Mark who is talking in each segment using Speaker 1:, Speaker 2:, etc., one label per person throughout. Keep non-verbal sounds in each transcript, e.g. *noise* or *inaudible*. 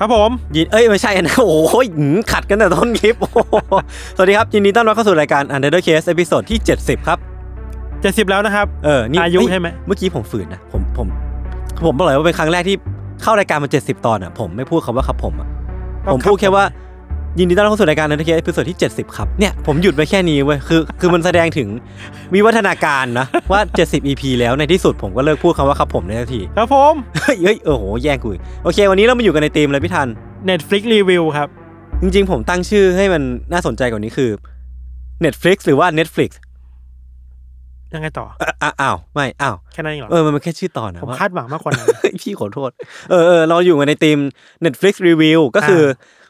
Speaker 1: ครับผม
Speaker 2: ยินเอ้ยไม่ใช่นะ โอ้ยหืมขัดกันแต่ต้นคลิปโอ้โห *laughs* สวัสดีครับ ยินดีต้อนรับเข้าสู่รายการ Untitled Case ตอนที่ 70 ครับ
Speaker 1: 70 แล้วนะครับ
Speaker 2: เออ นี่
Speaker 1: อายุ
Speaker 2: เฮ้
Speaker 1: ใช่ไหม
Speaker 2: เมื่อกี้ผมฝืนนะ ผมผม ผมบอกเลยว่าเป็นครั้งแรกที่เข้ารายการมา 70 ตอนอ่ะ ผมไม่พูดคำว่าครับผมอ่ะ ผมพูดแค่ว่ายินดีต้อนรับเข้าสู่รายการนันทเคสพิโซดที่ 70 ครับ เนี่ย ผมหยุดไปแค่นี้เว้ยคือคือมันแสดงถึง *laughs* วิวัฒนาการนะ ว่า 70 EP แล้วในที่สุดผมก็เลิกพูดคำว่าครับผมในทันที *laughs*
Speaker 1: ครับผม
Speaker 2: เฮ้ยเฮ้ยโอ้โห แย่งกูอีกโอเค วันนี้เรามาอยู่กันในธีมเลยพี่ทัน
Speaker 1: Netflix รีวิวครับ
Speaker 2: จริงๆ ผมตั้งชื่อให้มันน่าสนใจกว่านี้คือ Netflix หรือว่า Netflix
Speaker 1: ยังไงต่อ
Speaker 2: อ่ะอ่ะอ้าวไม่อ้าว
Speaker 1: แค่นั้นเองเหรอ
Speaker 2: เออมันมันแค่ชื่อตอนนะ
Speaker 1: ผม
Speaker 2: ว่า
Speaker 1: คาดหวังมากก
Speaker 2: *laughs*
Speaker 1: ว่านั้น
Speaker 2: พี่ขอโทษ เออเออเราอยู่กันในทีม Netflix Review ก็คืออ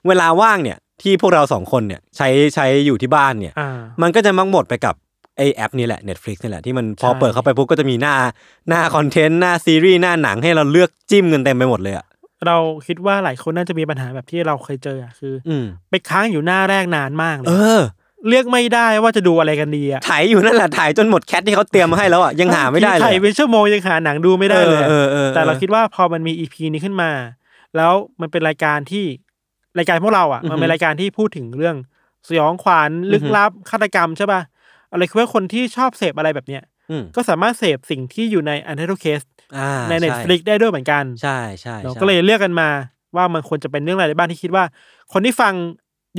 Speaker 2: เวลาว่างเนี่ยที่พวกเราสองคนเนี่ยใช้ใช้อยู่ที่บ้านเนี่ย
Speaker 1: อ่า
Speaker 2: มันก็จะมักหมดไปกับไอแอปนี้แหละ Netflix นี่แหละที่มันพอ
Speaker 1: ใช่
Speaker 2: เปิดเข้าไปปุ๊บก็จะมีหน้าหน้าคอนเทนต์หน้าซีรีส์หน้าหนังให้เราเลือกจิ้มเงินเต็มไปหมดเลยอ่ะ
Speaker 1: เราคิดว่าหลายคนน่าจะมีปัญหาแบบที่เราเคยเจออะคืออ
Speaker 2: อืม
Speaker 1: ไปค้างอยู่หน้าแรกนานมากเล
Speaker 2: เอย อ
Speaker 1: เลือกไม่ได้ว่าจะดูอะไรกันดีอะ
Speaker 2: ถ่ายอยู่นั่นแหละถ่ายจนหมดแคทที่เขาเตรียมมาให้
Speaker 1: *laughs*
Speaker 2: แล้วอ่ะยังหาไม่ได้เลย
Speaker 1: ถ่ายเป็นชั่วโมงยังหาหนังดูไม่ได้เลย
Speaker 2: ออออออ
Speaker 1: แต่เราคิดว่าพอมันมีอีพีนี้ขึ้นมา แล้วมันเป็นรายการที่รายการพวกเราอ่ะ มันเป็นรายการที่พูดถึงเรื่องสยองขวัญลึกลับฆาตกรรมใช่ป่ะอะไรคือว่าคนที่ชอบเสพอะไรแบบเนี้ย
Speaker 2: อืม
Speaker 1: ก็สามารถเสพสิ่งที่อยู่ใน u n t i t l e Case
Speaker 2: อ่า
Speaker 1: ใน
Speaker 2: ช่
Speaker 1: Netflix ได้ด้วยเหมือนกัน
Speaker 2: ใช่ใช่
Speaker 1: เรา
Speaker 2: ใช่
Speaker 1: ก็เลยเลือกกันมาว่ามันควรจะเป็นเรื่องอะไรได้บ้างที่คิดว่า คนที่ฟัง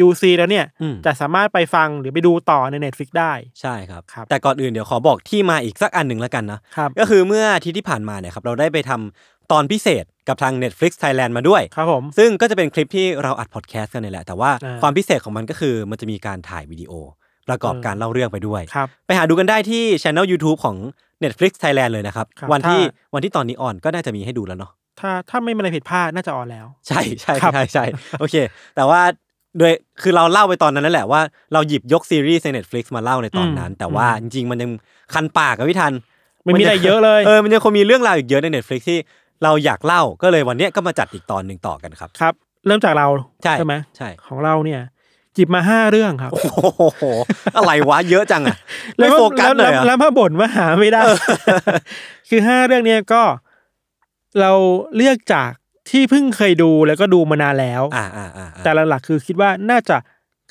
Speaker 1: UC แล้วเนี่ย
Speaker 2: อืม
Speaker 1: จะสามารถไปฟังหรือไปดูต่อใน Netflix ได้
Speaker 2: ใช่ครับ
Speaker 1: ครับ
Speaker 2: แต่ก่อนอื่นเดี๋ยวขอบอกที่มาอีกสักอันหนึ่งแล้วกันนะ
Speaker 1: ครับ
Speaker 2: ก็คือเมื่ออาทิตย์ที่ผ่านมาเนี่ยครับเราได้ไปทำตอนพิเศษกับทาง Netflix Thailand มาด้วย
Speaker 1: ครับผม
Speaker 2: ซึ่งก็จะเป็นคลิปที่เราอัดพอดแคสต์กันเนี่ยแหละ แต่ว่า
Speaker 1: อ่า
Speaker 2: ความพิเศษของมันก็คือมันจะมีการถ่ายวิดีโอ ประกอบ
Speaker 1: เออ
Speaker 2: การเล่าเรื่องไปด้วย
Speaker 1: ครับ
Speaker 2: ไปหาดูกันได้ที่ช anel YouTube ของ Netflix Thailand เลยนะครับ
Speaker 1: ครับ
Speaker 2: วันที่
Speaker 1: ถ้า
Speaker 2: วันที่ตอนนี้ออนก็น่าจะมีให้ดูแล้วเนาะ
Speaker 1: ถ้าถ้าไม่มีอะไรผิดพลาดน่าจะออนแล้ว
Speaker 2: ใช่ใช่
Speaker 1: ครับ
Speaker 2: ใช่ใช่โอเค แต่ว่าโดยคือเราเล่าไปตอนนั้นนั่นแหละว่าเราหยิบยกซีรีส์ใน Netflix มาเล่าในตอนนั้น แต่ว่าจริงๆมันยังคันปากกับพี่ทัน
Speaker 1: ไม่มีอะไรเยอะเลย
Speaker 2: เออ มันยังคงมีเรื่องราวอีกเยอะใน Netflix ที่เราอยากเล่า ก็เลยวันเนี้ยก็มาจัดอีกตอนหนึ่งต่อกันครับ
Speaker 1: ครับ เริ่มจากเรา
Speaker 2: ใช่
Speaker 1: ไหม
Speaker 2: ใช่
Speaker 1: ของเราเนี่ยจิบมาห้าเรื่องครับ
Speaker 2: โอ้โห อะไรวะ เยอะจั
Speaker 1: *laughs*
Speaker 2: งอ่ะ ไม่โฟกัสเลย
Speaker 1: แว
Speaker 2: อ่ะ
Speaker 1: แล้วมาบ่นว่าหาไม่ได้ คือห้าเรื่องเนี่ยก็ เราเลือกจากที่เพิ่งเคยดูแล้วก็ดูมานานแล้ว
Speaker 2: อ่าอ่าอ่าอ่า
Speaker 1: แต่หลักๆคือคิดว่าน่าจะ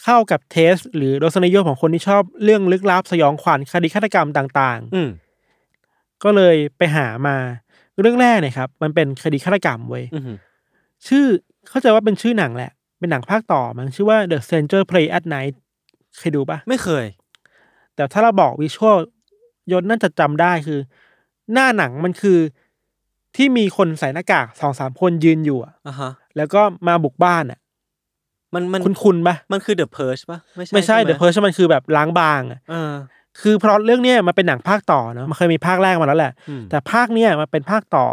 Speaker 1: เข้ากับเทส หรือรสนิยมของคนที่ชอบเรื่องลึกลับสยองขวัญคดีฆาตกรรมต่าง
Speaker 2: อืม
Speaker 1: ๆ ก็เลยไปหามาเรื่องแรกเนี่ยครับ มันเป็นคดีฆาตกรรมเว้ย
Speaker 2: อืม
Speaker 1: ชื่อเข้าใจว่าเป็นชื่อหนังแหละ เป็นหนังภาคต่อมันชื่อว่า The Stranger Play at Night เคยดูปะ
Speaker 2: ไม่เคย
Speaker 1: แต่ถ้าเราบอกวิชวลยศน่าจะจำได้คือ หน้าหนังมันคือที่มีคนใส่หน้ากากสองสามคนยืนอยู่อะ
Speaker 2: อ่ะฮะ
Speaker 1: แล้วก็มาบุกบ้านอ่ะ
Speaker 2: มัน มัน
Speaker 1: คุณคุณปะ
Speaker 2: มันคือ The Purge ป่ะ ไม่ใช่
Speaker 1: ไม่ใช่
Speaker 2: ห
Speaker 1: The Purge มันคือแบบล้างบางอ่ะ
Speaker 2: เออ
Speaker 1: คือเพราะเรื่องเนี้ยมันเป็นหนังภาคต่อเนาะมันเคยมีภาคแรกมาแล้วแหละ
Speaker 2: อืม
Speaker 1: แต่ภาคเนี้ยมันเป็นภาคต่อ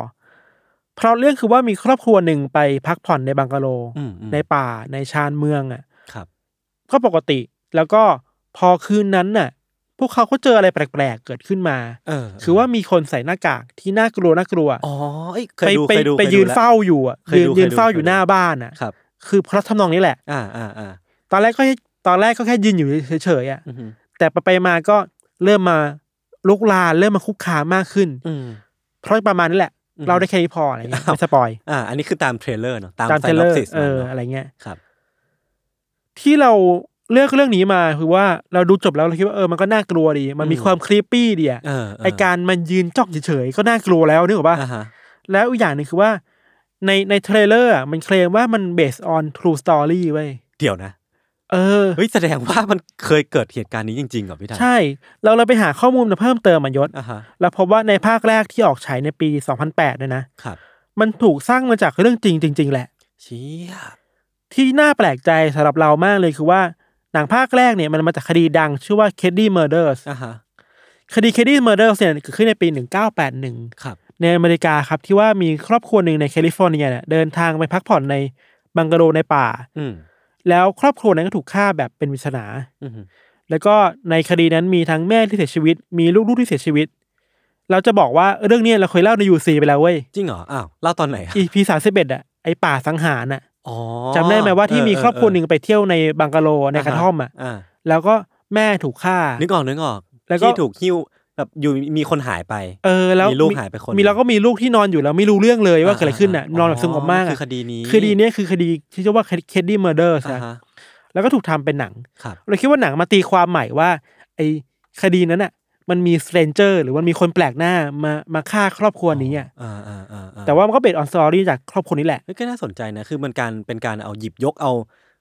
Speaker 1: เพราะเรื่องคือว่ามีครอบครัวหนึ่งไปพักผ่อนในบังกะโล
Speaker 2: อืมอืม
Speaker 1: ในป่าในชานเมืองอ่ะ
Speaker 2: ครับ
Speaker 1: ก็ปกติแล้วก็พอคืนนั้นน่ะ พวกเขาก็เจออะไรแปลกๆ เกิดขึ้นมา
Speaker 2: เออ
Speaker 1: คือว่ามีคนใส่หน้ากากที่น่ากลัวน่ากลัว
Speaker 2: อ๋อเอ้ยเค
Speaker 1: ไป
Speaker 2: ยดู
Speaker 1: ไป
Speaker 2: เคยดู
Speaker 1: ไป
Speaker 2: เคดู
Speaker 1: ยืน
Speaker 2: แล้ว
Speaker 1: เฝ้าอยู่อ่ะ
Speaker 2: เคย
Speaker 1: ยืน
Speaker 2: ดู
Speaker 1: ยืนเฝ้า
Speaker 2: เคยดู
Speaker 1: อยู่หน้าบ้านอ่ะ
Speaker 2: ครับ
Speaker 1: คือเพราะทำนองนี้แหละ
Speaker 2: อ่าอ่าอ่า
Speaker 1: ตอนแรกก็แค่ตอนแรกก็แค่ยืนอยู่เฉยๆอ่ะ
Speaker 2: อืม
Speaker 1: แต่ไปๆมาก็เริ่มมาลุกลานเริ่มมาคุกคามมากขึ้น
Speaker 2: อืม
Speaker 1: เพราะประมาณนี้แหละ
Speaker 2: อืม
Speaker 1: เราได้แค่นี้พออะไรเงี้ย
Speaker 2: ครับ
Speaker 1: ไม่สปอย
Speaker 2: อ่า อันนี้คือตามเทรลเลอร์เนาะ ตาม
Speaker 1: ตาม
Speaker 2: ไซ
Speaker 1: เทรล
Speaker 2: น
Speaker 1: เล
Speaker 2: อป
Speaker 1: อร์
Speaker 2: ซิส
Speaker 1: เออ
Speaker 2: อะ
Speaker 1: อะไรเงี้ย
Speaker 2: ครับ
Speaker 1: ที่เราเลือกเรื่องนี้มาคือว่าเราดูจบแล้วเราคิดว่าเออมันก็น่ากลัวดี มันมี
Speaker 2: อืม
Speaker 1: ความครีปปี้ดีอะ
Speaker 2: เออเ
Speaker 1: ไอการมันยืนจ้องเฉยๆก็น่ากลัวแล้วนึกออกป่ะ
Speaker 2: อ่าฮะ
Speaker 1: แล้วอีกอย่างหนึ่งคือว่า ในในเทรลเลอร์อะมันเคลมว่ามัน based on true story เว้ย
Speaker 2: เดี๋ยวนะ
Speaker 1: เอ เออ
Speaker 2: เฮ้ยแสดงว่ามันเคยเกิดเหตุการณ์นี้จริงๆเหรอพี่ทัน
Speaker 1: ใช่ เราเราไปหาข้อมูลมาเพิ่มเติมมายศ
Speaker 2: อ่าฮะ
Speaker 1: แล้วพบว่าในภาคแรกที่ออกฉายในปี 2008เนี่ยนะ
Speaker 2: ครับ
Speaker 1: มันถูกสร้างมาจากเรื่องจริงจริง ๆ แหละ
Speaker 2: เชี่ย
Speaker 1: ที่น่าแปลกใจสำหรับเรามากเลยคือว่าหนังภาคแรกเนี่ยมันมาจากคดีดังชื่อว่า c a d d y Murders
Speaker 2: อ่าฮะ
Speaker 1: คดี c a d d y Murders เนี่ยเกิดขึ้นในปี 1981
Speaker 2: ครับ
Speaker 1: ในอเมริกาครับที่ว่ามีครอบครัวหนึ่งในแคลิฟอร์เนียเนี่ยเดินทางไปพักผ่อนในบังกะโลในป่า
Speaker 2: อืม
Speaker 1: แล้วครอบครัวนั้นก็ถูกฆ่าแบบเป็นวิศนา
Speaker 2: อืม
Speaker 1: แล้วก็ในคดีนั้นมีทั้งแม่ที่เสียชีวิต มีลูกๆที่เสียชีวิต เราจะบอกว่าเรื่องเนี้ยเราเคยเล่าในยูซีไปแล้วเว้ย
Speaker 2: จริงเหรออ้าวเล่าตอนไหนอะ
Speaker 1: EP สามสิบเอ็ดอะไอป่าสังหารอะ
Speaker 2: อ๋อ
Speaker 1: จำได้ไหมว่าที่มีครอบครัวหนึ่ง
Speaker 2: เ
Speaker 1: ไปเที่ยวในบังกะโลในกระท่อมอะ
Speaker 2: อ่า
Speaker 1: แล้วก็แม่ถูกฆ่า
Speaker 2: นึกออกนึกออก
Speaker 1: แล้วก็
Speaker 2: ที่ถูกหิ้วแบบอยู่มีคนหายไป
Speaker 1: เออแล้ว
Speaker 2: มีลูกหายไปคนหนึ่ง
Speaker 1: มีแล้วก็มีลูกที่นอนอยู่แล้วไม่รู้เรื่องเลยว่าเกิดอะไรขึ้นอะนอนแบบสงบมาก
Speaker 2: คือ
Speaker 1: อะ
Speaker 2: คดีนี้
Speaker 1: คดีเนี้ยคือคดีที่ชื่อว่าเคดดี้เมอร์เดอร์
Speaker 2: อ่า
Speaker 1: นะ
Speaker 2: ฮะ
Speaker 1: แล้วก็ถูกทำเป็นหนัง
Speaker 2: ครับ
Speaker 1: เราคิดว่าหนังมาตีความใหม่ว่า ไอ้คดีนั้นอ่ะ มันมีสเตรนเจอร์ หรือมันมีคนแปลกหน้ามามาฆ่าครอบครัวนี้อ่ะ
Speaker 2: อ่าอ่าอ่าอ่
Speaker 1: แต่ว่ามันก็เป็นออนสตอรี่จากครอบครัวนี้แหละ
Speaker 2: เฮ้ยก็น่าสนใจนะคือมันการเป็นการเอาหยิบยกเอา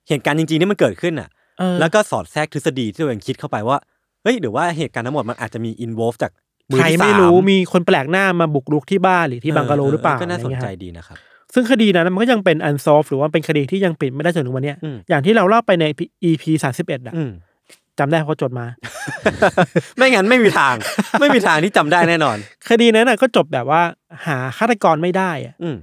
Speaker 2: เหตุการณ์จริงๆที่มันเกิดขึ้นอ่ะ
Speaker 1: เออ
Speaker 2: แล้วก็สอดแทรกทฤษฎีที่ตัวเองคิดเข้าไปว่า เฮ้ยหรือว่าเหตุการณ์ทั้งหมดมันอาจจะมีอินวอลฟจากมือ
Speaker 1: ใคร
Speaker 2: ที่
Speaker 1: ไม่
Speaker 2: สาม
Speaker 1: รู้มีคนแปลกหน้ามาบุกรุกที่บ้านหรือที่บังกะโลหรือเปล่า
Speaker 2: ก็น่าสนใจ
Speaker 1: อะไรเงี้ยฮะ
Speaker 2: ดีนะครับ
Speaker 1: ซึ่งคดีนั้นมันก็ยังเป็นอันซอฟหรือว่าเป็นคดีที่ยังปิดไม่ได้จนถึงวันเนี้ย
Speaker 2: อืม
Speaker 1: อย่างที่เราเล่าไปใน EP สามสิบเอ็ดอะ
Speaker 2: อืม
Speaker 1: จำได้เพราะจดมา
Speaker 2: ไม่งั้นไม่มีทาง *laughs* ไม่มีทางที่จำได้แน่นอน
Speaker 1: คดีนั้นน่ะก็จบแบบว่าหาฆาตกรไม่ได้อะ
Speaker 2: อืม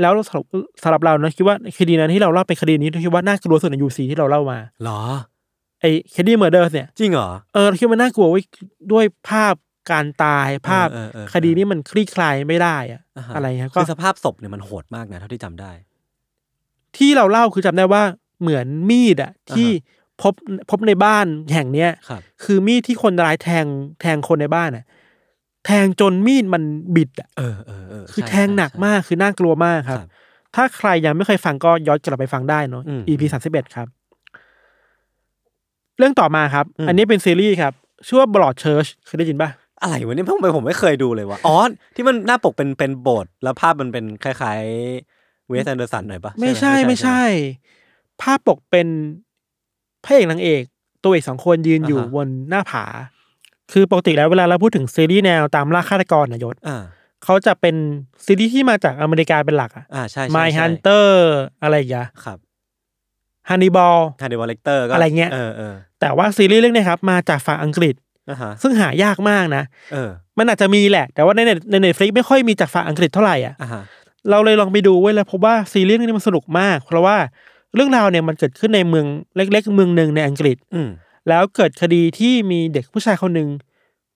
Speaker 1: แล้วสำหรับสำหรับเรานะคิดว่าคดีนั้นที่เราเล่าเป็นคดีนี้ที่คิดว่าน่ากลัวสุดในยูซีที่เราเล่ามา
Speaker 2: หรอ
Speaker 1: ไอ้คดีเมอร์เดอร์เนี่ย
Speaker 2: จริงเหรอ
Speaker 1: เออเราคิดว่าน่ากลัวไว้ยด้วยภาพการตายภาพ
Speaker 2: เออเออเออ
Speaker 1: คดีนี้มันคลี่คลายไม่ได้อะ
Speaker 2: าฮ
Speaker 1: อะไรครับก็
Speaker 2: คือสภาพศพเนี่ยมันโหดมากนะเท่าที่จำได้
Speaker 1: ที่เราเล่าคือจำได้ว่าเหมือนมีดอะที่พบพบในบ้านแห่งเนี้ย
Speaker 2: ครับ
Speaker 1: คือมีดที่คนร้ายแทงแทงคนในบ้านอะแทงจนมีดมันบิดอะ
Speaker 2: เออเออเออ
Speaker 1: คือ
Speaker 2: ใช่
Speaker 1: แทงหนัก
Speaker 2: ใช่
Speaker 1: มากคือน่ากลัวมากครับ
Speaker 2: ครับ
Speaker 1: ถ้าใครยังไม่เคยฟังก็ย้อนกลับไปฟังได้เนาะ
Speaker 2: อืม
Speaker 1: EP สามสิบเอ็ดครับ เรื่องต่อมาครับ
Speaker 2: อืม
Speaker 1: อันนี้เป็นซีรีส์ครับ ชื่อว่า Broad Church เคยได้ยินป่ะ
Speaker 2: อะไรวะเนี่ยเพิ่งไปผมไม่เคยดูเลยวะอ๋อที่มันหน้าปกเป็นเป็นโบสถ์แล้วภาพมันเป็นคล้ายๆเวสแอนเดอร์สันหน่อยปะ
Speaker 1: ไม่
Speaker 2: ห
Speaker 1: ใช่ไม่ใช่ ภาพปกเป็นพระเอกนางเอก ตัวเอกสองคนยืนอยู่บนหน้าผา คือปกติแล้วเวลาเราพูดถึงซีรีส์แนวตามล่าฆาตกรนะยศ
Speaker 2: อ่า
Speaker 1: เขาจะเป็นซีรีส์ที่มาจากอเมริกาเป็นหลักอะ
Speaker 2: อ่าใช่ใช่
Speaker 1: My
Speaker 2: ใช่
Speaker 1: Hunter อะไรอย่างเงี้ย
Speaker 2: ครับ
Speaker 1: Hannibal
Speaker 2: ฮันเดอร์วอลเลกเตอร์ก็
Speaker 1: อะไรเงี้ย
Speaker 2: เออเออ
Speaker 1: แต่ว่าซีรีส์เรื่องเนี้ยครับ มาจากฝั่งอังกฤษ
Speaker 2: อ่าฮะ
Speaker 1: ซึ่งหายากมากนะ
Speaker 2: เออ
Speaker 1: มันอาจจะมีแหละ แต่ว่าใน Net- ในเน็ตฟลิกไม่ค่อยมีจากฝั่งอังกฤษเท่าไหร่อ่ะ
Speaker 2: อ่าฮะ
Speaker 1: เราเลยลองไปดูเว้ยแล้วพบว่าซีรีส์เรื่องนี้มันสนุกมาก เพราะว่าเรื่องราวเนี่ยมันเกิดขึ้นในเมืองเล็ก ๆ เมืองหนึ่งในอังกฤษ
Speaker 2: อืม
Speaker 1: แล้วเกิดคดีที่มีเด็กผู้ชายคนหนึ่ง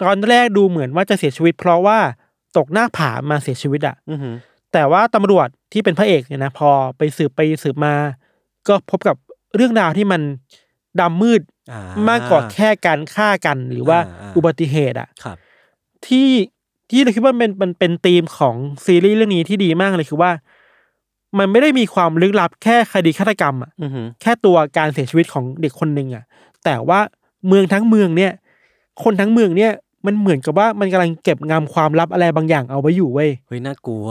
Speaker 1: ตอนแรกดูเหมือนว่าจะเสียชีวิต เพราะว่าตกหน้าผามาเสียชีวิตอ่ะ
Speaker 2: อือหือ
Speaker 1: แต่ว่าตำรวจที่เป็นพระเอกเนี่ยนะพอไปสืบไปสืบมา ก็พบกับเรื่องราวที่มันดำมืด
Speaker 2: อ่
Speaker 1: มากกว่าแค่การฆ่ากัน หรือว่าอุบัติเหตุอ่ะ
Speaker 2: ครับ
Speaker 1: ที่ที่เราคิดว่ามันเป็นเป็นธีมของซีรีส์เรื่องนี้ที่ดีมากเลยคือว่า มันไม่ได้มีความลึกลับแค่คดีฆาตกรรมอะ
Speaker 2: อือหือ
Speaker 1: แค่ตัวการเสียชีวิตของเด็กคนหนึ่งอะแต่ว่าเมืองทั้งเมืองเนี่ย คนทั้งเมืองเนี่ยมันเหมือนกับว่ามันกำลังเก็บงำความลับอะไรบางอย่างเอาไว้อยู่เว้ย
Speaker 2: เฮ้ยน่ากลัว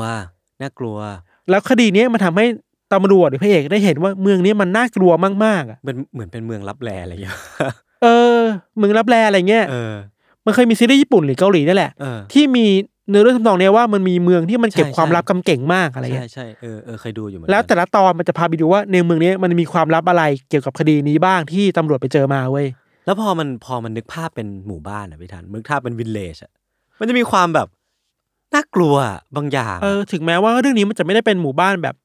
Speaker 2: น่ากลัว
Speaker 1: แล้วคดีเนี้ยมันทำให้ตำรวจหรือพระเอกได้เห็นว่าเมืองเนี้ยมันน่ากลัวมากๆอะ
Speaker 2: เป็นเหมือนเป็นเมืองรับแลอะไรอย่างเงี้
Speaker 1: *laughs*
Speaker 2: ย
Speaker 1: เออเมืองรับแลอะไรเงี้ย
Speaker 2: เออ
Speaker 1: มันเคยมีซีรีส์ญี่ปุ่นหรือเกาหลีนั่นแหละ
Speaker 2: เออ
Speaker 1: ที่มีเนื้อเรื่องทำนองเนี้ยว่ามันมีเมืองที่มันเก็บ
Speaker 2: ใช่
Speaker 1: ความ
Speaker 2: ใช่
Speaker 1: ลับกำเก่งมากอะไรเงี้ย
Speaker 2: ใช่ใช่เออเออเคยดูอยู่เหมือน
Speaker 1: แล้วแต่
Speaker 2: กัน
Speaker 1: ละตอนมันจะพาไปดูว่าในเมืองนี้มันมีความลับอะไรเกี่ยวกับคดีนี้บ้างที่ตำรวจไปเจอมาเว้ย
Speaker 2: แล้วพอมันพอมันนึกภาพเป็นหมู่บ้านอ่ะพี่ทันนึกภาพเป็นวิลเลจอ่ะมันจะมีความแบบน่ากลัวบางอย่าง
Speaker 1: เออถึงแม้ว่าเรื่องนี้มันจะไม่ได้เป็นหมู่บ้านแบบ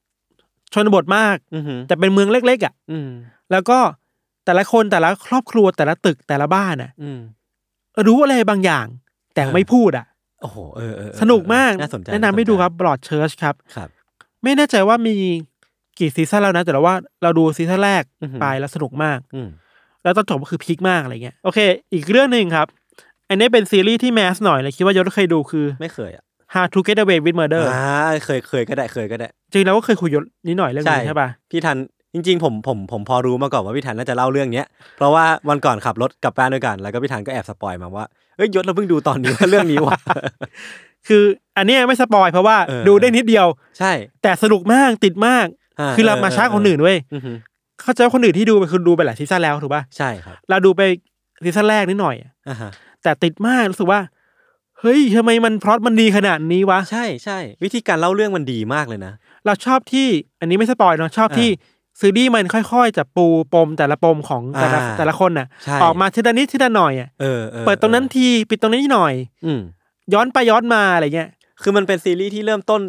Speaker 1: ชนบทมาก
Speaker 2: อหือ
Speaker 1: แต่เป็นเมืองเล็กๆอ่ะ
Speaker 2: อืม
Speaker 1: แล้วก็แต่ละคนแต่ละครอบครัวแต่ละตึกแต่ละบ้านอ่ะ
Speaker 2: อืม
Speaker 1: รู้อะไรบางอย่าง แต่
Speaker 2: เออ
Speaker 1: ไม่พูดอ่ะ
Speaker 2: โอ้โหเออเออเออ
Speaker 1: สนุกมาก
Speaker 2: น่าสนใจ
Speaker 1: แนะนำให้ดูครับบลอดเชิร์ชครับ
Speaker 2: ครับ
Speaker 1: ไม่แน่ใจว่ามีกี่ซีซั่นแล้วนะ แต่เราว่าเราดูซีซั่นแรก
Speaker 2: อือหือ
Speaker 1: ไปแล้วสนุกมาก
Speaker 2: อืม
Speaker 1: แล้วตอนจบก็คือพีคมากอะไรเงี้ยโอเค อีกเรื่องหนึ่งครับ อันนี้เป็นซีรีส์ที่แมสหน่อยเลยคิดว่ายศเคยดูคือ
Speaker 2: ไม่เคยอ่ะ
Speaker 1: How to Get Away with Murder
Speaker 2: อ่าเคยเคยก็ได้เคยก็ได้
Speaker 1: จริงๆเราก็เคยคุยยศนิดหน่อยเรื่องนี้ใช่ปะ
Speaker 2: พี่ทันจริง ๆ ผมผมผมพอรู้มาก่อนว่าพี่ทันน่าจะเล่าเรื่องเนี้ยเพราะว่าวันก่อนขับรถกลับบ้านด้วยกัน แล้วก็พี่ทันก็แอบสปอยมาว่าเอ้ยยศเราเพิ่งดูตอนนี้ *laughs* เรื่องนี้
Speaker 1: *laughs*
Speaker 2: ว่ะ
Speaker 1: คืออันเนี้ยไม่สปอยเพราะว่า
Speaker 2: เออ
Speaker 1: ดูได้นิดเดียว
Speaker 2: ใช่
Speaker 1: แต่สนุกมากติดมาก คือเรามาช้าคนอื่นเว้ย
Speaker 2: อือหือ
Speaker 1: เข้าใจว่าคนอื่นที่ดูไปคือดูไปหลายซีซั่นแล้วถูกป่ะ
Speaker 2: ใช่ครับ
Speaker 1: เราดูไปซีซั่นแรกนิดหน่อยอะ
Speaker 2: อ่าฮะ
Speaker 1: แต่ติดมากรู้สึกว่า เฮ้ยทำไมมันพล็อตมันดีขนาดนี้วะ
Speaker 2: ใช่ใช่วิธีการเล่าเรื่องมันดีมากเลยนะ
Speaker 1: เราชอบที่อันนี้ไม่สปอยเนาะชอบที่ซีรีส์มันค่อยๆจะปูปมแต่ละปมของแต่ละ
Speaker 2: อ่า
Speaker 1: แต่ละคนน่ะ
Speaker 2: ใช่
Speaker 1: ออกมาทีละนิดทีละหน่อยอ่ะ
Speaker 2: เออออ
Speaker 1: เปิดตรงนั้นทีปิดตรงนี้หน่อย
Speaker 2: อืม
Speaker 1: ย้อนไปย้อนมาอะไรเงี้ย
Speaker 2: คือมันเป็นซีรีส์ที่เริ่มต้น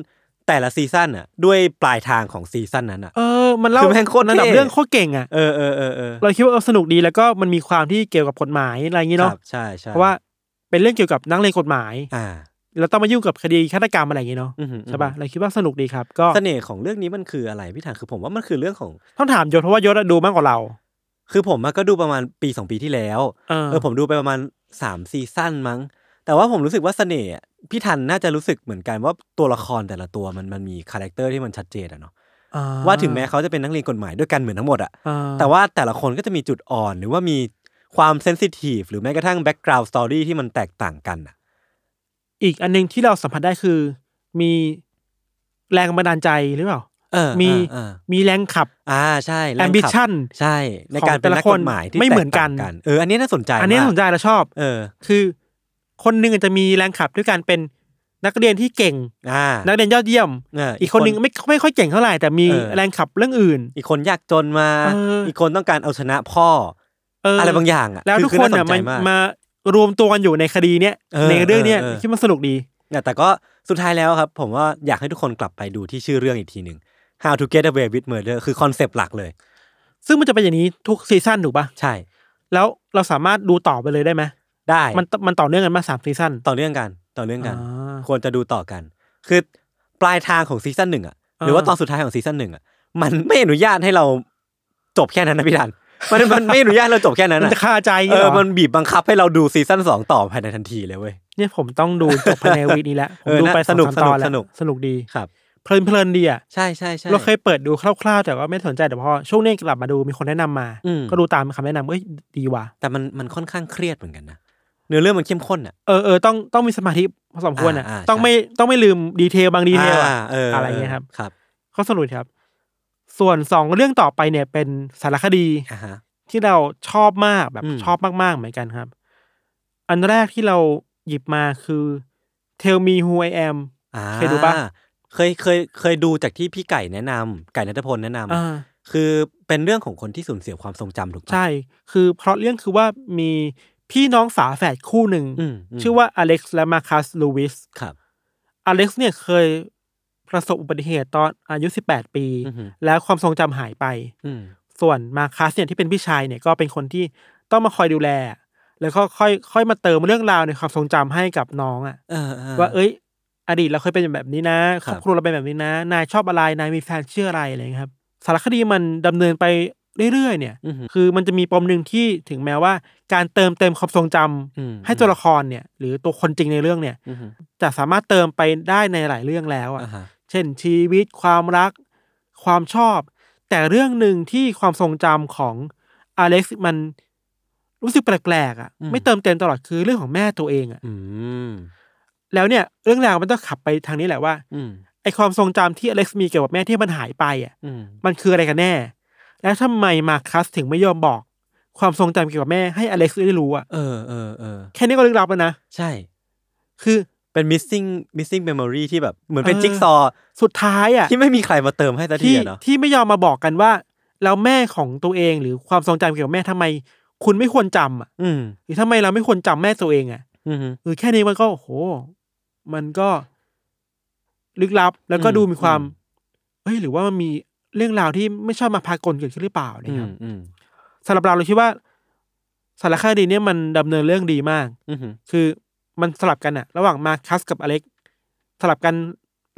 Speaker 2: แต่ละซีซั่นอ่ะ ด้วยปลายทางของซีซั่นนั้นอ่ะ
Speaker 1: เออมันเล่า
Speaker 2: คือแม่งโคตรเท่
Speaker 1: ระดับเรื่องโคตรเก่งอ่ะ
Speaker 2: เออเออเออเออ
Speaker 1: เราคิดว่าเออสนุกดีแล้วก็มันมีความที่เกี่ยวกับกฎหมายอะไรอย่างงี้
Speaker 2: ค
Speaker 1: เนาะ
Speaker 2: รับใช่ใช่
Speaker 1: เพราะว่าเป็นเรื่องเกี่ยวกับนักเรียนกฎหมาย
Speaker 2: อ่า
Speaker 1: แล้วต้องมายุ่งกับคดีฆาตกรรมอะไรอย่างงี้เนาะ
Speaker 2: อือหือ
Speaker 1: ใช่ป่ะเราคิดว่าสนุกดีครับ ก็
Speaker 2: เสน่ห์ของเรื่องนี้มันคืออะไรพี่ถางคือผมว่ามันคือเรื่องของ
Speaker 1: ต้องถามยศเพราะว่ายศอะดูมากกว่าเรา
Speaker 2: คือผมอะก็ดูประมาณปีสองปีที่แล้ว
Speaker 1: เออ
Speaker 2: ผมดูไปประมาณสามซีซั่นมั้ง แต่ว่าผมรู้สึกว่าเสน่ห์อะพี่ทันน่าจะรู้สึกเหมือนกันว่าตัวละครแต่ละตัวมันมันมีคาแรคเตอร์ที่มันชัดเจนอะเนาะ
Speaker 1: อ่
Speaker 2: ว่าถึงแม้เขาจะเป็นนักเรียนกฎหมายด้วยกันเหมือนทั้งหมดอะ
Speaker 1: อ่
Speaker 2: แต่ว่าแต่ละคนก็จะมีจุดอ่อน หรือว่ามีความเซนซิทีฟหรือแม้กระทั่งแบ็กกราวด์สตอรี่ที่มันแตกต่างกันอ่ะ
Speaker 1: อีกอันหนึงที่เราสัมผัสได้คือ มีแรงบันดาลใจหรือเปล่า
Speaker 2: เออ
Speaker 1: มี
Speaker 2: เออ
Speaker 1: มีแรงขับ
Speaker 2: อ่าใช่แรงขับ
Speaker 1: ambition
Speaker 2: ใช่ ในการเป็นนักกฎหมายที่
Speaker 1: ไม่เหมือนกัน
Speaker 2: แตต่างเอออันนี้น่าสนใจ
Speaker 1: อันนี้
Speaker 2: มก
Speaker 1: น่าสนใจเราชอบ
Speaker 2: เออ
Speaker 1: คือ คนหนึ่งอาจจะมีแรงขับด้วยการเป็นนักเรียนที่เก่ง
Speaker 2: อ่า
Speaker 1: นักเรียนยอดเยี่ยม
Speaker 2: เ
Speaker 1: อีกคนหนึ่งไม่ไม่ค่อยเก่งเท่าไหร่แต่มี
Speaker 2: เออ
Speaker 1: แรงขับเรื่องอื่น
Speaker 2: อีกคนยากจนมา
Speaker 1: เอออี
Speaker 2: อีกคนต้องการเอาชนะพ่อ
Speaker 1: เอออ
Speaker 2: อะไรบางอย่างอ่ะ
Speaker 1: แล้วทุกคน
Speaker 2: อ
Speaker 1: อ่ะ
Speaker 2: ส
Speaker 1: มัน
Speaker 2: ใจาก
Speaker 1: มารวมตัวกันอยู่ในคดีเนี้ย
Speaker 2: เออ
Speaker 1: ในเรื่องเนี้ย
Speaker 2: เออเออ
Speaker 1: คิดมันสนุกดี
Speaker 2: เนี่ยแต่ก็สุดท้ายแล้วครับ ผมว่าอยากให้ทุกคนกลับไปดูที่ชื่อเรื่องอีกทีหนึ่ง How to Get Away with Murder คือคอนเซปต์หลักเลย
Speaker 1: ซึ่งมันจะเป็นอย่างนี้ทุกซีซั่นถูกปะ
Speaker 2: ใช่
Speaker 1: แล้วเราสามารถดูต่อไปเลยได้ไหม
Speaker 2: ได้
Speaker 1: มันมันต่อเนื่องกันมาสามซีซั่น
Speaker 2: ต่อเนื่องกันต่อเนื่องกัน
Speaker 1: อ่า
Speaker 2: ควรจะดูต่อกัน คือปลายทางของซีซั่นหนึ่งอ่ะหรือว่า
Speaker 1: อ่า
Speaker 2: ตอนสุดท้ายของซีซั่นหนึ่งอ่ะมันไม่อนุญาตให้เราจบแค่นั้นนะพี่ดัน *laughs* มันมันไม่อนุญาตให้เราจบแค่นั้น
Speaker 1: มัน
Speaker 2: อ่ะ
Speaker 1: จะคาใจอย่าง
Speaker 2: เอ
Speaker 1: งี้
Speaker 2: อ
Speaker 1: หรอ
Speaker 2: มันบีบบังคับให้เราดูซีซั่นสองต่อภายในทันทีเลยเว้ย
Speaker 1: เนี่ยผมต้องดูจบภายในวีคนี้แหละผม
Speaker 2: เออ
Speaker 1: ดู
Speaker 2: น่ะ
Speaker 1: ไป
Speaker 2: ส
Speaker 1: ส
Speaker 2: นุ
Speaker 1: นุ
Speaker 2: ก
Speaker 1: ก
Speaker 2: ส
Speaker 1: ต
Speaker 2: นุก
Speaker 1: อนแล้ว
Speaker 2: สนุก
Speaker 1: สนุกดี
Speaker 2: ครับ
Speaker 1: เพลินเพลินดีอ่ะ
Speaker 2: ใช่ใช่ใช่
Speaker 1: เราเคยเปิดดูคร่าวๆ แต่ว่าไม่สนใจแต่พอช่วงนี้กลับมาดูมีคนแนะนำมา
Speaker 2: อืม
Speaker 1: ก็ดูตามคำแนะนำเอ้ยดีว่ะ
Speaker 2: แต่มันมันค่อนข้างเครียดเหมือนกันนะเนื้อเรื่องมันเข้มข้นอ่ะ
Speaker 1: เออเออต้องต้องมีสมาธิพอสมควรอ่ะ
Speaker 2: อ่าอ่า
Speaker 1: ต้อง
Speaker 2: ใช่
Speaker 1: ไม่ต้องไม่ลืมดีเทลบางดีเทล
Speaker 2: อ่า
Speaker 1: อ่ะ
Speaker 2: เออ
Speaker 1: อะ
Speaker 2: อะไร
Speaker 1: เงี้ยครับ
Speaker 2: ครับ
Speaker 1: ก็สรุปครับ ส่วนสองเรื่องต่อไปเนี่ยเป็นสารคดี
Speaker 2: อ่าฮะ
Speaker 1: ที่เราชอบมากแบบ
Speaker 2: อืม
Speaker 1: ชอบมากๆเหมือนกันครับ อันแรกที่เราหยิบมาคือ Tell Me Who I Am
Speaker 2: อ่า
Speaker 1: เคยดูปะ
Speaker 2: เคยเคยเคยดูจากที่พี่ไก่แนะนำไก่นัทพลแนะนำ
Speaker 1: อ่า
Speaker 2: คือเป็นเรื่องของคนที่สูญเสียความทรงจำถูกปะ
Speaker 1: ใช่ คือเพราะเรื่องคือว่ามีพี่น้องฝาแฝดคู่หนึ่ง
Speaker 2: อืมม
Speaker 1: ชื่อว่าอเล็กซ์และมาคัสลูวิส
Speaker 2: ครับ
Speaker 1: อเล็กซ์เนี่ยเคยประสบอุบัติเหตุตอนอายุ 18 ปี
Speaker 2: อือหือ
Speaker 1: แล้วความทรงจำหายไป
Speaker 2: อืม
Speaker 1: ส่วนมาคัสเนี่ยที่เป็นพี่ชายเนี่ยก็เป็นคนที่ต้องมาคอยดูแล แล้วก็ค่อยค่อยมาเติมเรื่องราวในความทรงจำให้กับน้องอะ
Speaker 2: เออออ
Speaker 1: ว่าเอ้ย อดีตเราเคยเป็นแบบนี้นะ
Speaker 2: ค
Speaker 1: ครับ รอบครัวเราเป็นแบบนี้นะ นายชอบอะไรนายมีแฟนชื่ออะไรอะไรอย่างเงี้ยครับสารคดีมันดำเนินไปเรื่อยๆเนี่ย
Speaker 2: อือหือ
Speaker 1: คือมันจะมีปมหนึ่งที่ถึงแม้ว่า การเติมเต็มความทรงจำ
Speaker 2: อืม
Speaker 1: ให้ตัวละครเนี่ย หรือตัวคนจริงในเรื่องเนี่ย
Speaker 2: อือหือ
Speaker 1: จะสามารถเติมไปได้ในหลายเรื่องแล้ว
Speaker 2: อ่า
Speaker 1: อ่ะ
Speaker 2: ฮะ
Speaker 1: เช่นชีวิตความรัก ความชอบ แต่เรื่องหนึ่งที่ความทรงจำของอเล็กซ์มันรู้สึกแปลกๆอ่ะไม่เติมเต็มตลอดคือเรื่องของแม่ตัวเองอ่ะ
Speaker 2: อืม
Speaker 1: แล้วเนี่ยเรื่องราวมันต้องขับไปทางนี้แหละว่า
Speaker 2: อืม
Speaker 1: ไอความทรงจำที่อเล็กซ์มีเกี่ยวกับแม่ที่มันหายไปอ่ะ
Speaker 2: อืม
Speaker 1: มันคืออะไรกันแน่ แล้วทำไมมาคัสถึงไม่ยอมบอก ความทรงจำเกี่ยวกับแม่ให้อเล็กซ์ได้รู้อะ
Speaker 2: เออเออเออ
Speaker 1: แค่นี้ก็ลึกลับแล้วนะ
Speaker 2: ใช่
Speaker 1: คือ
Speaker 2: เป็น missing missing memory ที่แบบเหมือนเป็น
Speaker 1: เออ
Speaker 2: จิ๊กซอว์
Speaker 1: สุดท้ายอะ
Speaker 2: ที่ไม่มีใครมาเติมให้สักที
Speaker 1: ที่
Speaker 2: อะเนาะ
Speaker 1: ที่ไม่ยอมมาบอกกันว่า แล้วแม่ของตัวเองหรือความทรงจำเกี่ยวกับแม่ทำไม คุณไม่ควรจำอะ
Speaker 2: อืม
Speaker 1: หรือทำไมเราไม่ควรจำแม่ตัวเองอะ
Speaker 2: อืม
Speaker 1: คือแค่นี้มันก็โอ้โห มันก็ ลึกลับแล้วก็
Speaker 2: อืม
Speaker 1: ดูมีความ
Speaker 2: อืม
Speaker 1: เฮ้ยหรือว่ามันมีเรื่องราวที่ไม่ชอบมาพากลเกิดขึ้นหรือเปล่านะ
Speaker 2: อื
Speaker 1: ครั
Speaker 2: ม
Speaker 1: บ
Speaker 2: อืม
Speaker 1: สำหรับเราเราคิดว่าสารคดีเนี่ยมันดำเนินเรื่องดีมาก
Speaker 2: อืมอืม
Speaker 1: คือมันสลับกันอะระหว่างมาคัสกับอเล็กสลับกัน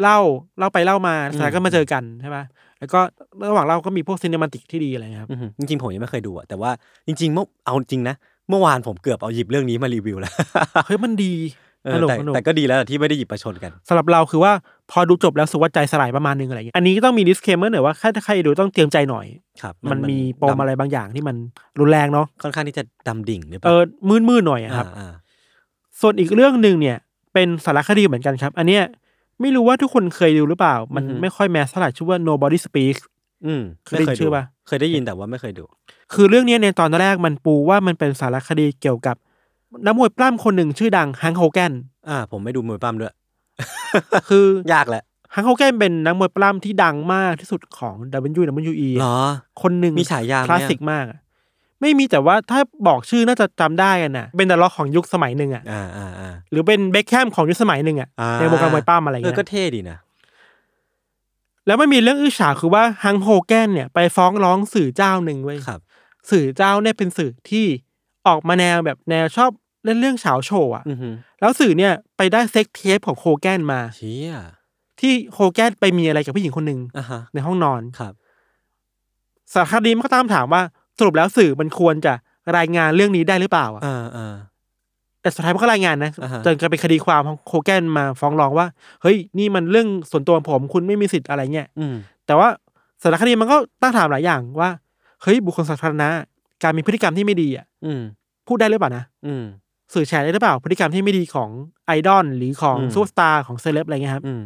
Speaker 1: เล่าเล่าไปเล่ามาสุดท้ายก็มาเจอกันใช่ปะแล้วก็ระหว่างเล่าก็มีพวกซิน e มาติกที่ดีอะไรเงี้ยครับ
Speaker 2: อืมจริงๆผมยังไม่เคยดูอะแต่ว่าจริงๆเมื่อเอาจริงนะเมื่อวานผมเกือบเอาหยิบเรื่องนี้มารีวิวแล้ว *laughs*
Speaker 1: เฮ้ยมันดี
Speaker 2: เออ
Speaker 1: สนุก
Speaker 2: แต่
Speaker 1: สนุก
Speaker 2: แต่ก็ดีแล้วล่ะที่ไม่ได้หยิบประชนกัน
Speaker 1: สำหรับเราคือว่าพอดูจบแล้วสุขว่าใจสลายประมาณนึงอะไรเงี้ยอันนี้ต้องมีดิสเคมเมอร์หน่อยว่าถ้าใครดูต้องเตรียมใจหน่อย
Speaker 2: ครับ
Speaker 1: มันมีปม
Speaker 2: ดำ
Speaker 1: อะไรบางอย่างที่มันรุนแรงเนาะ
Speaker 2: ค่อนข้างที่จะดำดิ่งหรือเป
Speaker 1: เอ
Speaker 2: ล่า
Speaker 1: อมืดมืดๆหน่อยอะครับ
Speaker 2: อ่า
Speaker 1: ส่วนอีกเรื่องหนึ่งเนี่ย เป็นสารคดีเหมือนกันครับ อันเนี้ยไม่รู้ว่าทุกคนเคยดูหรือเปล่า มันไม่ค่อยแมสเท่าไหร่ชื่อว่า Nobody Speaks
Speaker 2: ๆ อืม
Speaker 1: เคยได้ยิน
Speaker 2: ม่
Speaker 1: ชื่อปะ
Speaker 2: เคยได้ยินแต่ว่าไม่เคยดู
Speaker 1: คือเรื่องเนี้ยในตอนแรกมันปูว่ามันเป็นสารคดีเกี่ยวกับนักมวยปล้ำคนหนึ่งชื่อดังฮังโฮแกน
Speaker 2: อ่า ผมไม่ดูมวยปล้ำด้วย *laughs*
Speaker 1: คือ
Speaker 2: อยากแหละ
Speaker 1: ฮังโฮแกนเป็นนักมวยปล้ำที่ดังมากที่สุดของ WWE
Speaker 2: เหรอ
Speaker 1: คนหนึ่ง
Speaker 2: มีฉายาไหมอะ
Speaker 1: คลาสสิกมากอะไม่มีแต่ว่าถ้าบอกชื่อน่าจะจำได้กันน่ะ เป็นดาราของยุคสมัยหนึ่งอ่ะ
Speaker 2: อ่าอ่าอ่า
Speaker 1: หรือเป็นเบคแฮมของยุคสมัยหนึ่งอ่ะ
Speaker 2: อ่า
Speaker 1: ในวงการมวยปล้ำอะไรอย่าง
Speaker 2: เออ
Speaker 1: เงี้ย
Speaker 2: ก็เท่ดีนะ
Speaker 1: แล้วมันมีเรื่องอื้อฉาวคือว่าฮังโฮแกนเนี่ยไปฟ้องร้องสื่อเจ้าหนึ่งไว้ย
Speaker 2: ครับ
Speaker 1: สื่อเจ้าเนี่ยเป็นสื่อที่ออกมาแนวแบบแนวชอบเล่นเรื่องเฉาวโชว์อะ
Speaker 2: อือหือ
Speaker 1: แล้วสื่อเนี่ยไปได้เซ็กเทปของโคแกนมา
Speaker 2: เชี่ย
Speaker 1: ที่โคแกนไปมีอะไรกับผู้หญิงคนหนึ่ง
Speaker 2: อ่ะฮะ
Speaker 1: ในห้องนอน
Speaker 2: ครับ
Speaker 1: สารคดีมันก็ตามถามว่าสรุปแล้วสื่อมันควรจะรายงานเรื่องนี้ได้หรือเปล่าอะ
Speaker 2: อ่าอ่า
Speaker 1: แต่สุดท้ายมันก็รายงานนะ
Speaker 2: อ่าฮะ
Speaker 1: จนกลายเป็นคดีความของโคแกนมาฟ้องร้องว่าเฮ้ยนี่มันเรื่องส่วนตัวของผมคุณไม่มีสิทธิ์อะไรเงี้ย
Speaker 2: อืม
Speaker 1: แต่ว่าสารคดีมันก็ตั้งถามหลายอย่างว่าเฮ้ยบุคคลสาธารณะการมีพฤติกรรมที่ไม่ดีอะ
Speaker 2: อืม
Speaker 1: พูดได้หรือเปล่านะ
Speaker 2: อืม
Speaker 1: สื่อแชร์ได้หรือเปล่าพฤติกรรมที่ไม่ดีของไอดอลหรือของ
Speaker 2: อืม
Speaker 1: ซูเปอร์สตาร์ของเซเลบอะไรเงี้ยครับ
Speaker 2: อืม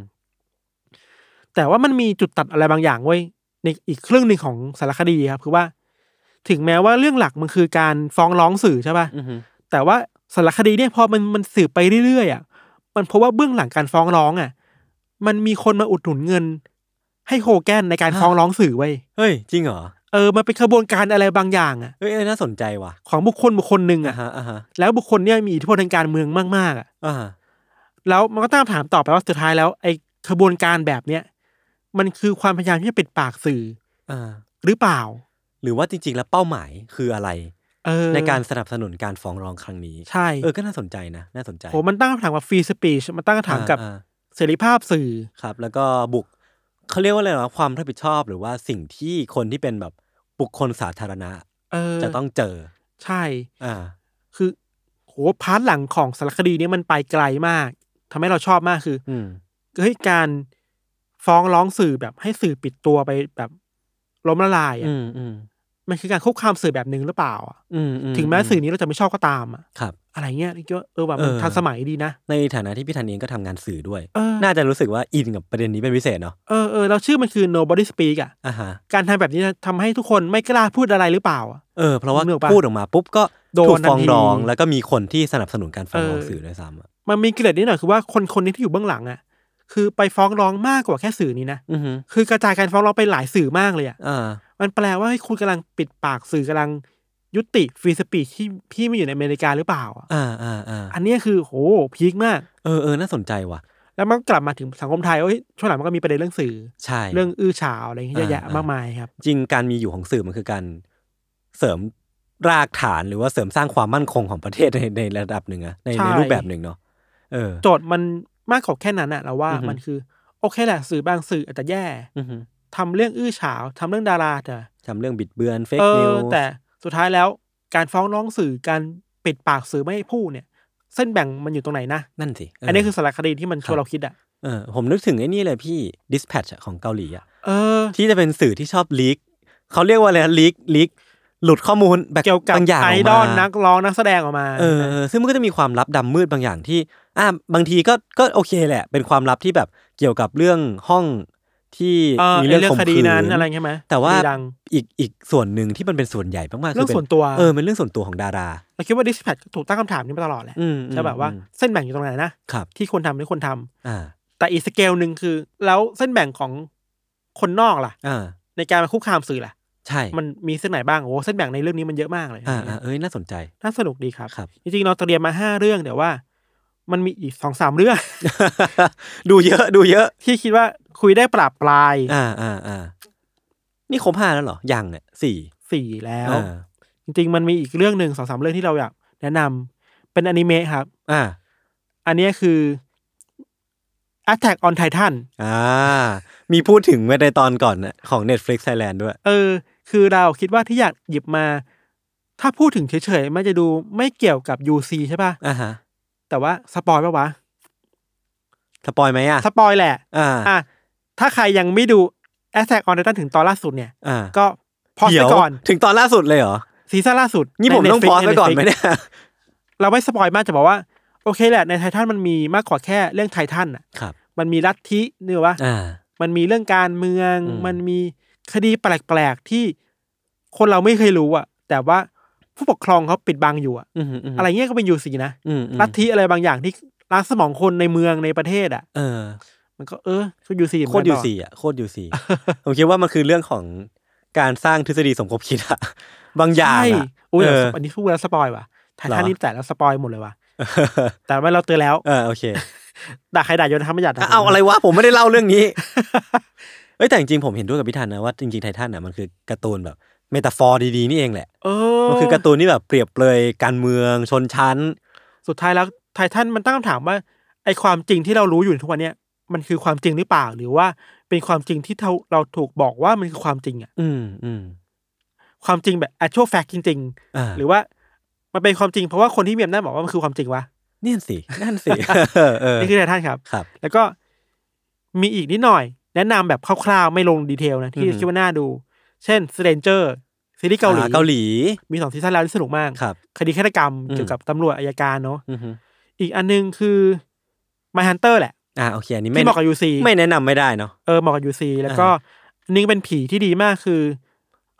Speaker 1: แต่ว่ามันมีจุดตัดอะไรบางอย่างไว้ยในอีกเครื่องหนึ่งของสารคดีครับ คือว่า ถึงแม้ว่าเรื่องหลักมันคือการฟ้องร้องสื่อใช่ป่ะ
Speaker 2: อือหือ
Speaker 1: แต่ว่าสารคดีเนี่ยพอมันมันสืบไปเรื่อยๆอ่ะมันเพราะว่าเบื้องหลังการฟ้องร้องอ่ะ มันมีคนมาอุดหนุนเงิน ให้โฮแกนในการฟ้องร้องสื่อไว้ย
Speaker 2: เฮ้ย จริงเหรอ
Speaker 1: เออมันเป็นกระบวนการอะไรบางอย่างอ่ะ
Speaker 2: เอ้ยน่าสนใจว่ะ
Speaker 1: ของบุคคลบุคคลหนึ่ง
Speaker 2: อ่า
Speaker 1: อ่ะ
Speaker 2: ฮะอ่าฮะ
Speaker 1: แล้วบุคคลเนี่ยมีอิทธิพลทางการเมืองมากๆอ่ะ
Speaker 2: อ่าฮะ
Speaker 1: แล้วมันก็ตามถามต่อไปว่าสุดท้ายแล้วไอ้ขบวนการแบบเนี้ยมันคือความพยายามที่จะปิดปากสื่อ
Speaker 2: อ่า
Speaker 1: หรือเปล่า
Speaker 2: หรือว่าจริง ๆ แล้วเป้าหมายคืออะไร
Speaker 1: เออ
Speaker 2: ในการสนับสนุนการฟ้องร้องครั้งนี้
Speaker 1: ใช่
Speaker 2: เออ ก็น่าสนใจนะ น่าสนใจ
Speaker 1: โหมันตั้งคำถามกับฟรีสปีชมันตั้งคำถามกับ
Speaker 2: อ่อ่
Speaker 1: เสรีภาพสื่อ
Speaker 2: ครับ แล้วก็บุกเขาเรียกว่าอะไรนะความรับผิดชอบหรือว่าสิ่งที่คนที่เป็นแบบบุคคลสาธารณะ
Speaker 1: เออ
Speaker 2: จะต้องเจอ
Speaker 1: ใช่
Speaker 2: อ่า
Speaker 1: คือโหพาร์ทหลังของสารคดีเนี้มันไปไกลมากทำให้เราชอบมากคือ
Speaker 2: อืม
Speaker 1: เฮ้ยการฟ้องร้องสื่อแบบให้สื่อปิดตัวไปแบบล้มละลาย
Speaker 2: อื
Speaker 1: อะ
Speaker 2: มอืม
Speaker 1: มันคือการคุกคามสื่อแบบหนึ่งหรือเปล่าอะ
Speaker 2: อืม
Speaker 1: ถึงแม้สื่อนี้เราจะไม่ชอบก็ตามอะ
Speaker 2: ครับ
Speaker 1: อะไรเงี้ยนี่ก็เออว่ามัน
Speaker 2: เออ
Speaker 1: ทันสมัยดีนะ
Speaker 2: ในฐานะที่พี่ธันเองก็ทำงานสื่อด้วย
Speaker 1: เออ
Speaker 2: น่าจะรู้สึกว่าอินกับประเด็นนี้เป็นพิเศษเนาะ
Speaker 1: เออเออเราชื่อมันคือ nobody speak อ่ะ
Speaker 2: อ่าฮะ
Speaker 1: การทำแบบนี้ทำให้ทุกคนไม่กล้าพูดอะไรหรือเปล่าอะ
Speaker 2: เออ เพราะว่า
Speaker 1: นึกออกปะ
Speaker 2: พูดออกมาปุ๊บก็
Speaker 1: โดน
Speaker 2: ถูกฟ้อง
Speaker 1: ทันที
Speaker 2: ร้อง แล้วก็มีคนที่สนับสนุนการฟ้องร้อง
Speaker 1: เออ
Speaker 2: สื่อด้วยซ้ำอะ
Speaker 1: มันมีเกล็ดนิดหน่อยคือว่าคนคนนี้ที่อยู่เบื้องหลังอ่ะ คือไปฟ้องร้องมากกว่าแค่สื่อนี้นะ
Speaker 2: อือฮึ
Speaker 1: คือกระจายการฟ้องร้องไปหลายสื่อมากเลยอ่ะ
Speaker 2: อ่า
Speaker 1: มันแปลว่าให้คุณกำลังปิดปากสื่อกำลังยุติฟรีสปีชที่พี่ไม่อยู่ในอเมริกาหรือเปล่าอะ
Speaker 2: อ่าอ่าอ่า
Speaker 1: อันเนี้ยคือโหพีคมาก
Speaker 2: เออเออน่าสนใจว่ะ
Speaker 1: แล้วมันก็กลับมาถึงสังคมไทยว่าเฮ้ยช่วงหลังมันก็มีประเด็นเรื่องสื่อ
Speaker 2: ใช่
Speaker 1: เรื่องอื้อฉาวอะไรอย่างเงี้ยเยอะแยะ
Speaker 2: อ่าม
Speaker 1: มากมายครับ
Speaker 2: จริงการมีอยู่ของสื่อมันคือการเสริมรากฐานหรือว่าเสริมสร้างความมั่นคงของประเทศในในระดับหนึ่งอะใน
Speaker 1: ใช่
Speaker 2: ในรูปแบบหนึ่งเนาะเออ
Speaker 1: โจทย์มันมากกว่าแค่นั้นอะเราว่า
Speaker 2: อือฮึ
Speaker 1: มันคือโอเคแหละสื่อบางสื่ออาจจะแย่
Speaker 2: อือฮึ
Speaker 1: ทำเรื่องอื้อฉาวทำเรื่องดาราแต่
Speaker 2: ทำเรื่องบิดเบือนเฟก
Speaker 1: เอ
Speaker 2: นิ
Speaker 1: อ
Speaker 2: ว
Speaker 1: แต่สุดท้ายแล้วการฟ้องร้องสื่อการปิดปากสื่อไม่ให้พูดเนี่ย เส้นแบ่งมันอยู่ตรงไหนนะ
Speaker 2: นั่นสิเ
Speaker 1: อันนี้คือสารคดีที่มันชวนเราคิดอ่ะ
Speaker 2: เออผมนึกถึงไอ้นี่เลยพี่ dispatch อะของเกาหลีอะ
Speaker 1: เออ
Speaker 2: ที่จะเป็นสื่อที่ชอบลีกเขาเรียกว่าอะไรนะลีกลีกหลุดข้อมูลแบบ
Speaker 1: เกี่ยวกับบ
Speaker 2: างอย่าง
Speaker 1: ไอ
Speaker 2: ออก
Speaker 1: ดอล
Speaker 2: มา
Speaker 1: นักร้องนักแสดงออกมา
Speaker 2: เออซึ่งมันก็จะมีความลับดำมืดบางอย่างที่อ่าบางทีก็ก็โอเคแหละ เป็นความลับที่แบบเกี่ยวกับเรื่องห้องที่
Speaker 1: เออ
Speaker 2: มี
Speaker 1: ไอ้
Speaker 2: เรื่อง
Speaker 1: เรื่อง
Speaker 2: ข่ม
Speaker 1: คดี
Speaker 2: ขื
Speaker 1: นั้น
Speaker 2: น
Speaker 1: อะไรใช่ไหม
Speaker 2: แต่ว่า
Speaker 1: คดีดัง
Speaker 2: อีกอีกส่วนหนึ่งที่มันเป็นส่วนใหญ่มากๆคื
Speaker 1: เรื่อง
Speaker 2: ป็
Speaker 1: ส่วนตัว
Speaker 2: เออเป็นเรื่องส่วนตัวของดารา
Speaker 1: เราคิดว่าดิสแพทถูกตั้งคำถามนี้มาตลอดแหละ
Speaker 2: อืม
Speaker 1: ใช่แบบว่า
Speaker 2: อืม
Speaker 1: เส้นแบ่งอยู่ตรงไหนนะครับ ที่คนทำหรือคนทำ
Speaker 2: อ่า
Speaker 1: แต่อีกสเกลหนึ่งคือ แล้วเส้นแบ่งของคนนอกล่ะ
Speaker 2: อ่า
Speaker 1: ในการมาคุกคามสื่อล่ะ
Speaker 2: ใช่
Speaker 1: มันมีเส้นไหนบ้างโอ้โหเส้นแบ่งในเรื่องนี้มันเยอะมากเลย
Speaker 2: อ่าอ่าเอ้ยน่าสนใจ
Speaker 1: น่าสนุกดีครับ
Speaker 2: ครับ
Speaker 1: จริงๆ เราเตรียมมาห้าเรื่องแต่ว่า มันมีอีกสองสามเรื่อง *laughs*
Speaker 2: ดูเยอะดูเยอะ
Speaker 1: ที่คิดว่าคุยได้ปราบปลาย
Speaker 2: อ่าอ่าอ่านี่ครบห้าแล้วเหรอยังเนี่ยสี่
Speaker 1: สี่แล้ว
Speaker 2: อ่า
Speaker 1: จริงๆ มันมีอีกเรื่องหนึ่งสองสามเรื่องที่เราอยากแนะนำเป็นอนิเมะครับ
Speaker 2: อ่า
Speaker 1: อันเนี้ยคือ Attack on Titan
Speaker 2: อ่า มีพูดถึงไว้ในตอนก่อนนะของ Netflix Thailand ด้วย
Speaker 1: เออ คือเราคิดว่าที่อยากหยิบมา ถ้าพูดถึงเฉยๆ มันจะดูไม่เกี่ยวกับ UC ใช่ป่ะ
Speaker 2: อ่าฮะ
Speaker 1: แต่ว่าสปอยปะวะ
Speaker 2: สปอยไหมอ่ะ
Speaker 1: สปอยแหละ
Speaker 2: อ่า
Speaker 1: อ่ะ ถ้าใครยังไม่ดู Attack on Titan ถึงตอนล่าสุดเนี่ย
Speaker 2: อ่า
Speaker 1: ก็พอส
Speaker 2: เดี๋
Speaker 1: ไป
Speaker 2: ยว
Speaker 1: ก่อน
Speaker 2: ถึงตอนล่าสุดเลยเหรอ
Speaker 1: ซีซั่นล่าสุด
Speaker 2: นี่
Speaker 1: ใ
Speaker 2: ผมต้อง
Speaker 1: Netflix
Speaker 2: พอสไปก่อนไหม
Speaker 1: ใ Netflix
Speaker 2: เนี่ย
Speaker 1: เราไม่สปอยมากจะบอกว่า โอเคแหละในไททันมันมีมากกว่าแค่เรื่องไททันอ่ะ
Speaker 2: ครับ
Speaker 1: มันมีลัทธิเนื้อว่า
Speaker 2: อ่า
Speaker 1: มันมีเรื่องการเมือง
Speaker 2: อืม
Speaker 1: มันมี คดีแปลกๆที่คนเราไม่เคยรู้อ่ะ แต่ว่าผู้ปกครองเขาปิดบังอยู่อ่ะ
Speaker 2: มม
Speaker 1: อะไรเงี้ยก็เป็นยูซีนะ
Speaker 2: อืมอืม
Speaker 1: ลัทธิอะไรบางอย่างที่ล้างสมองคนในเมืองในประเทศอ่ะ
Speaker 2: เออ
Speaker 1: มันก็เออก็ยูซี
Speaker 2: โคตรยูซีอ่ะโคตรยูซี ผมคิดว่ามันคือเรื่องของการสร้างทฤษฎีสมคบคิดอะ *laughs* บางอย่าง
Speaker 1: ใช่
Speaker 2: อะ
Speaker 1: โอ้ย
Speaker 2: เออ
Speaker 1: อันนี้พูดแล้วสปอยว่ะไท
Speaker 2: เหร
Speaker 1: ทัน
Speaker 2: อ
Speaker 1: นี่แต่แล้วสปอยหมดเลยว่ะแต่ว่าเราเตือนแล้ว
Speaker 2: เออโอเค
Speaker 1: ด่าใครด่าโยนทำไม่หยาด
Speaker 2: อ่ะเอาอะไรวะผมไม่ได้เล่าเรื่องนี้ *laughs* เอ้ยแต่จริงๆผมเห็นด้วยกับพี่ทันนะว่าจริงๆไททันอ่ะมันคือการ์ตูนแบบเมตาฟอร์ดีๆนี่เองแหละ
Speaker 1: เออ
Speaker 2: มันคือการ์ตูนที่แบบเปรียบเปรยการเมืองชนชั้น
Speaker 1: สุดท้ายแล้วไททันมันตั้งคำถามว่าไอความจริงที่เรารู้อยู่ทุกวันเนี้ยมันคือความจริงหรือเปล่าหรือว่าเป็นความจริงที่เราเราถูกบอกว่ามันคือความจริงอ่ะ
Speaker 2: อืมอืม
Speaker 1: ความจริงแบบ actual fact จริง
Speaker 2: อ่า
Speaker 1: ๆ หรือว่ามันเป็นความจริงเพราะว่าคนที่มีอำนาจบอกว่ามันคือความจริงวะ
Speaker 2: เนี่ยสินั่
Speaker 1: *laughs*
Speaker 2: นสิ เออเออ
Speaker 1: นี่คือไททันครับ
Speaker 2: ครับ
Speaker 1: แล้วก็มีอีกนิดหน่อย แนะนำแบบคร่าวๆ ไม่ลงดีเทลนะ ที่
Speaker 2: อือหือ
Speaker 1: คิดว่าน่าดู เช่น Stranger ซีรีส์เกาหลี
Speaker 2: อ่เกาหลี
Speaker 1: มีสองซีซั่นแล้วที่สนุกมาก
Speaker 2: ครับ
Speaker 1: คดีฆาตกรรม
Speaker 2: อืม
Speaker 1: เกี่ยวกับตำรวจอายการเนาะ
Speaker 2: อือฮึ
Speaker 1: อีกอันนึงคือ My Hunter แหละ
Speaker 2: อ่าโอเคอันนี้ไม่
Speaker 1: ที่เหมาะกับ UC
Speaker 2: ไม่แนะนำไม่ได้เนาะ
Speaker 1: เออเหมาะกับ UC แล้วก็อันนึงเป็นผีที่ดีมากคือ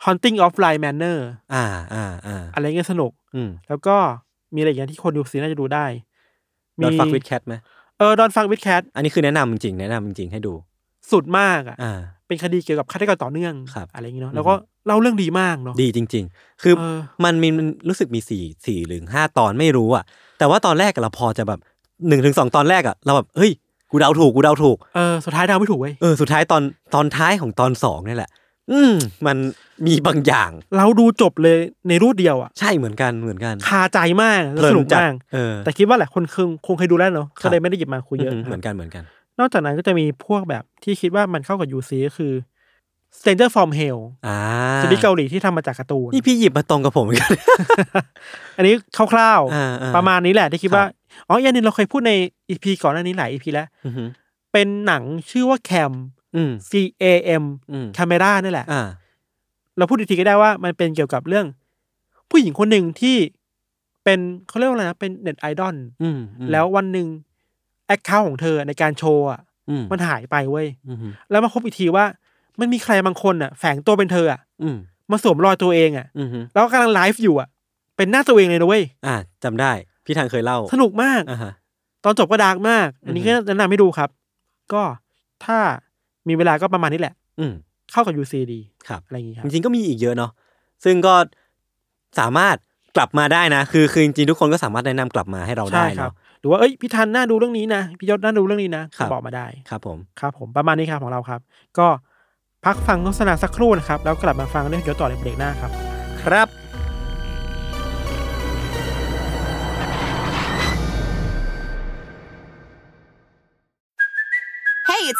Speaker 1: Haunting of l i n e Manor
Speaker 2: อ่าอ่าอ่า
Speaker 1: อะไรเงี้ยสนุก
Speaker 2: อืม
Speaker 1: แล้วก็มีอะไรอย่างเงี้ยที่คน UC น่าจะดูได้
Speaker 2: ดอนฟักวิดแคทไหม
Speaker 1: เออดอนฟังวิดแคท
Speaker 2: อันนี้คือแนะนำจริงๆ แนะนำจริงๆ ให้ดู
Speaker 1: สุดมากอ่ะ
Speaker 2: อ่า
Speaker 1: เป็นคดีเกี่ยวกับฆาตกรต่อเนื่อง
Speaker 2: ครับ
Speaker 1: อะไรอย่างงี้เนาะ
Speaker 2: อืม
Speaker 1: แล้วก็เล่าเรื่องดีมากเนาะ
Speaker 2: ดีจริง ๆ คือ
Speaker 1: เออ
Speaker 2: มันมีมันรู้สึกมีสี่สี่หรือห้าตอนไม่รู้อ่ะ แต่ว่าตอนแรกอะเราพอจะแบบหนึ่งถึงสองตอนแรกอ่ะ เราแบบ เฮ้ย กูเดาถูก กูเดาถูก
Speaker 1: เออสุดท้ายเดาไม่ถูกเว้ย
Speaker 2: เออ สุดท้ายตอนตอนท้ายของตอนสองนี่แหละ อืม มันมีบางอย่าง
Speaker 1: เราดูจบเลยในรูปเดียวอ่ะ
Speaker 2: ใช่เหมือนกันเหมือนกัน
Speaker 1: คาใจมาก
Speaker 2: เพลิ
Speaker 1: ส
Speaker 2: น
Speaker 1: นุก
Speaker 2: จัด
Speaker 1: มาก
Speaker 2: เออ
Speaker 1: แต่คิดว่าหลายคนคงคงเคยดูแล้วเนาะ
Speaker 2: ครับ
Speaker 1: ก็เลยไม่ได้หยิบมาคุยเยอะ
Speaker 2: อืมเหมือนกันเหมือนกัน
Speaker 1: นอกจากนั้นก็จะมีพวกแบบที่คิดว่ามันเข้ากับยูซีก็คือ Stranger from Hell
Speaker 2: อ่า
Speaker 1: ซีรีส์เกาหลีที่ทำมาจากการ์ตูน
Speaker 2: นี่พี่หยิบมาตรงกับผมเหมือนกัน
Speaker 1: อันนี้คร่าว
Speaker 2: อ่าอ่า
Speaker 1: ๆ ประมาณนี้แหละที่คิดว่าอ๋ออีกอันนึงเราเคยพูดในอีพีก่อนหน้านี้หลายอีพีแล้ว
Speaker 2: อือหือ
Speaker 1: เป็นหนังชื่อว่าแคม
Speaker 2: อืม
Speaker 1: C A M
Speaker 2: อืม
Speaker 1: c a m e r a นี่แหละ
Speaker 2: อ่า
Speaker 1: เราพูดอีกทีก็ได้ว่ามันเป็นเกี่ยวกับเรื่อง ผู้หญิงคนหนึ่งที่เป็นเขาเรียกว่าอะไรนะเป็นเน็ตไอดอล
Speaker 2: อืมอืม
Speaker 1: แล้ววันหนึ่งแอคเคาท์ของเธอในการโชว์อะ
Speaker 2: อืม
Speaker 1: มันหายไปเว้ย
Speaker 2: อืม
Speaker 1: แล้วมาพบอีกทีว่า มันมีใครบางคนอ่ะ แฝงตัวเป็นเธออ่ะ
Speaker 2: อืม
Speaker 1: มาสวมรอยตัวเองอ่ะ
Speaker 2: อืม
Speaker 1: แล้วก็กำลังไลฟ์อยู่อ่ะ เป็นหน้าตัวเองเลยนะเว้ย
Speaker 2: อ่าจำได้ พี่ทางเคยเล่า
Speaker 1: สนุกมาก
Speaker 2: อ่าฮะ
Speaker 1: ตอนจบก็ดาร์กมาก อันนี้
Speaker 2: อื
Speaker 1: ก็
Speaker 2: อฮึ
Speaker 1: แนะนำให้ดูครับ ก็ถ้ามีเวลาก็ประมาณนี้แหละ
Speaker 2: อืม
Speaker 1: เข้ากับ UC ดี
Speaker 2: ครับ
Speaker 1: อะไรอย่างงี้ครั
Speaker 2: จ
Speaker 1: บ
Speaker 2: ริงๆก็มีอีกเยอะเนาะซึ่งก็สามารถกลับมาได้นะ คือคือจริงๆทุกคนก็สามารถแนะนำกลับมาให้เรา
Speaker 1: ใช่
Speaker 2: ได้
Speaker 1: ครับ
Speaker 2: เนาะ
Speaker 1: หรือว่าเอ้ยพี่ทันน่าดูเรื่องนี้นะพี่ยศน่าดูเรื่องนี้นะครับ บอกมาได้
Speaker 2: ครับผม
Speaker 1: ครับผมประมาณนี้ครับของเราครับ ก็พักฟังโฆษณาสักครู่นะครับ แล้วกลับมาฟังเรื่องเดี๋ยวต่อในเบรกหน้าครับ
Speaker 2: ครับ
Speaker 3: Hey, it's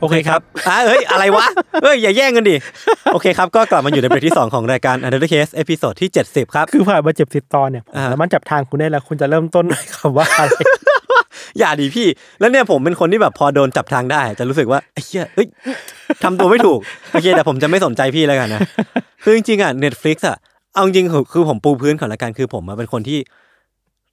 Speaker 1: โอเคครับ
Speaker 2: อ่าเอ้ย อะไร *laughs* วะ เอ้ย อย่าแย่งกันดิ โอเคครับ ก็กลับมาอยู่ในเบรกที่ 2 ของรายการ u n d e r Case เอพิโซดที่ 70 ครับ
Speaker 1: คือผ่านมาเจ็บสิบตอนเนี่ยผม
Speaker 2: อ่า
Speaker 1: สามารถจับทางคุณได้แล้ว คุณจะเริ่มต้นด้วยคำว่าอะไร
Speaker 2: อย่าดีพี่ แล้วเนี่ยผมเป็นคนที่แบบพอโดนจับทางได้ จะรู้สึกว่าไอ้เหี้ยเอ้ยทำตัวไม่ถูก โอเค แต่ผมจะไม่สนใจพี่แล้วกันนะ คือจริงๆอ่ะ Netflix อ่ะ เอาจริงๆคือคือผมปูพื้นของละกันคือผมอะเป็นคนที่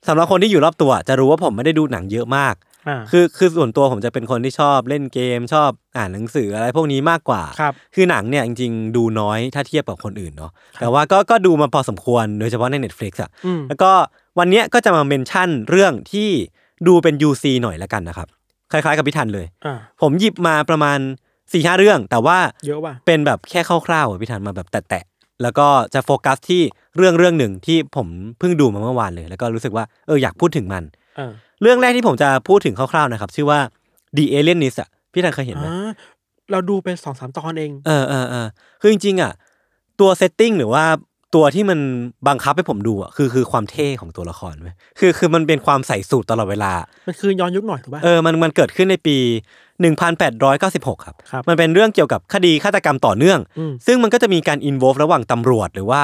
Speaker 2: สำหรับคนที่อยู่รอบตัวอะจะรู้ว่าผมไม่ได้ดูหนังเยอะมาก
Speaker 1: อ่า
Speaker 2: คือคือส่วนตัวผมจะเป็นคนที่ชอบเล่นเกมชอบอ่านหนังสืออะไรพวกนี้มากกว่า
Speaker 1: ครับ
Speaker 2: คือหนังเนี่ยจริงๆดูน้อยถ้าเทียบกับคนอื่นเนาะ แต่ว่าก็ก็ดูมาพอสมควรโดยเฉพาะใน Netflix อ่ะ
Speaker 1: อืม
Speaker 2: แล้วก็วันเนี้ยก็จะมาเมนชั่นเรื่องที่ดูเป็น UC หน่อยละกันนะครับ คล้ายๆกับพิธันเลย
Speaker 1: อ่า
Speaker 2: ผมหยิบมาประมาณ4ีหเรื่อง แต่ว่า
Speaker 1: เยอะว่ะ
Speaker 2: เป็นแบบแค่คร่าวๆอะพิธันมาแบบแตะๆแล้วก็จะโฟกัสที่เรื่องเรื่องหนึ่งที่ผมเพิ่งดูมาเมื่อวานเลย แล้วก็รู้สึกว่าเอออยากพูดถึงมัน
Speaker 1: อ่า
Speaker 2: เรื่องแรกที่ผมจะพูดถึงคร่าวๆนะครับ ชื่อว่า The Alienist อะพี่ธันเคยเห็นไหม
Speaker 1: อ่าเราดูไปสองสามตอนเอง
Speaker 2: เออเออเออคือจริงๆอ่ะตัวเซตติ้งหรือว่า ตัวที่มันบังคับให้ผมดูอ่ะคือคือความเท่ของตัวละครเว้ยคือคือมันเป็นความใส่สูตรตลอดเวลา
Speaker 1: มันคือย้อนยุคหน่อยถูกป่ะ
Speaker 2: เออ มัน มันเกิดขึ้นในปี 1896 ครับ
Speaker 1: ครับ
Speaker 2: มันเป็นเรื่องเกี่ยวกับคดีฆาตกรรมต่อเนื่อง
Speaker 1: ม
Speaker 2: ซึ่งมันก็จะมีการอินโวลระหว่างตำรวจ หรือว่า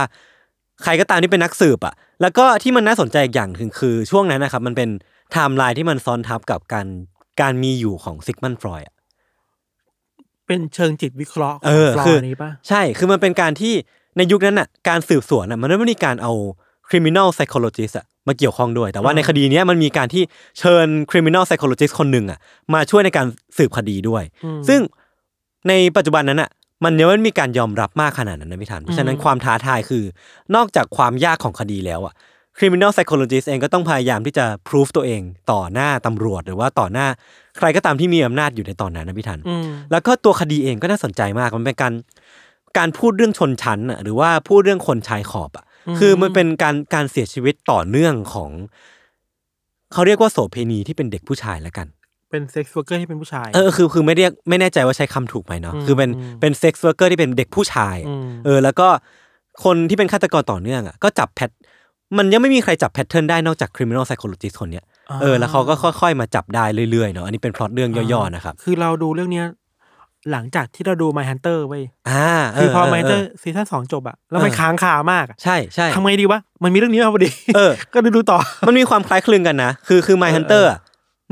Speaker 2: ใครก็ตามที่เป็นนักสืบอ่ะ แล้วก็ที่มันน่าสนใจอีกอย่างคือคือช่วงนั้นนะครับ มันเป็นไทม์ไลน์ที่มันซ้อนทับกับการ การมีอยู่ของซิกมันฟรอยด์อะ
Speaker 1: เป็นเชิงจิตวิเคราะห์ข
Speaker 2: เอ
Speaker 1: อง
Speaker 2: อ
Speaker 1: ฟลอ
Speaker 2: คือ
Speaker 1: นี้ป่ะ
Speaker 2: ใช่ คือมันเป็นการที่ในยุคนั้นน่ะ การสืบสวนน่ะ มันไม่ได้มีการเอา criminal psychologist อะมาเกี่ยวข้องด้วย แต่ว่า
Speaker 1: อ่า
Speaker 2: ในคดีเนี้ยมันมีการที่เชิญ criminal psychologist คนหนึ่งอะมาช่วยในการสืบคดีด้วย
Speaker 1: อืม
Speaker 2: ซึ่งในปัจจุบันนั้นอ่ะ มันยังไม่มีการยอมรับมากขนาดนั้นนะพี่ธันเพราะฉะนั้น
Speaker 1: อืม
Speaker 2: ความท้าทายคือ นอกจากความยากของคดีแล้วอ่ะ criminal psychologist เองก็ต้องพยายามที่จะ proof ตัวเองต่อหน้าตำรวจ หรือว่าต่อหน้าใครก็ตามที่มีอำนาจอยู่ในตอนนั้นนะพี่ธัน
Speaker 1: อืม
Speaker 2: แล้วก็ตัวคดีเองก็น่าสนใจมาก มันเป็นการการพูดเรื่องชนชั้นน่ะหรือว่าพูดเรื่องคนชายขอบอ่ะ
Speaker 1: อืม
Speaker 2: คือมันเป็นการการเสียชีวิตต่อเนื่องของ เขาเรียกว่าโสเพณีที่เป็นเด็กผู้ชายแล้วกัน
Speaker 1: เป็นเซ็กซ์วอร์เกอร์ที่เป็นผู้ชาย
Speaker 2: เออคือคือไม่เรียกไม่แน่ใจว่าใช้คำถูกไหมเนาะ
Speaker 1: อืม
Speaker 2: คือเป็น
Speaker 1: อืม
Speaker 2: เป็นเซ็กซ์เวิร์กเกอร์ที่เป็นเด็กผู้ชายอะ
Speaker 1: ม
Speaker 2: เออ แล้วก็คนที่เป็นฆาตกรต่อเนื่องอ่ะก็จับแพทมันยังไม่มีใครจับแพทเทิร์นได้นอกจาก criminal psychologist คนเนี้ยเออแล้วเขาก็ค่อยๆมาจับได้เรื่อยๆเนาะอันนี้เป็นพล็อตเรื่องย่อๆนะครับ
Speaker 1: คือเราดูเรื่องเนี้ย หลังจากที่เราดู My Hunter เว้ย
Speaker 2: อ่าเ
Speaker 1: คือพอ
Speaker 2: เ
Speaker 1: My Hunter ซีซั่นสองจบอะแล้วมัน
Speaker 2: เออ
Speaker 1: ค้างคามากอะ
Speaker 2: ใช่ใช่
Speaker 1: ทำไงดีวะ มันมีเรื่องนี้มาพอดี
Speaker 2: เออ
Speaker 1: ก็ดูดูต่อ
Speaker 2: *laughs* มันมีความคล้ายคลึงกันนะ คือคือ My Hunter อ่ะ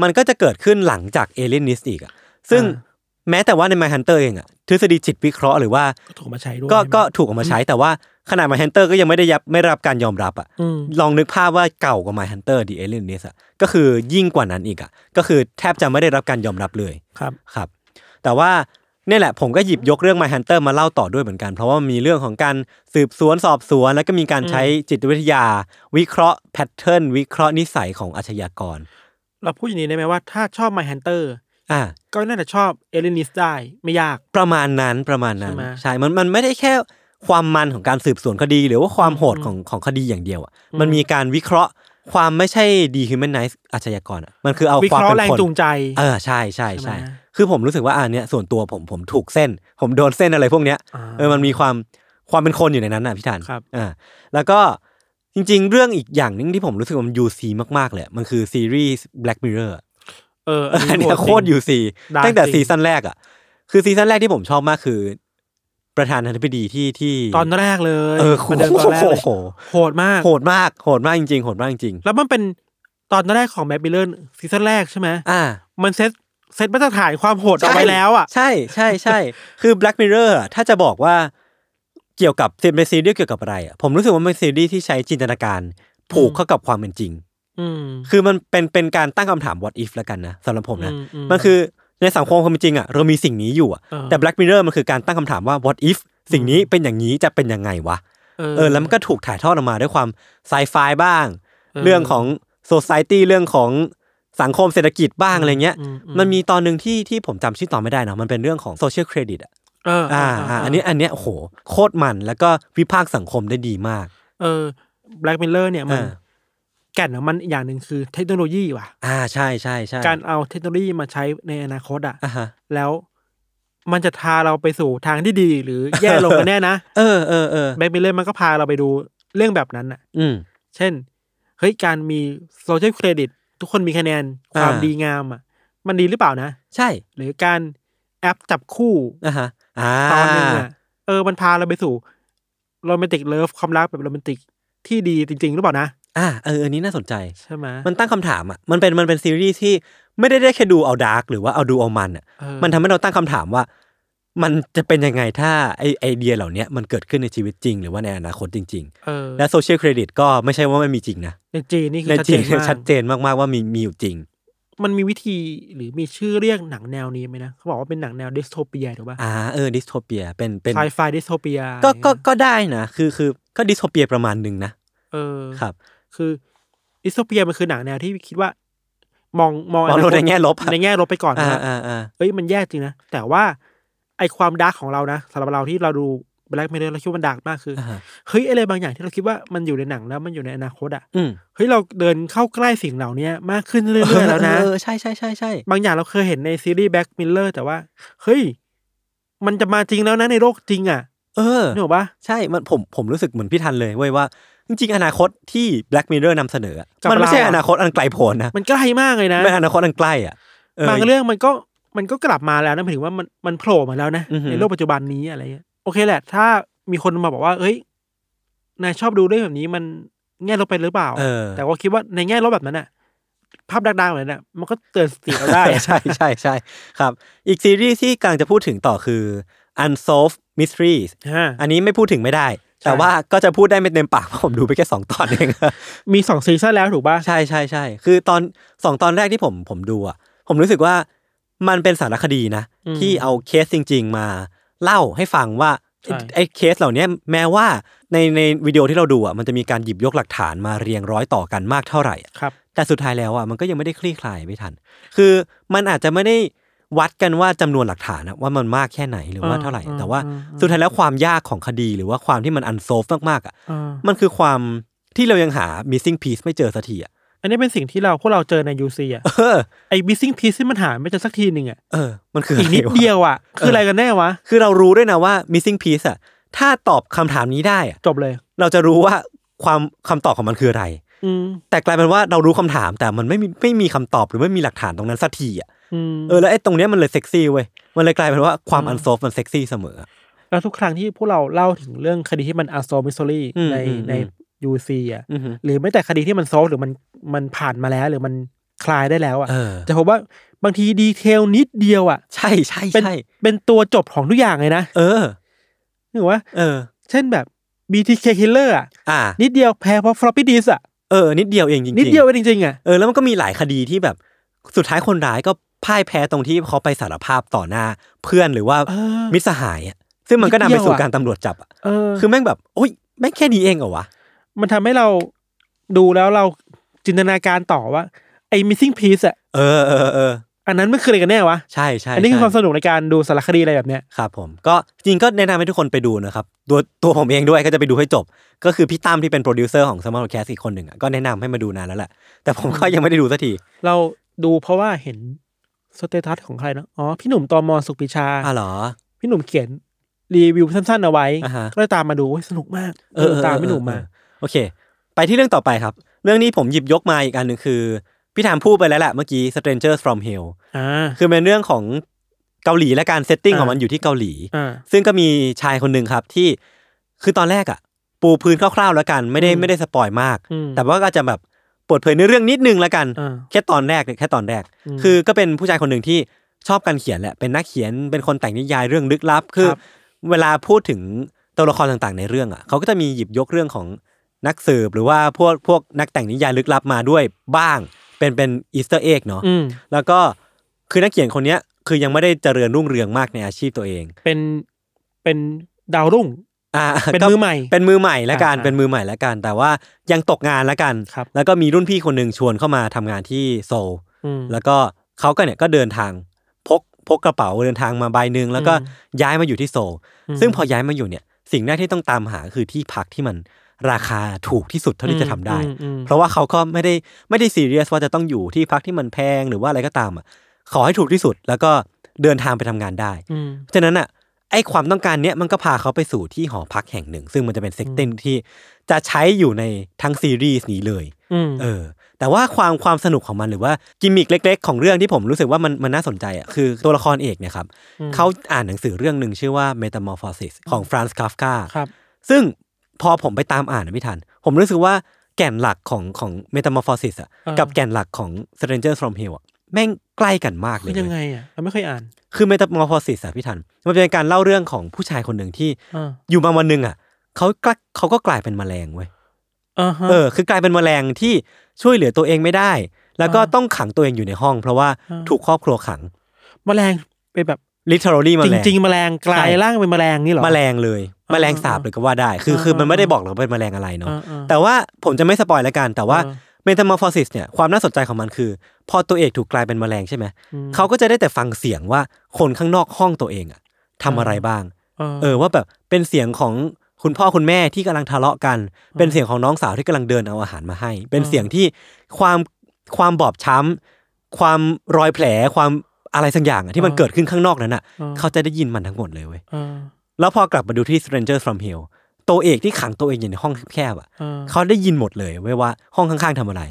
Speaker 2: มันก็จะเกิดขึ้นหลังจาก Alien Nist อีกอ่ะซึ่ง
Speaker 1: อ่
Speaker 2: แม้แต่ว่าใน My Hunter เองอ่ะทฤษฎีจิตวิเคราะห์หรือว่า
Speaker 1: ก็ถูกมาใช้ด้วย
Speaker 2: ก็
Speaker 1: ใช่ไหม
Speaker 2: ก็ถูกเออกมาใช้แต่ว่าขนาด My Hunter ก็ยังไม่ได้ยับไม่ได้รับการยอมรับอ่ะ
Speaker 1: อืม
Speaker 2: ลองนึกภาพว่าเก่ากว่า My Hunter The Alien Nist อ่ะก็คือยิ่งกว่านั้นอีกอ่ะก็คือแทบจะไม่ได้รับการยอมรับเลย
Speaker 1: ครับ
Speaker 2: ครับแต่ว่าเนี่ยแหละผมก็หยิบยกเรื่อง My Hunter มาเล่าต่อด้วยเหมือนกัน เพราะว่ามันมีเรื่องของการสืบสวนสอบสวน แล้วก็มีการใช้จิตวิทยา วิเคราะห์แพทเทิร์นวิเคราะห์นิสัยของอาชญากร
Speaker 1: เราพูดอย่างนี้ได้ไหมว่าถ้าชอบ My Hunter
Speaker 2: อ่า
Speaker 1: ก็น่าจะชอบ a l i e n i s ได้ไม่ยาก
Speaker 2: ประมาณนั้นประมาณนั้น
Speaker 1: ใช่ไหม
Speaker 2: ใช่ มันมันไม่ได้แค่ความมันของการสืบสวนคดี หรือว่าความโหด
Speaker 1: อืม
Speaker 2: ของของคดีอย่างเดียวอ่ะ
Speaker 1: อืม
Speaker 2: มันมีการวิเคราะห์ความไม่ใช่ดีฮิวแมนไนซ์อาชญากรอ่ะมันคือเอา
Speaker 1: วิ
Speaker 2: ควา
Speaker 1: เค
Speaker 2: ม
Speaker 1: ราะ
Speaker 2: เป็
Speaker 1: ห์
Speaker 2: น
Speaker 1: แรง
Speaker 2: คน
Speaker 1: จูงใจ
Speaker 2: เออใช่ใช่
Speaker 1: ใช่
Speaker 2: ใช่
Speaker 1: ไหม
Speaker 2: คือผมรู้สึกว่าอันเนี้ยส่วนตัวผมผมถูกเส้น ผมโดนเส้นอะไรพวกเนี้ย เออ มันมีความความเป็นคนอยู่ในนั้นน่ะพี่ธัน
Speaker 1: ครับ
Speaker 2: อ่า แล้วก็จริงๆ เรื่องอีกอย่างหนึงที่ผมรู้สึกว่ามันยูซีมากๆเลยมันคือซีรีส์ Black Mirror อะ
Speaker 1: เอออั
Speaker 2: อัน
Speaker 1: น
Speaker 2: เนี้
Speaker 1: นี้
Speaker 2: ยโคตร
Speaker 1: จง
Speaker 2: ยูซี
Speaker 1: ดาร์ก
Speaker 2: ตั้งแต่
Speaker 1: จริง
Speaker 2: ซีซั่นแรกอ่ะ คือซีซั่นแรกที่ผมชอบมากคือ ประธานาธิบดีที่ที่
Speaker 1: ตอนแรกเลย
Speaker 2: เออ
Speaker 1: ประเดิมตอนแรก
Speaker 2: โอ้
Speaker 1: เลย
Speaker 2: โห
Speaker 1: โหดมาก
Speaker 2: โหดมากโหดมากจริงๆโหดมากจริง
Speaker 1: แล้วมันเป็นตอนแรกของแบ b บิเล n ซีซั่นแรกใช่ไหม
Speaker 2: ๆอ่า
Speaker 1: มันเซตเซตมาตรฐานความโหดเอา
Speaker 2: ใช่
Speaker 1: ไว้แล้วอ่ะ
Speaker 2: ใช่ใช่ใช่ *laughs* คือ Black Mirror อะถ้าจะบอกว่าเกี่ยวกับซีเป็นซีรีส์เกี่ยวกับอะไรอ่ะผมรู้สึกว่ามันเป็นซีรีส์ที่ใช้จินตนาการผูกเข้ากับความเป็นจริง
Speaker 1: อืม
Speaker 2: คือมันเป็นเป็นการตั้งคำถาม what if ละกันนะสำหรับผมนะ
Speaker 1: ม
Speaker 2: มันคือในสังคมความเป็นจริงอ่ะเรามีสิ่งนี้อยู่อ่ะ
Speaker 1: เออ
Speaker 2: แต่ Black Mirror มันคือการตั้งคำถามว่า what if สิ่งนี้เป็นอย่างนี้จะเป็นยังไงวะเออแล้วมันก็ถูกถ่ายทอดออกมาด้วยความไซไฟบ้าง เรื่องของโซซ i ตี้เรื่องของสังคมเศรษฐกิจบ้างอะไรเงี้ย
Speaker 1: อืมอืม
Speaker 2: มันมีตอนหนึ่งที่ที่ผมจำชื่อตอนไม่ได้เนาะมันเป็นเรื่องของโซเชียลเครดิตอ่ะ
Speaker 1: เออ
Speaker 2: อ่าอ่าอันนี้อันเนี้ยโอ้โหโคตรมันแล้วก็วิพากษ์สังคมได้ดีมาก
Speaker 1: เออแบล็กเมลเลอร์เนี่ยมัน
Speaker 2: อ่า
Speaker 1: แก่นของมันอีกอย่างหนึ่งคือเทคโนโลยีว่ะ
Speaker 2: อ่าใช่ใช่ใช่
Speaker 1: การเอาเทคโนโลยีมาใช้ในอนาคตอ่ะ
Speaker 2: อ่าฮะ
Speaker 1: แล้วมันจะพาเราไปสู่ทางที่ดีหรือแย่ลงกันแน่นะ
Speaker 2: เออเออเออ
Speaker 1: แบล็กเมลเลอร์มันก็พาเราไปดูเรื่องแบบนั้นอ่ะ
Speaker 2: อืม
Speaker 1: เช่น เฮ้ย การมีโซเชียลเครดิตทุกคนมีคะแนนความ
Speaker 2: อ่า
Speaker 1: ดีงามอ่ะ มันดีหรือเปล่านะ
Speaker 2: ใช่
Speaker 1: หรือการแอปจับคู่
Speaker 2: อ่าฮะอ่า
Speaker 1: ตอนหนึงอ่ะ เออ มันพาเราไปสู่โรแมนติกเลิฟความรักแบบโรแมนติกที่ดีจริง ๆ หรือเปล่านะ
Speaker 2: อ่าเอออันนี้น่าสนใจ
Speaker 1: ใช่ไหม
Speaker 2: มันตั้งคำถามอ่ะมันเป็นมันเป็นซีรีส์ที่ไม่ได้ได้แค่ดูเอาดาร์กหรือว่าเอาดูเอามันอ่ะ
Speaker 1: เออ
Speaker 2: มันทำให้เราตั้งคำถามว่า มันจะเป็นยังไงถ้าไอไอเดียเหล่าเนี้ยมันเกิดขึ้นในชีวิตจริง หรือว่าในอนาคตจริง ๆ
Speaker 1: เออ
Speaker 2: และโซเชียลเครดิตก็ไม่ใช่ว่าไม่มีจริงนะ
Speaker 1: ในจีนนี่คือ
Speaker 2: ใน
Speaker 1: ชัด
Speaker 2: จ
Speaker 1: เจ
Speaker 2: ริง
Speaker 1: นมาก
Speaker 2: *laughs* ชัดเจนมาก ๆ ว่ามีมีอยู่จริง
Speaker 1: มันมีวิธีหรือมีชื่อเรียกหนังแนวนี้ไหมนะเขาบอกว่าเป็นหนังแนวดิสโทเปียถูกป่ะ
Speaker 2: อ่าเออดิสโทเปียเป็นเป็น
Speaker 1: ไซไฟดิสโทเปีย
Speaker 2: ก็ก็ก็ได้นะคือคือก็ดิสโทเปียประมาณหนึ่งนะ
Speaker 1: เออ
Speaker 2: ครับ
Speaker 1: คือดิสโทเปียมันคือหนังแนวที่คิดว่า มองมอง
Speaker 2: มองโลกในแง่ลบอะ
Speaker 1: ในแง่ลบไปก่อน
Speaker 2: อ่า
Speaker 1: นะ
Speaker 2: อ่าอ่า
Speaker 1: เอ้ยมันแย่จริงนะ แต่ว่าไอความดาร์กของเรานะสำหรับเราที่เราดูแบล็กเมเดอร์เราคิดว่ามันดาร์กมากคืออ
Speaker 2: อ่า
Speaker 1: เฮ้ยอะไรบางอย่างที่เราคิดว่ามันอยู่ในหนังแล้วมันอยู่ในอนาคตอ่ะ
Speaker 2: อืม
Speaker 1: เฮ้ยเราเดินเข้าใกล้สิ่งเหล่านี้มากขึ้นเรื่อยๆแล้วนะ
Speaker 2: เออใช่ใช่ใช่ใช่
Speaker 1: บางอย่างเราเคยเห็นในซีรีส์แบล็กมิลเลอร์แต่ว่า เฮ้ย มันจะมาจริงแล้วนะในโลกจริงอ่ะ
Speaker 2: เออ
Speaker 1: นึกออกปะ
Speaker 2: ใช่ มันผมผมรู้สึกเหมือนพี่ทันเลยเว้ยว่า จริงๆ อนาคตที่ Black Mirror นำเสนออะ
Speaker 1: กับ
Speaker 2: มันไม่ใช่
Speaker 1: เราอะ
Speaker 2: อนาคตอันไกลโพ้นนะ
Speaker 1: มันใกล้มากเลยนะ
Speaker 2: ไม่อนาคตอันใกล้อ่ะเออ
Speaker 1: บางเรื่องมันก็มันก็กลับมาแล้วนะหมายถึงว่ามันมันโผล่มาแล้วนะ
Speaker 2: อือหือ
Speaker 1: ในโลกปัจจุบันนี้อะไรเงี้ยโอเคแหละ ถ้ามีคนมาบอกว่า เอ้ยนายชอบดูเรื่องแบบนี้มันแง่ลบไปหรือเปล่า
Speaker 2: เออ
Speaker 1: แต่ว่าคิดว่าในแง่ลบแบบนั้นน่ะ ภาพดังๆแบบนั้นน่ะมันก็เตือนสติเราได้
Speaker 2: *laughs* ใช่ใช่ใช่ครับ อีกซีรีส์ที่กำลังจะพูดถึงต่อคือ Unsolved Mysteries
Speaker 1: อ่า
Speaker 2: อันนี้ไม่พูดถึงไม่ได้
Speaker 1: ใช่
Speaker 2: แต่ว่าก็จะพูดได้ไม่เต็มปากเพราะผมดูไปแค่สองตอนเอง *laughs*
Speaker 1: มีสองซีซั่นแล้วถูกป่ะ
Speaker 2: ใช่ใช่ใช่คือตอนสองตอนแรกที่ผมผมดูอ่ะ ผมรู้สึกว่ามันเป็นสารคดีนะ ที่เอาเคสจริง ๆ มาเล่าให้ฟังว่าไอ้ไอ้เคสเหล่าเนี้ยแม้ว่าในในวิดีโอที่เราดูอ่ะมันจะมีการหยิบยกหลักฐานมาเรียงร้อยต่อกันมากเท่าไหร่อะ
Speaker 1: ครับ
Speaker 2: แต่สุดท้ายแล้วอ่ะมันก็ยังไม่ได้คลี่คลายไม่ทัน คือมันอาจจะไม่ได้วัดกันว่าจำนวนหลักฐานอะว่ามันมากแค่ไหนหรือว่าเท่าไหร่
Speaker 1: อ่าอ่า
Speaker 2: แต่ว่า
Speaker 1: อ่า
Speaker 2: สุดท้ายแล้วความยากของคดีหรือว่าความที่มันอันโซฟมากๆอ่ะ
Speaker 1: อ่า
Speaker 2: มันคือความที่เรายังหา missing piece ไม่เจอสักทีอ่ะ
Speaker 1: อันนี้เป็นสิ่งที่เราพวกเราเจอในยูซีอ่ะ
Speaker 2: เออ
Speaker 1: ไอ้ missing piece ที่มันหายไม่เจอสักทีหนึ่งอ่ะ
Speaker 2: เออ มันคือ
Speaker 1: อี
Speaker 2: อี
Speaker 1: กนิดเดียวอ่ะคืออะไรกันแน่วะ
Speaker 2: คือเรารู้ด้วยนะว่า missing piece อะถ้าตอบคำถามนี้ได้อะ
Speaker 1: จบเลย
Speaker 2: เราจะรู้ว่าความคำตอบของมันคืออะไร
Speaker 1: อืม
Speaker 2: แต่กลายเป็นว่าเรารู้คำถามแต่มันไม่มีไม่มีคำตอบหรือไม่มีหลักฐานตรงนั้นสักทีอะ
Speaker 1: อืม
Speaker 2: เออแล้วไอ้ตรงเนี้ยมันเลยเซ็กซี่เว้ย มันเลยกลายเป็นว่าความอันโซฟมันเซ็กซี่เสมอ
Speaker 1: แล้วทุกครั้งที่พวกเราเล่าถึงเรื่องคดีที่มันอัลโซมิโซลี่
Speaker 2: อืม
Speaker 1: ใน
Speaker 2: อืม
Speaker 1: ใน
Speaker 2: อืม
Speaker 1: ยูซีอ่ะ
Speaker 2: อือฮึ
Speaker 1: หรือไม่แต่คดีที่มันโซลหรือมันมันผ่านมาแล้ว หรือมันคลายได้แล้วอ่ะ
Speaker 2: เออ
Speaker 1: จะพบว่าบางทีดีเทลนิดเดียวอ่ะ
Speaker 2: ใช่ใช่
Speaker 1: เป็น
Speaker 2: ใช่
Speaker 1: เป็นตัวจบของทุกอย่างเลยนะ
Speaker 2: เออ
Speaker 1: นึกว่า
Speaker 2: เออ
Speaker 1: เช่นแบบ BTK Killer อ่ะ
Speaker 2: อ่า
Speaker 1: นิดเดียวแพ้เพราะ floppy disk อ่ะ
Speaker 2: เออ นิดเดียวเองจริงๆ
Speaker 1: นิดเดียวเองจริงๆอ่ะ
Speaker 2: เออแล้วมันก็มีหลายคดีที่แบบสุดท้ายคนร้ายก็พ่ายแพ้ตรงที่เขาไปสารภาพต่อหน้าเพื่อนหรือว่า
Speaker 1: เออ
Speaker 2: มิตรสหายอะซึ่งมันก็นำไป
Speaker 1: นิดเดียว
Speaker 2: สู่
Speaker 1: อะ
Speaker 2: การตำรวจจับอะ
Speaker 1: เออ
Speaker 2: คือแม่งแบบ โอ้ย แม่งแค่นี้เองเหรอวะ
Speaker 1: มันทำให้เราดูแล้วเราจินตนาการต่อว่าไอ้ missing piece อ่ะ
Speaker 2: เออเออเออ
Speaker 1: อันนั้นมันคืออะไรกันแน่วะ
Speaker 2: ใช่ใช่
Speaker 1: อันนี้คือ
Speaker 2: ใช่
Speaker 1: ความสนุกในการดูสารคดีอะไรแบบเนี้ย
Speaker 2: ครับผม ก็จริงก็แนะนำให้ทุกคนไปดูนะครับ ตัวตัวผมเองด้วยก็จะไปดูให้จบ ก็คือพี่ตั้มที่เป็นโปรดิวเซอร์ของ s มาร์ทแคสอีกคนหนึ่งอะก็แนะนำให้มาดูนานแล้วแหละ แต่ผมก็ยังไม่ได้ดูสักที
Speaker 1: เราดูเพราะว่าเห็นสเตตัสของใครนะอ๋อ พี่หนุ่มตอมอสุขปิชา
Speaker 2: อ่ะเหรอ
Speaker 1: พี่หนุ่มเขียนรีวิวสั้นๆเอาไว้
Speaker 2: อ่าฮะ
Speaker 1: ก็เลยตามมาดูเฮ้ยสนุกมากก็เลยตามพี่หนุ่มมา
Speaker 2: เออโอเค ไปที่เรื่องต่อไปครับ เรื่องนี้ผมหยิบยกมาอีกอันหนึ่งคือ พี่ถามพูดไปแล้วแหละเมื่อกี้ Strangers from Hell
Speaker 1: อ่า
Speaker 2: คือเป็นเรื่องของเกาหลีและการเซตติ้ง
Speaker 1: อ่า
Speaker 2: ของมันอยู่ที่เกาหลี
Speaker 1: อ่า
Speaker 2: ซึ่งก็มีชายคนหนึ่งครับที่คือตอนแรกอะปูพื้นคร่าวๆแล้วกันไม่ได้
Speaker 1: อืม
Speaker 2: ไม่ได้สปอยมาก
Speaker 1: อืม
Speaker 2: แต่ว่าก็จะแบบเปิดเผยในอเรื่องนิดนึงแล้วกัน
Speaker 1: อ่า
Speaker 2: แค่ตอนแรกเนี่ยแค่ตอนแรก
Speaker 1: อืม
Speaker 2: คือก็เป็นผู้ชายคนหนึ่งที่ชอบการเขียนแหละเป็นนักเขียนเป็นคนแต่งนิยายเรื่องลึกลับ คือ
Speaker 1: ครับ
Speaker 2: เวลาพูดถึงตัวละครต่างๆ ในเรื่องอะเขาก็จะมีหยิบยกเรื่องของนักสืบหรือว่าพวกพวกนักแต่งนิยายลึกลับมาด้วยบ้าง เป็นเป็นอีสเตอร์เอ็กเนาะ
Speaker 1: อืม
Speaker 2: แล้วก็คือนักเขียนคนเนี้ยคือยังไม่ได้เจริญรุ่งเรืองมากในอาชีพตัวเอง
Speaker 1: เป็นเป็นดาวรุ่ง
Speaker 2: อ่า
Speaker 1: เป็น
Speaker 2: ก็
Speaker 1: มือใหม่
Speaker 2: เป็นมือใหม่ละกัน
Speaker 1: อ่า
Speaker 2: เป็นมือใหม่ละกัน แต่ว่ายังตกงานละกัน
Speaker 1: ครับ
Speaker 2: แล้วก็มีรุ่นพี่คนหนึ่งชวนเข้ามาทำงานที่โซล
Speaker 1: อืม
Speaker 2: แล้วก็เขาก็เนี่ยก็เดินทางพกพกกระเป๋าเดินทางมาใบหนึ่งแล้วก็
Speaker 1: อื
Speaker 2: ย้ายมาอยู่ที่โซล
Speaker 1: อืม
Speaker 2: ซึ่งพอย้ายมาอยู่เนี่ยสิ่งแรกที่ต้องตามหาคือที่พักที่มันราคาถูกที่สุดเท่าที่จะทำได้
Speaker 1: อืมอืมอืม
Speaker 2: เพราะว่าเขาก็ไม่ได้ไม่ได้ซีเรียสว่าจะต้องอยู่ที่พักที่มันแพงหรือว่าอะไรก็ตามอ่ะขอให้ถูกที่สุดแล้วก็เดินทางไปทำงานได้
Speaker 1: อืม
Speaker 2: ฉะนั้นอ่ะไอความต้องการเนี้ยมันก็พาเขาไปสู่ที่หอพักแห่งหนึ่ง ซึ่งมันจะเป็นเซ็กเตนที่จะใช้อยู่ในทั้งซีรีส์นี้เลย
Speaker 1: อืม
Speaker 2: เออแต่ว่าความความสนุกของมันหรือว่ากิมมิกเล็ก ๆ ของเรื่องที่ผมรู้สึกว่ามันมันน่าสนใจอ่ะคือตัวละครเอกเนี่ยครับเขาอ่านหนังสือเรื่องหนึ่งชื่อว่า Metamorphosis ของฟรานซ์คาฟกา
Speaker 1: ครับ
Speaker 2: ซึ่งพอผมไปตามอ่านอะไม่ทัน ผมรู้สึกว่าแก่นหลักของของ Metamorphosis อ่ะ
Speaker 1: อ่ากั
Speaker 2: กับแก่นหลักของ Strangers from Hell อ่ะแม่งใกล้กันมากเล
Speaker 1: คื
Speaker 2: ย
Speaker 1: อ
Speaker 2: เว้ย
Speaker 1: ยังไงอ่ะเราไม่เคยอ่าน
Speaker 2: คือเมตามอร์ฟอสิสอะพี่ทัน มันเป็นการเล่าเรื่องของผู้ชายคนหนึ่งที่
Speaker 1: อ่า
Speaker 2: อยู่มาวันหนึ่งอะเขากลเขาก็กลายเป็นแมลงเว้ย
Speaker 1: อ่าฮะ
Speaker 2: เออคือกลายเป็นแมลงที่ช่วยเหลือตัวเองไม่ได้ แล้วก็
Speaker 1: อ่า
Speaker 2: ต้องขังตัวเองอยู่ในห้อง เพราะว่า
Speaker 1: อ่า
Speaker 2: ถูกครอบครัวขัง
Speaker 1: แมลงเป็นแบบ
Speaker 2: literally แม
Speaker 1: จ
Speaker 2: ลง
Speaker 1: ริงๆแมลงกลาย
Speaker 2: ใช่
Speaker 1: ร่างเป็นแมลงนี่เหรอ
Speaker 2: แมลงเลย
Speaker 1: อ่า
Speaker 2: แมลงสาบเลยก็ว่าได้ คือ
Speaker 1: อ่า
Speaker 2: คือมันไม่ได้
Speaker 1: อ่า
Speaker 2: บอกหรอกว่าเป็นแมลงอะไรเนาะ
Speaker 1: อ่าอ่า
Speaker 2: แต่ว่าผมจะไม่สปอยละกัน แต่ว่า
Speaker 1: เออ
Speaker 2: เมตามอร์ฟอสิสเนี่ยความน่าสนใจของมันคือ พอตัวเอกถูกกลายเป็นแมลงใช่ไหม
Speaker 1: อืม
Speaker 2: เขาก็จะได้แต่ฟังเสียงว่าคนข้างนอกห้องตัวเองอะทำอะไรบ้าง เออว่าแบบเป็นเสียงของคุณพ่อคุณแม่ที่กำลังทะเลาะกัน เป็นเสียงของน้องสาวที่กำลังเดินเอาอาหารมาให้ เป็นเสียงที่ความความบอบช้ำความรอยแผลความอะไรสักอย่างอะที่มันเกิดขึ้นข้างนอกนั้นอ่ะ เขาจะได้ยินมันทั้งหมดเลยเว้ย
Speaker 1: อ่า
Speaker 2: แล้วพอกลับมาดูที่ Stranger from Hill ตัวเอกที่ขังตัวเองอยู่ในห้องแคบๆอ่ะ
Speaker 1: เออ
Speaker 2: เขาได้ยินหมดเลยเว้ยว่าห้องข้างๆทำอะไร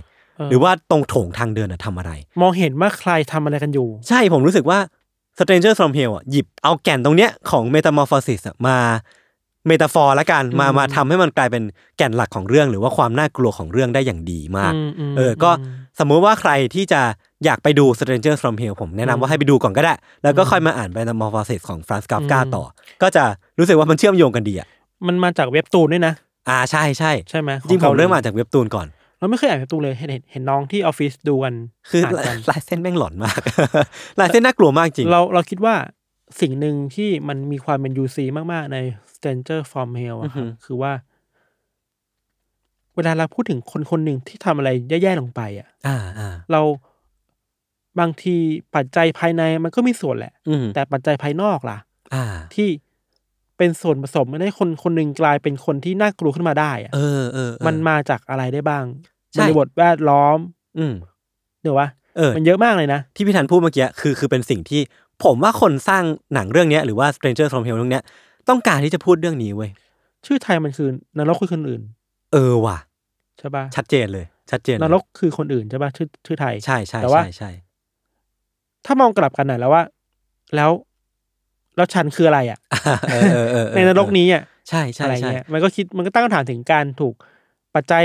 Speaker 2: หรือว่าตรงโถงทางเดินอะทำอะไร
Speaker 1: มองเห็นว่าใครทำอะไรกันอยู่
Speaker 2: ใช่ผมรู้สึกว่า Stranger from Hell อ่ะหยิบเอาแก่นตรงเนี้ยของ Metamorphosis อะมาเมตาฟอร์ละกันมา
Speaker 1: อืม
Speaker 2: มาทำให้มันกลายเป็นแก่นหลักของเรื่อง หรือว่าความน่ากลัวของเรื่องได้อย่างดีมาก
Speaker 1: มม
Speaker 2: เออ ก็
Speaker 1: ม
Speaker 2: สมมุติว่าใครที่จะอยากไปดู Stranger from Hell ผมแนะนำว่าให้ไปดูก่อนก็ได้ แล้วก็ค่อยมาอ่าน Metamorphosis ของ Franz Kafka
Speaker 1: อืม
Speaker 2: ต่อ ก็จะรู้สึกว่ามันเชื่อมโยงกันดีอ่ะ
Speaker 1: มันมาจากเว็บตูนด้วยนะ
Speaker 2: อ่าใช่ใช่
Speaker 1: ใช่ไหมข
Speaker 2: จริงผ
Speaker 1: ก
Speaker 2: ม
Speaker 1: หลี
Speaker 2: เริ่มอ่านจากเว็บตูนก่อน
Speaker 1: เราไม่เคยอ่านเว็บตูนเลยเห็นเห็นเห็นน้องที่ออฟฟิศดูกัน
Speaker 2: คือ
Speaker 1: านกัน
Speaker 2: ลายเส้นแม่งหลอนมาก ลายเส้นน่ากลั *laughs* วมากจริง
Speaker 1: เราเราคิดว่าสิ่งหนึ่งที่มันมีความเป็น UC มาก ๆ ใน Stranger from Hell อะครั
Speaker 2: อื
Speaker 1: บ
Speaker 2: อหือ
Speaker 1: คือว่า เวลาเราพูดถึงคนคนหนึ่งที่ทำอะไรแย่ ๆ ลงไปอ่ะ
Speaker 2: อ่าอ่า
Speaker 1: เราบางทีปัจจัยภายในมันก็มีส่วนแหละ
Speaker 2: อืม
Speaker 1: แต่ปัจจัยภายนอกล่ะ
Speaker 2: อ่า
Speaker 1: ที่เป็นส่วนผสมให้คนคนหนึ่งกลายเป็นคนที่น่ากลัวขึ้นมาได้อะ
Speaker 2: เออเออเออ
Speaker 1: มันมาจากอะไรได้บ้าง
Speaker 2: ใช่
Speaker 1: บริบทแวดล้อม
Speaker 2: อืม
Speaker 1: เดี๋ยววะ
Speaker 2: เออ
Speaker 1: มันเยอะมากเลยนะ
Speaker 2: ที่พี่ธันพูดเมื่อกี้คือคือเป็นสิ่งที่ผมว่าคนสร้างหนังเรื่องเนี้ยหรือว่า Stranger from Hell เรื่องเนี้ยต้องการที่จะพูดเรื่องนี้เว้ย
Speaker 1: ชื่อไทยมันคือนรกคือคนอื่น
Speaker 2: เออว่ะ
Speaker 1: ใช่ปะ
Speaker 2: ชัดเจนเลย ชัดเจนเลย
Speaker 1: นรกคือคนอื่นใช่ปะชื่อชื่อไทย
Speaker 2: ใช่ใช่
Speaker 1: แต่ว่า
Speaker 2: ใช่ใช่
Speaker 1: ถ้ามองกลับกันหน่อยแล้วว่า แล้วแล้วฉันคืออะไรอ่ะ
Speaker 2: เออเอ *laughs* อเออเออ
Speaker 1: ในนรกนี้อ่ะ
Speaker 2: ใช่ใช่
Speaker 1: อะไร
Speaker 2: ใช่
Speaker 1: เงี้ยมันก็คิดมันก็ตั้งคำถามถึงการถูกปัจจัย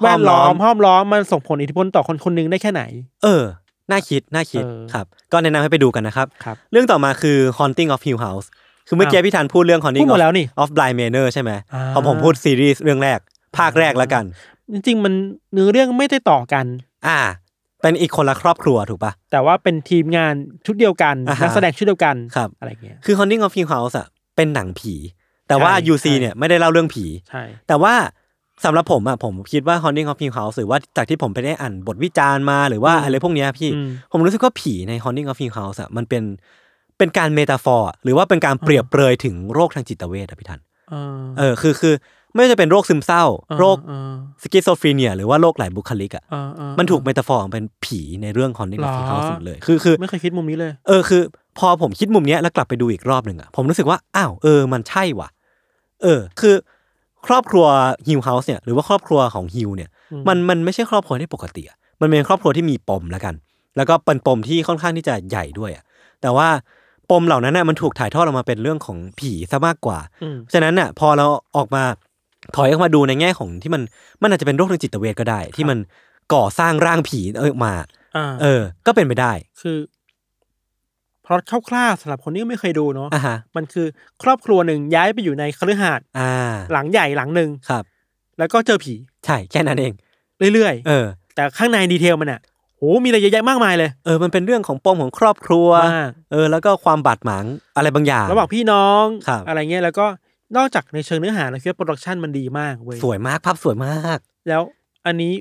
Speaker 1: แวด
Speaker 2: ห้อมล้
Speaker 1: ล้
Speaker 2: อ
Speaker 1: อ
Speaker 2: ม
Speaker 1: มห้อมล้อมมันส่งผลอิทธิพลต่อคนคนหนึงได้แค่ไหน
Speaker 2: เออ น่าคิดน่าคิด
Speaker 1: เออ
Speaker 2: ครับ ก็แนะนำให้ไปดูกันนะครับ
Speaker 1: ครับ
Speaker 2: เรื่องต่อมาคือ Haunting of Hill House คือเมื่อกี้
Speaker 1: อ้าว
Speaker 2: พี่ธันพูดเรื่อง
Speaker 1: พู
Speaker 2: Haunting
Speaker 1: ดหม
Speaker 2: of
Speaker 1: ดแล้วนี่
Speaker 2: of Blind Manor ใช่ไหม
Speaker 1: อ่า
Speaker 2: พอผมพูดซีรีส์เรื่องแรก ภาคแรกแล้วกัน
Speaker 1: จริงๆ มันเนื้อเรื่องไม่ได้ต่อกัน
Speaker 2: อ่า เป็นอีกคนละครอบครัวถูกปะ
Speaker 1: แต่ว่าเป็นทีมงานชุดเดียวกัน
Speaker 2: อ่าฮะ
Speaker 1: นักแสดงชุดเดียวกัน
Speaker 2: ครับ
Speaker 1: อะไรเงี้ย
Speaker 2: คือ Haunting of Hill House อะเป็นหนังผี แต่ว่า
Speaker 1: ใช่
Speaker 2: UC
Speaker 1: ใช่
Speaker 2: เนี่ยไม่ได้เล่าเรื่องผี
Speaker 1: ใช่
Speaker 2: แต่ว่าสำหรับผมอะผมคิดว่า Haunting of Hill House หรือว่าจากที่ผมไปได้อ่านบทวิจารณ์มาหรือว่าอะไรพวกเนี้ยพี่
Speaker 1: อืม
Speaker 2: ผมรู้สึกว่าผีใน Haunting of Hill House อะมันเป็นเป็นการเมตาฟอร์ หรือว่าเป็นการเปรียบเปรยถึงโรคทางจิตเวชอะพี่ทัน
Speaker 1: เออ
Speaker 2: เออคือคือไม่ว่าจะเป็นโรคซึมเศร้า โรค
Speaker 1: เออ
Speaker 2: สกิโซฟรีเนียหรือว่าโรคหลายบุคลิกอะ
Speaker 1: เออเออ
Speaker 2: มันถูกเมตาฟอร์เป็นผีในเรื่อง Haunting of Hill House
Speaker 1: หร
Speaker 2: ห
Speaker 1: อ
Speaker 2: มดเลยคือคือ
Speaker 1: ไม่เคยคิดมุมนี้เลย
Speaker 2: เออคือ พอผมคิดมุมเนี้ยแล้วกลับไปดูอีกรอบหนึ่งอะผมรู้สึกว่าอ้าวเออมันใช่ว่ะ เออ คือ ครอบครัวฮิวเฮาส์เนี่ยหรือว่าครอบครัวของฮิวเนี่ย
Speaker 1: อืม
Speaker 2: มันมันไม่ใช่ครอบครัวที่ปกติอะมันเป็นครอบครัวที่มีปมแล้วกัน แล้วก็เป็นปมที่ค่อนข้างที่จะใหญ่ด้วยอะแต่ว่าปมเหล่านั้นน่ะมันถูกถ่ายทอดออกมาเป็นเรื่องของผีซะมากกว่า
Speaker 1: อืม
Speaker 2: ฉะนั้นน่ะพอเราออกมาถอยออกมาดูในแง่ของที่มันมันอาจจะเป็นโรคทางจิตเวชก็ได้ ที่มันก่อสร้างร่างผีเออมา
Speaker 1: อ่า
Speaker 2: เออ ก็เป็นไปได้
Speaker 1: คือพล็อตคร่าวๆสำหรับคนที่ไม่เคยดูเนาะ
Speaker 2: อ่ะฮะ
Speaker 1: มันคือครอบครัวหนึ่งย้ายไปอยู่ในคฤหาสน์
Speaker 2: อ่า
Speaker 1: หลังใหญ่หลังหนึ่ง
Speaker 2: ครับ
Speaker 1: แล้วก็เจอผี
Speaker 2: ใช่แค่นั้นเอง
Speaker 1: เรื่อย
Speaker 2: เออ
Speaker 1: ๆ แต่ข้างในดีเทลมันอ่ะโหมีอะไรเยอะแยะมากมายเลย
Speaker 2: เออ มันเป็นเรื่องของปมของครอบครัว
Speaker 1: มาก
Speaker 2: เออ แล้วก็ความบาดหมางอะไรบางอย่าง
Speaker 1: ระหว่างพี่น้อง
Speaker 2: ครับ
Speaker 1: อะไรเงี้ยแล้วก็นอกจากในเชิงเนื้อหาเราคิดว่าโปรดักชันมันดีมากเว้ย
Speaker 2: สวยมาก ภาพสวยมาก
Speaker 1: แล้วอันนี้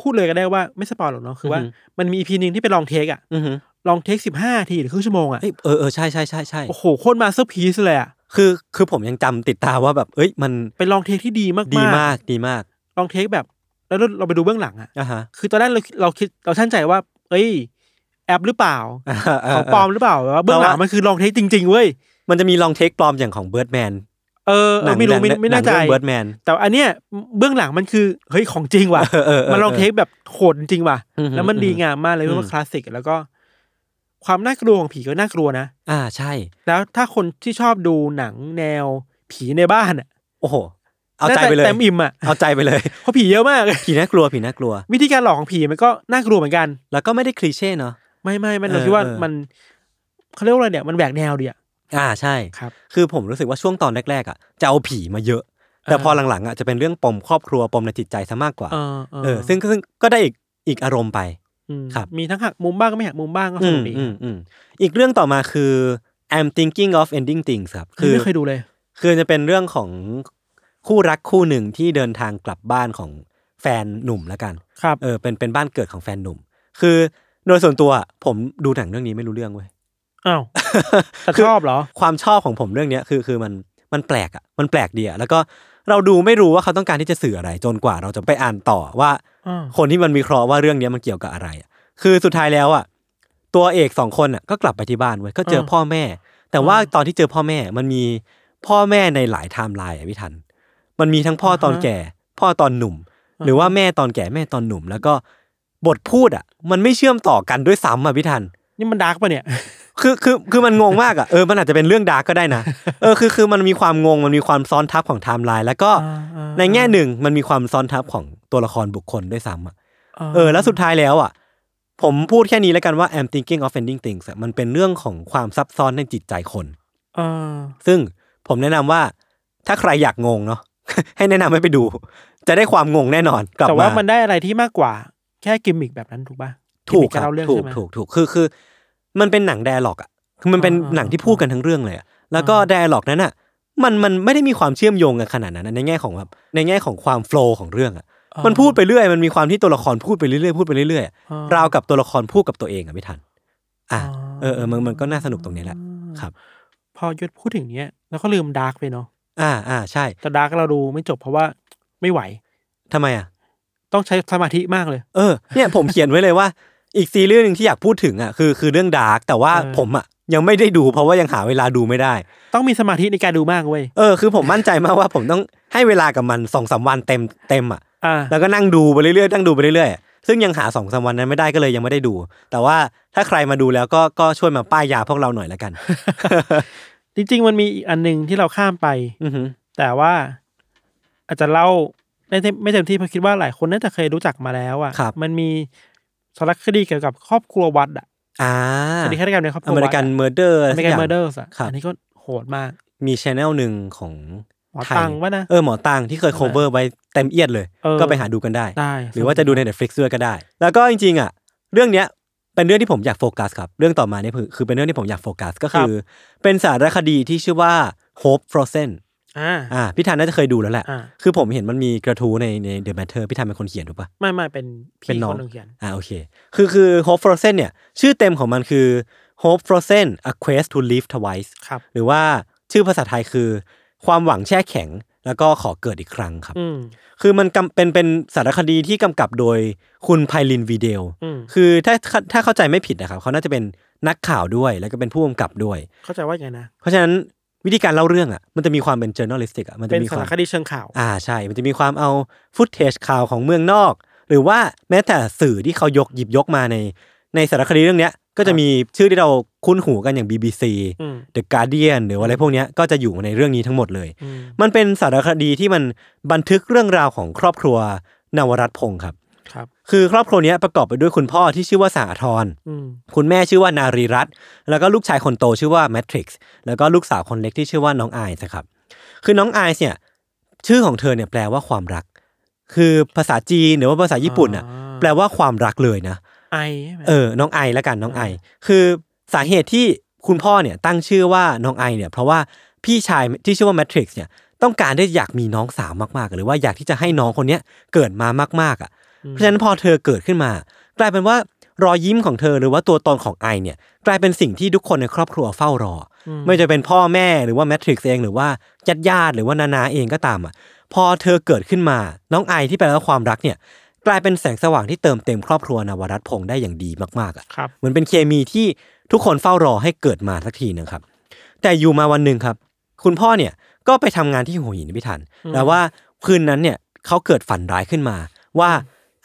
Speaker 1: พูดเลยก็ได้ว่าไม่สปอยหรอกเนาะคือว่า
Speaker 2: อือฮึ
Speaker 1: มันมีอีพีหนึ่งที่เป็นลองเทคอะ
Speaker 2: อือหือ
Speaker 1: ลองเทคสิบห้าทีหรือครึ่งชั่วโมงอะ
Speaker 2: เอ้ยเออเออใช่ใช่ใช่ใช่
Speaker 1: โอ้โหโคตรมาสเตอร์พีซเลยอะ
Speaker 2: คือ คือผมยังจำติดตาว่าแบบ เอ้ย มัน
Speaker 1: เป็นลองเทคที่ดีมากๆ
Speaker 2: ดีมาก ดีมาก
Speaker 1: ลองเทคแบบ แล้วเราเราไปดูเบื้องหลังอะ
Speaker 2: อ่ะฮะ
Speaker 1: คือตอนแรกเราเราคิดเราชั่นใจว่า เอ้ย แอปหรือเปล่า *laughs* ของปลอมหรือเปล่าแต่ว่าเบื้องหลังมันคือลองเทคจริงๆเว้ย
Speaker 2: มันจะมีลองเทคปลอมอย่างของเบิร์ดแมน
Speaker 1: เออเออไม่รู้ไม่ไม่แน่ใจ
Speaker 2: เบิร์ดแมน
Speaker 1: แต่อันเนี้ยเบื้องหลังมันคือเฮ้ยของจริงว่ะ
Speaker 2: เออเออเออ
Speaker 1: มันลองเทคแบบโหดจริงว่ะ
Speaker 2: อือฮึ
Speaker 1: แล้วมันดีงามมากเลย
Speaker 2: อืม
Speaker 1: เรียกว่าคลาสสิกแล้วก็ความน่ากลัวของผีก็น่ากลัวนะ
Speaker 2: อ่า ใช่
Speaker 1: แล้วถ้าคนที่ชอบดูหนังแนวผีในบ้านอ่ะ
Speaker 2: โอ้โห เอาใจไปเลย
Speaker 1: น่าะเต็มอิ่มอ่ะ
Speaker 2: เอาใจไปเลย
Speaker 1: เพราะผีเยอะมาก
Speaker 2: ผีน่ากลัว ผีน่ากลัว
Speaker 1: วิธีการหลอกของผีมันก็น่ากลัวเหมือนกัน
Speaker 2: แล้วก็ไม่ได้คลีเช่เนาะ
Speaker 1: ไม่ไม่มัน
Speaker 2: เออ
Speaker 1: เราคิดว่า
Speaker 2: เออ
Speaker 1: มันเขาเรียกว่าอะไรเนี่ยมันแหวกแนวดีอ่ะ
Speaker 2: อ่า ใช่
Speaker 1: ครับ
Speaker 2: คือผมรู้สึกว่าช่วงตอนแรกๆอ่ะจะเอาผีมาเยอะ แต่
Speaker 1: อ่า
Speaker 2: พอหลังๆอ่ะจะเป็นเรื่องปมครอบครัวปมในจิตใจซะมากกว่า
Speaker 1: เออเออ
Speaker 2: เออซึ่งซึ่งก็ได้อีกอีกอารมณ์ไป
Speaker 1: ม
Speaker 2: ครับ
Speaker 1: มีทั้งหักมุมบ้างก็ไม่หักมุมบ้างก็ส
Speaker 2: อื
Speaker 1: นุ
Speaker 2: ม
Speaker 1: กดี
Speaker 2: อืมอืมอีกเรื่องต่อมาคือ I'm thinking of ending things ครับ
Speaker 1: คื
Speaker 2: คือ
Speaker 1: ไม่เคยดูเลย
Speaker 2: คือจะเป็นเรื่องของคู่รักคู่หนึ่งที่เดินทางกลับบ้านของแฟนหนุ่มละกัน
Speaker 1: ครับ
Speaker 2: เออเป็นเป็นบ้านเกิดของแฟนหนุ่ม คือโดยส่วนตัวอะผมดูหนังเรื่องนี้ไม่รู้เรื่องเว้ย
Speaker 1: อ้าวแต่
Speaker 2: *laughs* คือ
Speaker 1: ชอบเหรอ
Speaker 2: ความชอบของผมเรื่องเนี้ยคือคือมันมันแปลกอ่ะมันแปลกดีอ่ะแล้วก็เราดูไม่รู้ว่าเขาต้องการที่จะสื่ออะไร จนกว่าเราจะไปอ่านต่อว่า
Speaker 1: อ่า
Speaker 2: คนที่มันวิเคราะห์ว่าเรื่องเนี้ยมันเกี่ยวกับอะไรอ่ะคือสุดท้ายแล้วอ่ะตัวเอกสองคนอ่ะก็กลับไปที่บ้านเว้ยก็เจออา พ่อแม่ แต่ว่าตอนที่เจอพ่อแม่มันมีพ่อแม่ในหลายไทม์ไลน์อะพี่ทัน มันมีทั้งพ่อตอนแก่ พ่อตอนหนุ่ม หรือว่าแม่ตอนแก่แม่ตอนหนุ่ม แล้วก็บทพูดอ่ะ มันไม่เชื่อมต่อกันด้วยซ้ำอ่ะพี่ทัน
Speaker 1: นี่มันดาร์กปะเนี่ย
Speaker 2: คือคือคือมันงงมากอ่ะเออมันอาจจะเป็นเรื่องดาร์กก็ได้นะ เออคือคือมันมีความงงมันมีความซ้อนทับของไทม์ไลน์แล้วก็
Speaker 1: อ่าอ่า
Speaker 2: ในแง่หนึ่งมันมีความซ้อนทับของตัวละครบุคคลด้วยซ้ำอ่ะเออแล้วสุดท้ายแล้วอ่ะ ผมพูดแค่นี้แล้วกันว่า I'm thinking of ending things อะมันเป็นเรื่องของความซับซ้อนในจิตใจคน
Speaker 1: เออ
Speaker 2: ซึ่งผมแนะนำว่าถ้าใครอยากงงเนาะ *laughs* ให้แนะนำให้ไปดู จะได้ความงงแน่นอนกลับ
Speaker 1: แต่
Speaker 2: มา
Speaker 1: ว่ามันได้อะไรที่มากกว่า แค่กิมมิกแบบนั้นถูกปะ
Speaker 2: ถูก
Speaker 1: มมิกา
Speaker 2: คั
Speaker 1: รเล่า
Speaker 2: บ
Speaker 1: เรื่อง
Speaker 2: ถู
Speaker 1: ใช่
Speaker 2: ก
Speaker 1: ไหม
Speaker 2: ถูกถูกคือคือ มันเป็นหนัง d ด a l ล็อกอ่ะคือมันเป็น
Speaker 1: อ่า
Speaker 2: หนังที่พูดกันทั้งเรื่องเลยอะแล้วก็
Speaker 1: อ่า
Speaker 2: d ด a l ล็อกนั้นอ่ะมันมันไม่ได้มีความเชื่อมโยงกันขนาดนั้นอะในแง่ของแบบในแง่ของความโฟล์ของเรื่องอ่ะ
Speaker 1: อ่ามั
Speaker 2: มันพูดไปเรื่อยมันมีความที่ตัวละครพูดไปเรื่อยๆพูดไปเรื่อยๆอะ
Speaker 1: อ่าร ร
Speaker 2: วกับตัวละครพูดกับตัวเองอ่ะไม่ทัน อ่ะเออเออมันมันก็น่าสนุกตรงนี้แหละ ครับ
Speaker 1: พอยศพูดถึงเนี้ยแล้วก็ลืมดาร์กไปเนาะ
Speaker 2: อ่าอ่าใช่
Speaker 1: แต่ดาร์กเราดูไม่จบเพราะว่าไม่ไหว
Speaker 2: ทำไมอ่ะ
Speaker 1: ต้องใช้สมาธิมากเลย
Speaker 2: เออ
Speaker 1: *laughs*
Speaker 2: เนี่ยผมเขียนไว้เลยว่า อีกซีรีส์หนึ่งที่อยากพูดถึงอ่ะคือคือเรื่องดาร์กแต่ว่า
Speaker 1: เออ
Speaker 2: ผมอ่ะยังไม่ได้ดูเพราะว่ายังหาเวลาดูไม่ได้
Speaker 1: ต้องมีสมาธิในการดูมากเว้ย
Speaker 2: เออคือผมมั่นใจมากว่าผมต้องให้เวลากับมันสองสาวันเต็มเต็มอ่ะ
Speaker 1: อ่า
Speaker 2: แล้วก็นั่งดูไปเรื่อยๆนั่งดูไปเรื่อยๆซึ่งยังหาสองสาวันนั้นไม่ได้ก็เลยยังไม่ได้ดู แต่ว่าถ้าใครมาดูแล้วก็ก็ช่วยมาป้ายยาพวกเราหน่อยละกัน
Speaker 1: *laughs* จริง ๆ มันมีอีกอันหนึ่งที่เราข้ามไป
Speaker 2: อือหือ
Speaker 1: แต่ว่าอาจจะเล่าได้ไม่เต็มที่เพราะคิดว่าหลายคนน่าจะเคยรู้จักมาแล้วอ่ะ
Speaker 2: ครับ
Speaker 1: มันมีสารคดีเกี่ยวกับครอบครัววัดอ่ะ
Speaker 2: อ่า
Speaker 1: คดีฆาตกรรมในครอบค
Speaker 2: อ
Speaker 1: รัว
Speaker 2: เม
Speaker 1: วัด
Speaker 2: ริกันเมอร์เดอร์
Speaker 1: อเมริกันเมอร์เดอร์สอ่ะ
Speaker 2: ครับ
Speaker 1: อันนี้ก็โหดมาก
Speaker 2: มีชแนลหนึ่งของ
Speaker 1: หมอ
Speaker 2: ไทย
Speaker 1: ตังวะนะ
Speaker 2: เออหมอตังที่เคย cover ไว้เต็มเอียดเลย
Speaker 1: เออ
Speaker 2: ก็ไปหาดูกันได้
Speaker 1: ได้
Speaker 2: หรือว่าจะดูใน Netflix ด้วยก็ได้ แล้วก็จริงๆอ่ะ เรื่องเนี้ยเป็นเรื่องที่ผมอยากโฟกัสครับ เรื่องต่อมาเนี่ยคือคือเป็นเรื่องที่ผมอยากโฟกัสก็คือ เป็นสารคดีที่ชื่อว่า Hope Frozen
Speaker 1: อ่า
Speaker 2: อ่าพี่ทันน่าจะเคยดูแล้วแหละ
Speaker 1: อ่า
Speaker 2: คือผมเห็นมันมีกระทู้ในใน The Matter พี่ทันเป็นคนเขียนถูกปะ
Speaker 1: ไม่ไม่เป็น
Speaker 2: เป็
Speaker 1: พี่
Speaker 2: นน้อ
Speaker 1: ค
Speaker 2: ง
Speaker 1: นหนึ่งเขียน
Speaker 2: อ่าโอเค คือคือ Hope Frozen เนี่ย ชื่อเต็มของมันคือ Hope Frozen A Quest to Live Twice
Speaker 1: ครับ
Speaker 2: หรือว่าชื่อภาษาไทยคือ ความหวังแช่แข็ง แล้วก็ขอเกิดอีกครั้งครับ
Speaker 1: อืม
Speaker 2: คือมันกำเป็นเป็นสารคดีที่กำกับโดยคุณไพลินวีเดล
Speaker 1: อืม
Speaker 2: คือถ้าถ้าเข้าใจไม่ผิดนะครับ เขาน่าจะเป็นนักข่าวด้วย แล้วก็เป็นผู้กำกับด้วย
Speaker 1: เข้าใจว่าไงนะ
Speaker 2: เพราะฉะนั้นวิธีการเล่าเรื่องอ่ะ มันจะมีความเป็น journalistic อ่ะ มันจะ
Speaker 1: เป็น
Speaker 2: มี
Speaker 1: สาว
Speaker 2: คาร ม
Speaker 1: คดีเชิงข่าว
Speaker 2: อ่าใช่ มันจะมีความเอาฟุตเทจข่าวของเมืองนอก หรือว่าแม้แต่สื่อที่เขายกหยิบยกมาใน ในสารคดีเรื่องเนี้ย ก็จะมีชื่อที่เราคุ้นหูกันอย่าง BBC
Speaker 1: อืม
Speaker 2: The Guardian หรืออะไรพวกเนี้ยก็จะอยู่ในเรื่องนี้ทั้งหมดเลย มันเป็นสารคดีที่มันบันทึกเรื่องราวของครอบครัวนวรัตน์พงศ์ครับ
Speaker 1: ครับ
Speaker 2: คือครอบครัวเนี้ยประกอบไปด้วยคุณพ่อที่ชื่อว่าสาธร
Speaker 1: อืม
Speaker 2: คุณแม่ชื่อว่านารีรัตน์แล้วก็ลูกชายคนโตชื่อว่าแมทริกซ์แล้วก็ลูกสาวคนเล็กที่ชื่อว่าน้องไอซ์ครับ คือน้องไอซ์เนี่ย ชื่อของเธอเนี่ยแปลว่าความรัก คือภาษาจีนหรือว่าภาษาญี่ปุ่นน่ะ
Speaker 1: อ่า
Speaker 2: แปลว่าความรักเลยนะ
Speaker 1: ไอใช่ไหม
Speaker 2: เออ น้องไอแล้วกันน้องไอ คือสาเหตุที่คุณพ่อเนี่ยตั้งชื่อว่าน้องไอเนี่ยเพราะว่าพี่ชายที่ชื่อว่าแมทริกซ์เนี่ยต้องการได้อยากมีน้องสาวมากๆ หรือว่าอยากที่จะให้น้องคนเนี้ยเกิดมามากๆอ่ะ เพราะฉะนั้นพอเธอเกิดขึ้นมา กลายเป็นว่ารอยยิ้มของเธอหรือว่าตัวตนของไอเนี่ยกลายเป็นสิ่งที่ทุกคนในครอบครัวเฝ้ารออไม่ว่าจะเป็นพ่อแม่หรือว่าแมทริกซ์เองหรือว่าญาติญาติๆหรือว่านานาเองก็ตามอ่ะพอเธอเกิดขึ้นมาน้องไอที่แปลว่าความรักเนี่ยกลายเป็นแสงสว่างที่เติมเต็มครอบครัวนวรัตน์พงศ์ได้อย่างดีมากๆอ่ะ
Speaker 1: ครับ
Speaker 2: เหมือนเป็นเคมีที่ทุกคนเฝ้ารอให้เกิดมาสักทีหนึ่งครับ แต่อยู่มาวันหนึ่งครับ คุณพ่อเนี่ยก็ไปทำงานที่หัวหินพิทันแต่ว่าคืนนั้นเนี่ยเขาเกิดฝันร้ายขึ้นมา ว่า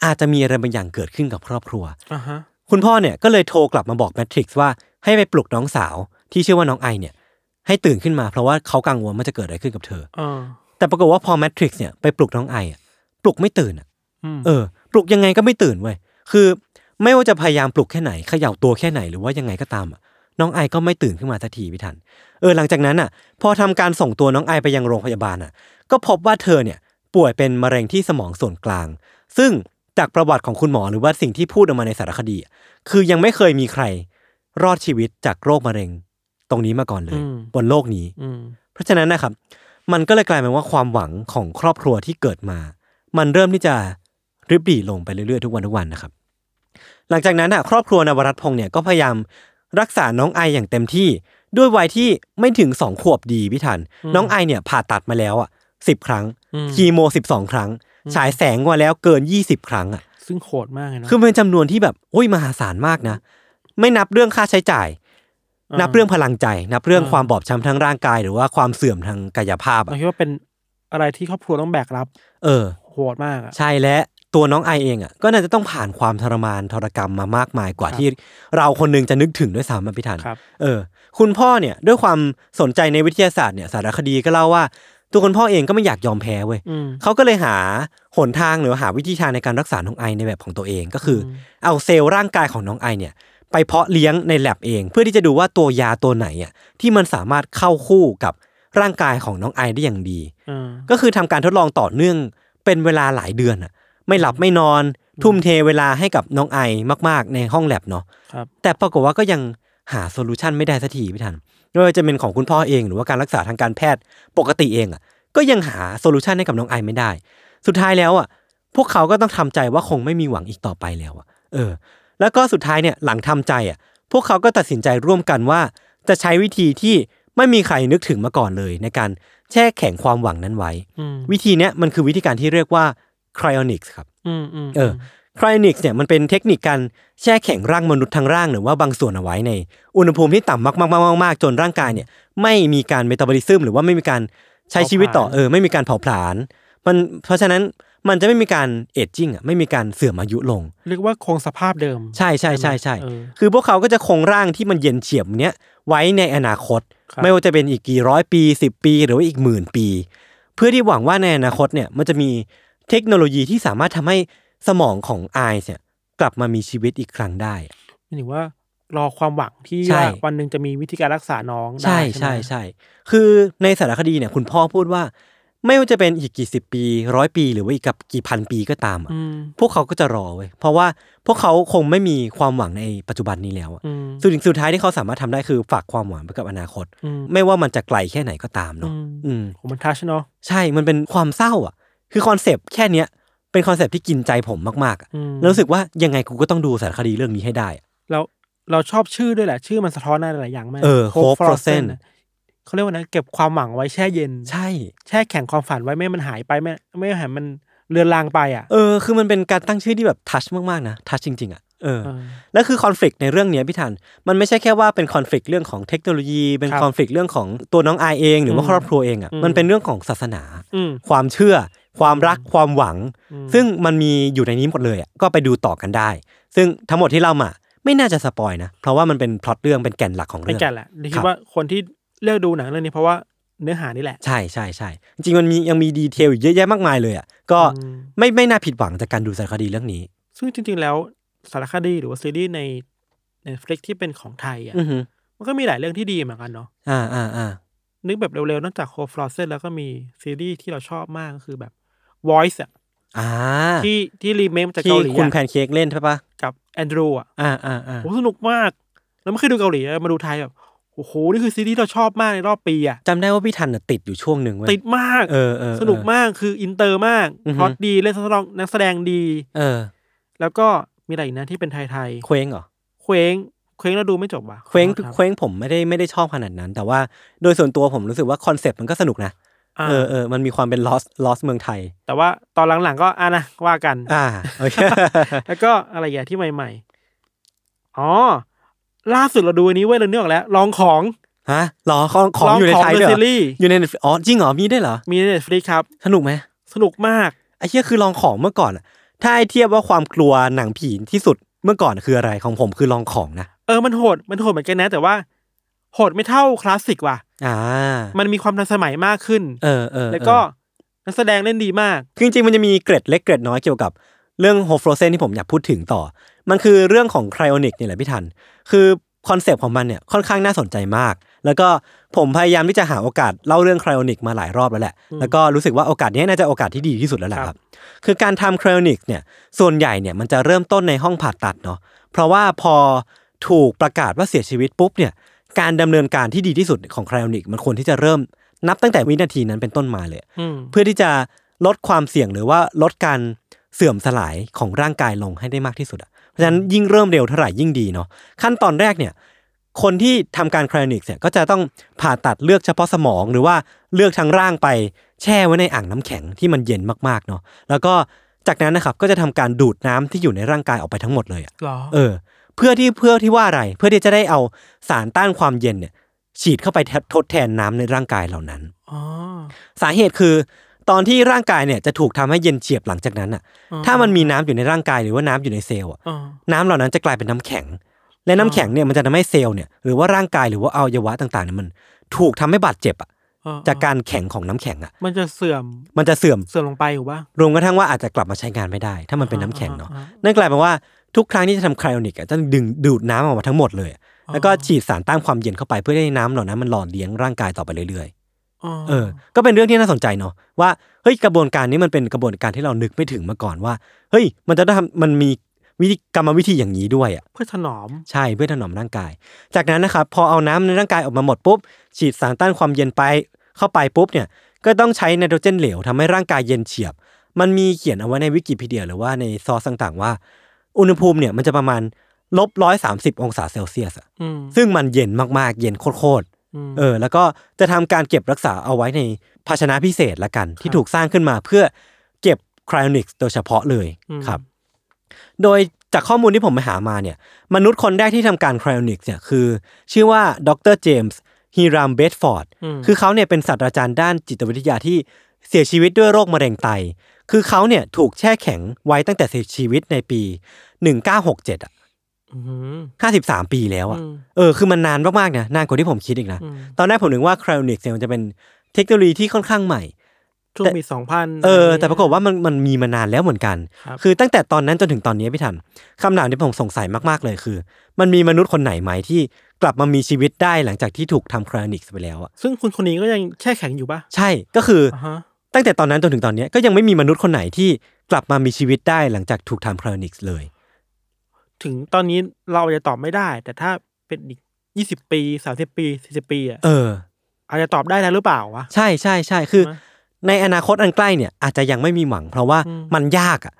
Speaker 2: อาจจะมีอะไรบางอย่างเกิดขึ้นกับครอบครัว
Speaker 1: อ่าฮะ
Speaker 2: คุณพ่อเนี่ยก็เลยโทรกลับมาบอกแมทริกซ์ว่าให้ไปปลุกน้องสาวที่ชื่อว่าน้องไอเนี่ย ให้ตื่นขึ้นมาเพราะว่าเขากังวลมันจะเกิดอะไรขึ้นกับเธอ
Speaker 1: เออ
Speaker 2: แต่ปรากฏว่าพอแมทริกซ์เนี่ยไปปลุกน้องไออะปลุกไม่ตื่นอะ
Speaker 1: อืม
Speaker 2: เออปลุกยังไงก็ไม่ตื่นเว้ยคือไม่ว่าจะพยายามปลุกแค่ไหนเขย่าตัวแค่ไหนหรือว่ายังไงก็ตามอะน้องไอก็ไม่ตื่นขึ้นมาสักทีพี่ทันเออหลังจากนั้นอ่ะ พอทำการส่งตัวน้องไอไปยังโรงพยาบาลอ่ะ ก็พบว่าเธอเนี่ยป่วยเป็นมะเร็งที่สมองส่วนกลาง ซึ่งจากประวัติของคุณหมอหรือว่าสิ่งที่พูดออกมาในสารคดีอะคือยังไม่เคยมีใครรอดชีวิตจากโรคมะเร็ง ตรงนี้มาก่อนเลย
Speaker 1: อืม
Speaker 2: บนโลกนี้
Speaker 1: อืม
Speaker 2: เพราะฉะนั้นนะครับ มันก็เลยกลายเป็นว่าความหวังของครอบครัวที่เกิดมา มันเริ่มที่จะริบหรี่ลงไปเรื่อยๆทุกวันทุกวันนะครับ หลังจากนั้นน่ะครอบครัวนวรัตน์พงศ์เนี่ยก็พยายามรักษาน้องไออย่างเต็มที่ ด้วยวัยที่ไม่ถึงสองขวบดีพี่ทัน น้องไอเนี่ยผ่าตัดมาแล้วอ่ะสิบครั้ง
Speaker 1: อืม
Speaker 2: คีโมสิบสองครั้ง ฉายแสงมาแล้วเกินยี่สิบครั้งอ่ะ
Speaker 1: ซึ่งโหดมากเลยเนาะ
Speaker 2: คือมันเป็นจำนวนที่แบบโอ้ยมหาศาลมากนะ ไม่นับเรื่องค่าใช้จ่าย
Speaker 1: อ่า
Speaker 2: นับเรื่องพลังใจ นับเรื่องความบอบช้ำทางร่างกาย หรือว่าความเสื่อมทางกายภาพ
Speaker 1: เรา
Speaker 2: อะ
Speaker 1: คิดว่าเป็นอะไรที่ครอบครัวต้องแบกรับ
Speaker 2: เออ
Speaker 1: โหดมากอะ
Speaker 2: ใช่และตัวน้องไอเองอ่ะก็น่าจะต้องผ่านความทรมานทรกรรมมามากมายกว่า
Speaker 1: ครับ
Speaker 2: ที่เราคนหนึงจะนึกถึงด้วยซ้ำมาพิธัน
Speaker 1: ครับ
Speaker 2: เออคุณพ่อเนี่ยด้วยความสนใจในวิทยาศาสตร์เนี่ยสารคดีก็เล่าว่า ตัวคุณพ่อเองก็ไม่อยากยอมแพ้เว้ย
Speaker 1: อืม
Speaker 2: เขาก็เลยหาหนทางหรือหาวิธีทางในการรักษาน้องไอในแบบของตัวเองก็คืออเอาเซลล์ร่างกายของน้องไอเนี่ย ไปเพาะเลี้ยงในแลบเอง เพื่อที่จะดูว่าตัวยาตัวไหนอ่ะที่มันสามารถเข้าคู่กับร่างกายของน้องไอได้อย่างดี
Speaker 1: อืม
Speaker 2: ก็คือทำการทดลองต่อเนื่องเป็นเวลาหลายเดือนอะไม่หลับไม่นอน ทุ่มเทเวลาให้กับน้องไอมาก ๆ ในห้องแลบเนาะ
Speaker 1: ครับ
Speaker 2: แต่ปรากฏว่าก็ยังหาโซลูชันไม่ได้สักทีพี่ทันไม่ว่าจะเป็นของคุณพ่อเองหรือว่าการรักษาทางการแพทย์ปกติเองอะก็ยังหาโซลูชันให้กับน้องไอไม่ได้ สุดท้ายแล้วอะพวกเขาก็ต้องทำใจว่าคงไม่มีหวังอีกต่อไปแล้วอะเออ แล้วก็สุดท้ายเนี่ยหลังทำใจอะพวกเขาก็ตัดสินใจร่วมกันว่า จะใช้วิธีที่ไม่มีใครนึกถึงมาก่อนเลย ในการแช่แข็งความหวังนั้นไว้
Speaker 1: อืม
Speaker 2: วิธีเนี้ยมันคือวิธีการที่เรียกว่า cryonics ครับ
Speaker 1: อืมอืม
Speaker 2: เออ cryonics เนี่ยมันเป็นเทคนิคการแช่แข็งร่างมนุษย์ทั้งร่างหรือว่าบางส่วนเอาไว้ใน อุณหภูมิที่ต่ำมากๆๆๆๆจนร่างกายเนี่ยไม่มีการเมตาบอลิซึมหรือว่าไม่มีการใช้ชีวิตต่อเออไม่มีการเผาผลาญมันเพราะฉะนั้นมันจะไม่มีการเอจจิ้งอ่ะไม่มีการเสื่อมอายุลง
Speaker 1: เรียกว่าคงสภาพเดิม
Speaker 2: ใช่ใช่ใช่ใช่
Speaker 1: เออ
Speaker 2: คือพวกเขาก็จะคงร่างที่มันเย็นเฉียบเนี้ยไว้ในอนาคต
Speaker 1: ครับ
Speaker 2: ไม่ว่าจะเป็นอีกกี่ร้อยปีสิบปี หรือว่าอีกหมื่นปี เพื่อที่หวังว่าในอนาคตเนี่ยมันจะมีเทคโนโลยีที่สามารถทำให้สมองของไอซ์เนี่ยกลับมามีชีวิตอีกครั้งได้
Speaker 1: หมายถึงว่ารอความหวังที่
Speaker 2: ใช่
Speaker 1: ว่าวันหนึ่งจะมีวิธีการรักษาน้องได้
Speaker 2: ใช่
Speaker 1: ไหม
Speaker 2: ใช่ใช่ คือในสารคดีเนี่ยคุณพ่อพูดว่า ไม่ว่าจะเป็นอีกกี่สิบปีร้อยปี หรือว่าอีกกับกี่พันปีก็ตามอะ
Speaker 1: อืม
Speaker 2: พวกเขาก็จะรอเว้ยเพราะว่าพวกเขาคงไม่มีความหวังในปัจจุบันนี้แล้วอะ
Speaker 1: อืม
Speaker 2: สุดสุดท้ายที่เขาสามารถทำได้คือฝากความหวังไปกับอนาคต
Speaker 1: อืม
Speaker 2: ไม่ว่ามันจะไกลแค่ไหนก็ตามเนาะ
Speaker 1: อืม
Speaker 2: อืม
Speaker 1: ผมมันทัชเนาะ
Speaker 2: ใช่มันเป็นความเศร้าอ่ะ คือคอนเซปต์แค่เนี้ยเป็นคอนเซปต์ที่กินใจผมมากๆอะ
Speaker 1: อืม
Speaker 2: แล้วรู้สึกว่ายังไงกูก็ต้องดูสารคดีเรื่องนี้ให้ได้อะ
Speaker 1: เราเราชอบชื่อด้วยแหละ ชื่อมันสะท้อนอะไรหลายอย่างมาก
Speaker 2: เออ
Speaker 1: Hope
Speaker 2: Hope Frozen
Speaker 1: Frozen อะเขาเรียกว่านะเก็บความหวังไว้แช่เย็น
Speaker 2: ใช่
Speaker 1: แช่แข็งความฝันไว้ไม่ให้มันหายไปไม่ไม่ให้มันเลือนลางไปอ่ะ
Speaker 2: เออ คือมันเป็นการตั้งชื่อที่แบบทัชมากๆนะทัชจริง ๆอ่ะเออ
Speaker 1: เออ
Speaker 2: แล้วคือคอน FLICT ในเรื่องเนี้ยพี่ทัน มันไม่ใช่แค่ว่าเป็นคอน FLICT เรื่องของเทคโนโลยี เป็น
Speaker 1: ครับ
Speaker 2: คอน FLICT เรื่องของตัวน้องอายเอง หรือว่า
Speaker 1: อืม
Speaker 2: ครอบครัวเองอ่ะ
Speaker 1: อืม
Speaker 2: มันเป็นเรื่องของศาสนา
Speaker 1: อืม
Speaker 2: ความเชื่อ ความรัก ความหวัง ซึ่งมันมีอยู่ในนี้หมดเลยอะก็ไปดูต่อกันได้ ซึ่งทั้งหมดที่เล่ามาไม่น่าจะสปอยนะ เพราะว่ามันเป็นพล็อตเรื่องเป็นแก่นหลักของ
Speaker 1: ไม่
Speaker 2: เรื่อง
Speaker 1: แก่นแหละนี่
Speaker 2: ค
Speaker 1: คิ
Speaker 2: รั
Speaker 1: ด
Speaker 2: บ
Speaker 1: ว่าคนที่เลือกดูหนังเรื่องนี้เพราะว่าเนื้อหานี่แหละ
Speaker 2: ใช่ใช่ใช่จริงๆมันมียังมีดีเทลอีกเยอะแยะมากมายเลยอ่ะ ก็
Speaker 1: อืม
Speaker 2: ไม่ไม่น่าผิดหวังจากการดูสารคดีเรื่องนี้
Speaker 1: ซึ่งจริง ๆ แล้วสารคดีหรือว่าซีรีส์ในในฟลิกที่เป็นของไทยอ่ะ
Speaker 2: อือฮึ
Speaker 1: มันก็มีหลายเรื่องที่ดีเหมือนกันเนาะ
Speaker 2: อ่าอ่าอ่า
Speaker 1: นึกแบบเร็ว ๆ นอกจากโคฟลอเซนแล้วก็มีซีรีส์ที่เราชอบมากก็คือแบบ Voice อ่ะ
Speaker 2: อ่า
Speaker 1: ที่ที่รีเมคมาจาก
Speaker 2: ที่
Speaker 1: เกาหลี
Speaker 2: คุณ
Speaker 1: อะ
Speaker 2: แพนเค้กเล่นใช่ปะ
Speaker 1: กับแอนดรูอ่ะ
Speaker 2: อ่าอ่าอ่า
Speaker 1: โหสนุกมาก แล้วไม่เคยดูเกาหลีอะมาดูไทยแบบโอ้โหนี่คือซีรีส์ที่เราชอบมากในรอบปีอ่ะ
Speaker 2: จำได้ว่าพี่ทันน่ะติดอยู่ช่วงหนึ่งเว้ย
Speaker 1: ติดมาก
Speaker 2: เออเออเออ
Speaker 1: สนุกมากคืออินเตอร์มาก
Speaker 2: อือฮึ
Speaker 1: พล็อตดีเล่นนักร้องนักแสดงดี
Speaker 2: เออ
Speaker 1: แล้วก็มีอะไรอีกนะที่เป็นไทยๆ
Speaker 2: เคว้งเหรอ
Speaker 1: เคว้งเคว้งแล้วดูไม่จบว่ะ
Speaker 2: เคว้ง
Speaker 1: ขอโทษรับ
Speaker 2: เคว้งผมไม่ได้ไม่ได้ชอบขนาดนั้น แต่ว่าโดยส่วนตัวผมรู้สึกว่าคอนเซปต์มันก็สนุกนะ
Speaker 1: อ่า
Speaker 2: เออเออมันมีความเป็นลอสลอสเมืองไทย
Speaker 1: แต่ว่าตอนหลังๆก็อ่านะว่ากัน
Speaker 2: อ่าโอเค *laughs*
Speaker 1: แล้วก็อะไรอย่างที่ใหม่ๆ อ๋อ ล่าสุดเราดูอันนี้เว้ยเราเนื้อออกแล้ว ลองของ
Speaker 2: ฮะหรอของของอยู่ในไทย
Speaker 1: ล
Speaker 2: ด้วยเห
Speaker 1: งขง The
Speaker 2: รอ
Speaker 1: Series
Speaker 2: อยู่ในอ๋อจริงเหรอมีได้วยเหรอ
Speaker 1: มีใน Netflix ครับ
Speaker 2: สนุกไหม
Speaker 1: สนุกมาก
Speaker 2: ไอ้เชี่ยคือลองของเมื่อก่อนอะถ้าไอ้เทียบว่าความกลัวหนังผีที่สุดเมื่อก่อนคืออะไรของผมคือลองของนะ
Speaker 1: เออมันโหดมันโหดเหมือนกันนะ แต่ว่า โหดไม่เท่าคลาสสิกว่ะ
Speaker 2: อ่า
Speaker 1: มันมีความทันสมัยมากขึ้น
Speaker 2: เออเออ
Speaker 1: แล้วก็
Speaker 2: เออ
Speaker 1: นักแสดงเล่นดีมาก
Speaker 2: คือจริงๆมันจะมีเกร็ดเล็กเกร็ดน้อยเกี่ยวกับเรื่องโฮฟโรเซนที่ผมอยากพูดถึงต่อ มันคือเรื่องของไคลอนิกเนี่ยแหละพี่ทัน คือคอนเซปต์ของมันเนี่ยค่อนข้างน่าสนใจมาก แล้วก็ผมพยายามที่จะหาโอกาสเล่าเรื่องไคลอนิกมาหลายรอบแล้วแหละ แล้วก็รู้สึกว่าโอกาสนี้น่าจะโอกาสที่ดีที่สุดแล้วแหละครับ คือการทำไคลอนิกเนี่ยส่วนใหญ่เนี่ยมันจะเริ่มต้นในห้องผ่าตัดเนาะ เพราะว่าพอถูกประกาศว่าเสียชีวิตปุ๊บเนี่ยการดำเนินการที่ดีที่สุดของไคลอนิกมันควรที่จะเริ่มนับตั้งแต่วินาทีนั้นเป็นต้นมาเลย
Speaker 1: อืม
Speaker 2: เพื่อที่จะลดความเสี่ยงหรือว่าลดการเสื่อมสลายของร่างกายลงให้ได้มากที่สุดอะเพราะฉะนั้นยิ่งเริ่มเร็วเท่าไหร่ยิ่งดีเนาะขั้นตอนแรกเนี่ยคนที่ทำการคลนิกเนี่ยก็จะต้องผ่าตัดเลือกเฉพาะสมอง หรือว่าเลือกทางร่างไปแช่ไว้ในอ่างน้ำแข็งที่มันเย็นมากๆเนาะแล้วก็จากนั้นนะครับก็จะทำการดูดน้ำที่อยู่ในร่างกายออกไปทั้งหมดเลยอะ
Speaker 1: หรอ
Speaker 2: เออ เพื่อที่เพื่อที่ว่าอะไร เพื่อที่จะได้เอาสารต้านความเย็นเนี่ย ฉีดเข้าไปแทนทดแทนน้ำในร่างกายเหล่านั้น
Speaker 1: อ๋อ
Speaker 2: สาเหตุคือ ตอนที่ร่างกายเนี่ยจะถูกทำให้เย็นเฉียบหลังจากนั้นอ่ะ
Speaker 1: อ๋อ
Speaker 2: ถ้ามันมีน้ำอยู่ในร่างกายหรือว่าน้ำอยู่ในเซลล์อะ
Speaker 1: อ๋อ
Speaker 2: น้ำเหล่านั้นจะกลายเป็นน้ำแข็ง และน้ำแข็งเนี่ยมันจะทำให้เซลล์เนี่ยหรือว่าร่างกายหรือว่าอวัยวะต่างๆเนี่ยมันถูกทำให้บาดเจ็บอ่ะ
Speaker 1: อ๋อ
Speaker 2: จากการแข็งของน้ำแข็งอ่ะ
Speaker 1: มันจะเสื่อม
Speaker 2: มันจะเสื่อม
Speaker 1: เสื่อมลงไปหรือเปล่า
Speaker 2: รวมกระทั่งว่าอาจจะกลับมาใช้งานไม่ได้ ถ้ามันเป็นน้ำแข็งเนาะ
Speaker 1: อ่าอ่าอ่า
Speaker 2: นั่นกลายเป็นว่าทุกครั้งที่จะทำไคลอนิกอะจะดึงดูดน้ำออกมาทั้งหมดเลยอะ
Speaker 1: อ๋อ
Speaker 2: แล้วก็ฉีดสารต้านความเย็นเข้าไปเพื่อให้น้ำเหล่านั้นมันหล่อเลี้ยงร่างกายต่อไปเรื่อย
Speaker 1: อ๋อ
Speaker 2: ๆเออก็เป็นเรื่องที่น่าสนใจเนาะว่าเฮ้ยกระบวนการนี้มันเป็นกระบวนการที่เรานึกไม่ถึงมาก่อนว่าเฮ้ยมันจะทำมันมีวิธีกรรมวิธีอย่างนี้ด้วยอ่ะ
Speaker 1: เพื่อถนอม
Speaker 2: ใช่เพื่อถนอมร่างกาย จากนั้นนะครับพอเอาน้ำในร่างกายออกมาหมดปุ๊บฉีดสารต้านความเย็นไปเข้าไปปุ๊บเนี่ย ก็ต้องใช้ไนโตรเจนเหลวทำให้ร่างกายเย็นเฉียบ มันมีเขียนเอาไว้ในวิกิพีเดียหรือว่าในซอสต่างๆว่า อุณหภูมิเนี่ยมันจะประมาณลบร้อยสาสิบองศาเซลเซียสอะ
Speaker 1: อืม
Speaker 2: ซึ่งมันเย็นมากๆ เย็นโคตร
Speaker 1: ม
Speaker 2: ๆเออ แล้วก็จะทำการเก็บรักษาเอาไว้ในภาชนะพิเศษละกัน ที่ถูกสร้างขึ้นมาเพื่อเก็บไคลอนิกส์โดยเฉพาะเลย
Speaker 1: อืม
Speaker 2: ครับ โดยจากข้อมูลที่ผมไปหามาเนี่ย มนุษย์คนแรกที่ทำการไคลอนิกส์เนี่ยคือ ชื่อว่าดรเจมส์ฮีรามเบดฟอร์ด
Speaker 1: ม
Speaker 2: คือเขาเนี่ยเป็นศาสตราจารย์ด้านจิตวิทยาที่เสียชีวิตด้วยโรคมะเร็งไต คือเขาเนี่ยถูกแช่แข็งไว้ตั้งแต่เสียชีวิตในปี 1967อ่ะ
Speaker 1: ม
Speaker 2: 53 ปีแล้วอ่ะ
Speaker 1: อืม
Speaker 2: เออ คือมันนานมากๆนะ นานกว่าที่ผมคิดอีกนะ
Speaker 1: อืม
Speaker 2: ตอนแรกผมนึกว่าคร o นิกเนี่ยมันจะเป็นเทคโนโลยีที่ค่อนข้างใหม่
Speaker 1: ช่วงปีสองพัน
Speaker 2: เออ แต่ปรากฏว่ามันมันมีมานานแล้วเหมือนกัน
Speaker 1: ครับ
Speaker 2: คือตั้งแต่ตอนนั้นจนถึงตอนนี้พี่ทันคำถามที่ผมสงสัยมากๆเลยคือ มันมีมนุษย์คนไหนไหมที่กลับมามีชีวิตได้หลังจากที่ถูกทำครนิกไปแล้วอ่ะ
Speaker 1: ซึ่งคุณคนนี้ก็ยังแช่แข็งอยู่ปะ
Speaker 2: ใช่ ก็คืออ
Speaker 1: อ่าฮะ
Speaker 2: ตั้งแต่ตอนนั้นจนถึงตอนเนี้ยก็ยังไม่มีมนุษย์คนไหนที่กลับมามีชีวิตได้หลังจากถูกทำครนิกเลย
Speaker 1: ถึงตอนนี้เราจะตอบไม่ได้ แต่ถ้าเป็นอีกยี่สิบปีสามสิบปีสี่สิบปีอะ
Speaker 2: เออ
Speaker 1: อาจจะตอบได้แล้วหรือเปล่าวะ
Speaker 2: ใช่ใช่ใช่คือ
Speaker 1: ใช่ไหม
Speaker 2: ในอนาคตอันใกล้เนี่ยอาจจะยังไม่มีหวัง เพราะว่า
Speaker 1: อืม
Speaker 2: มันยากอะ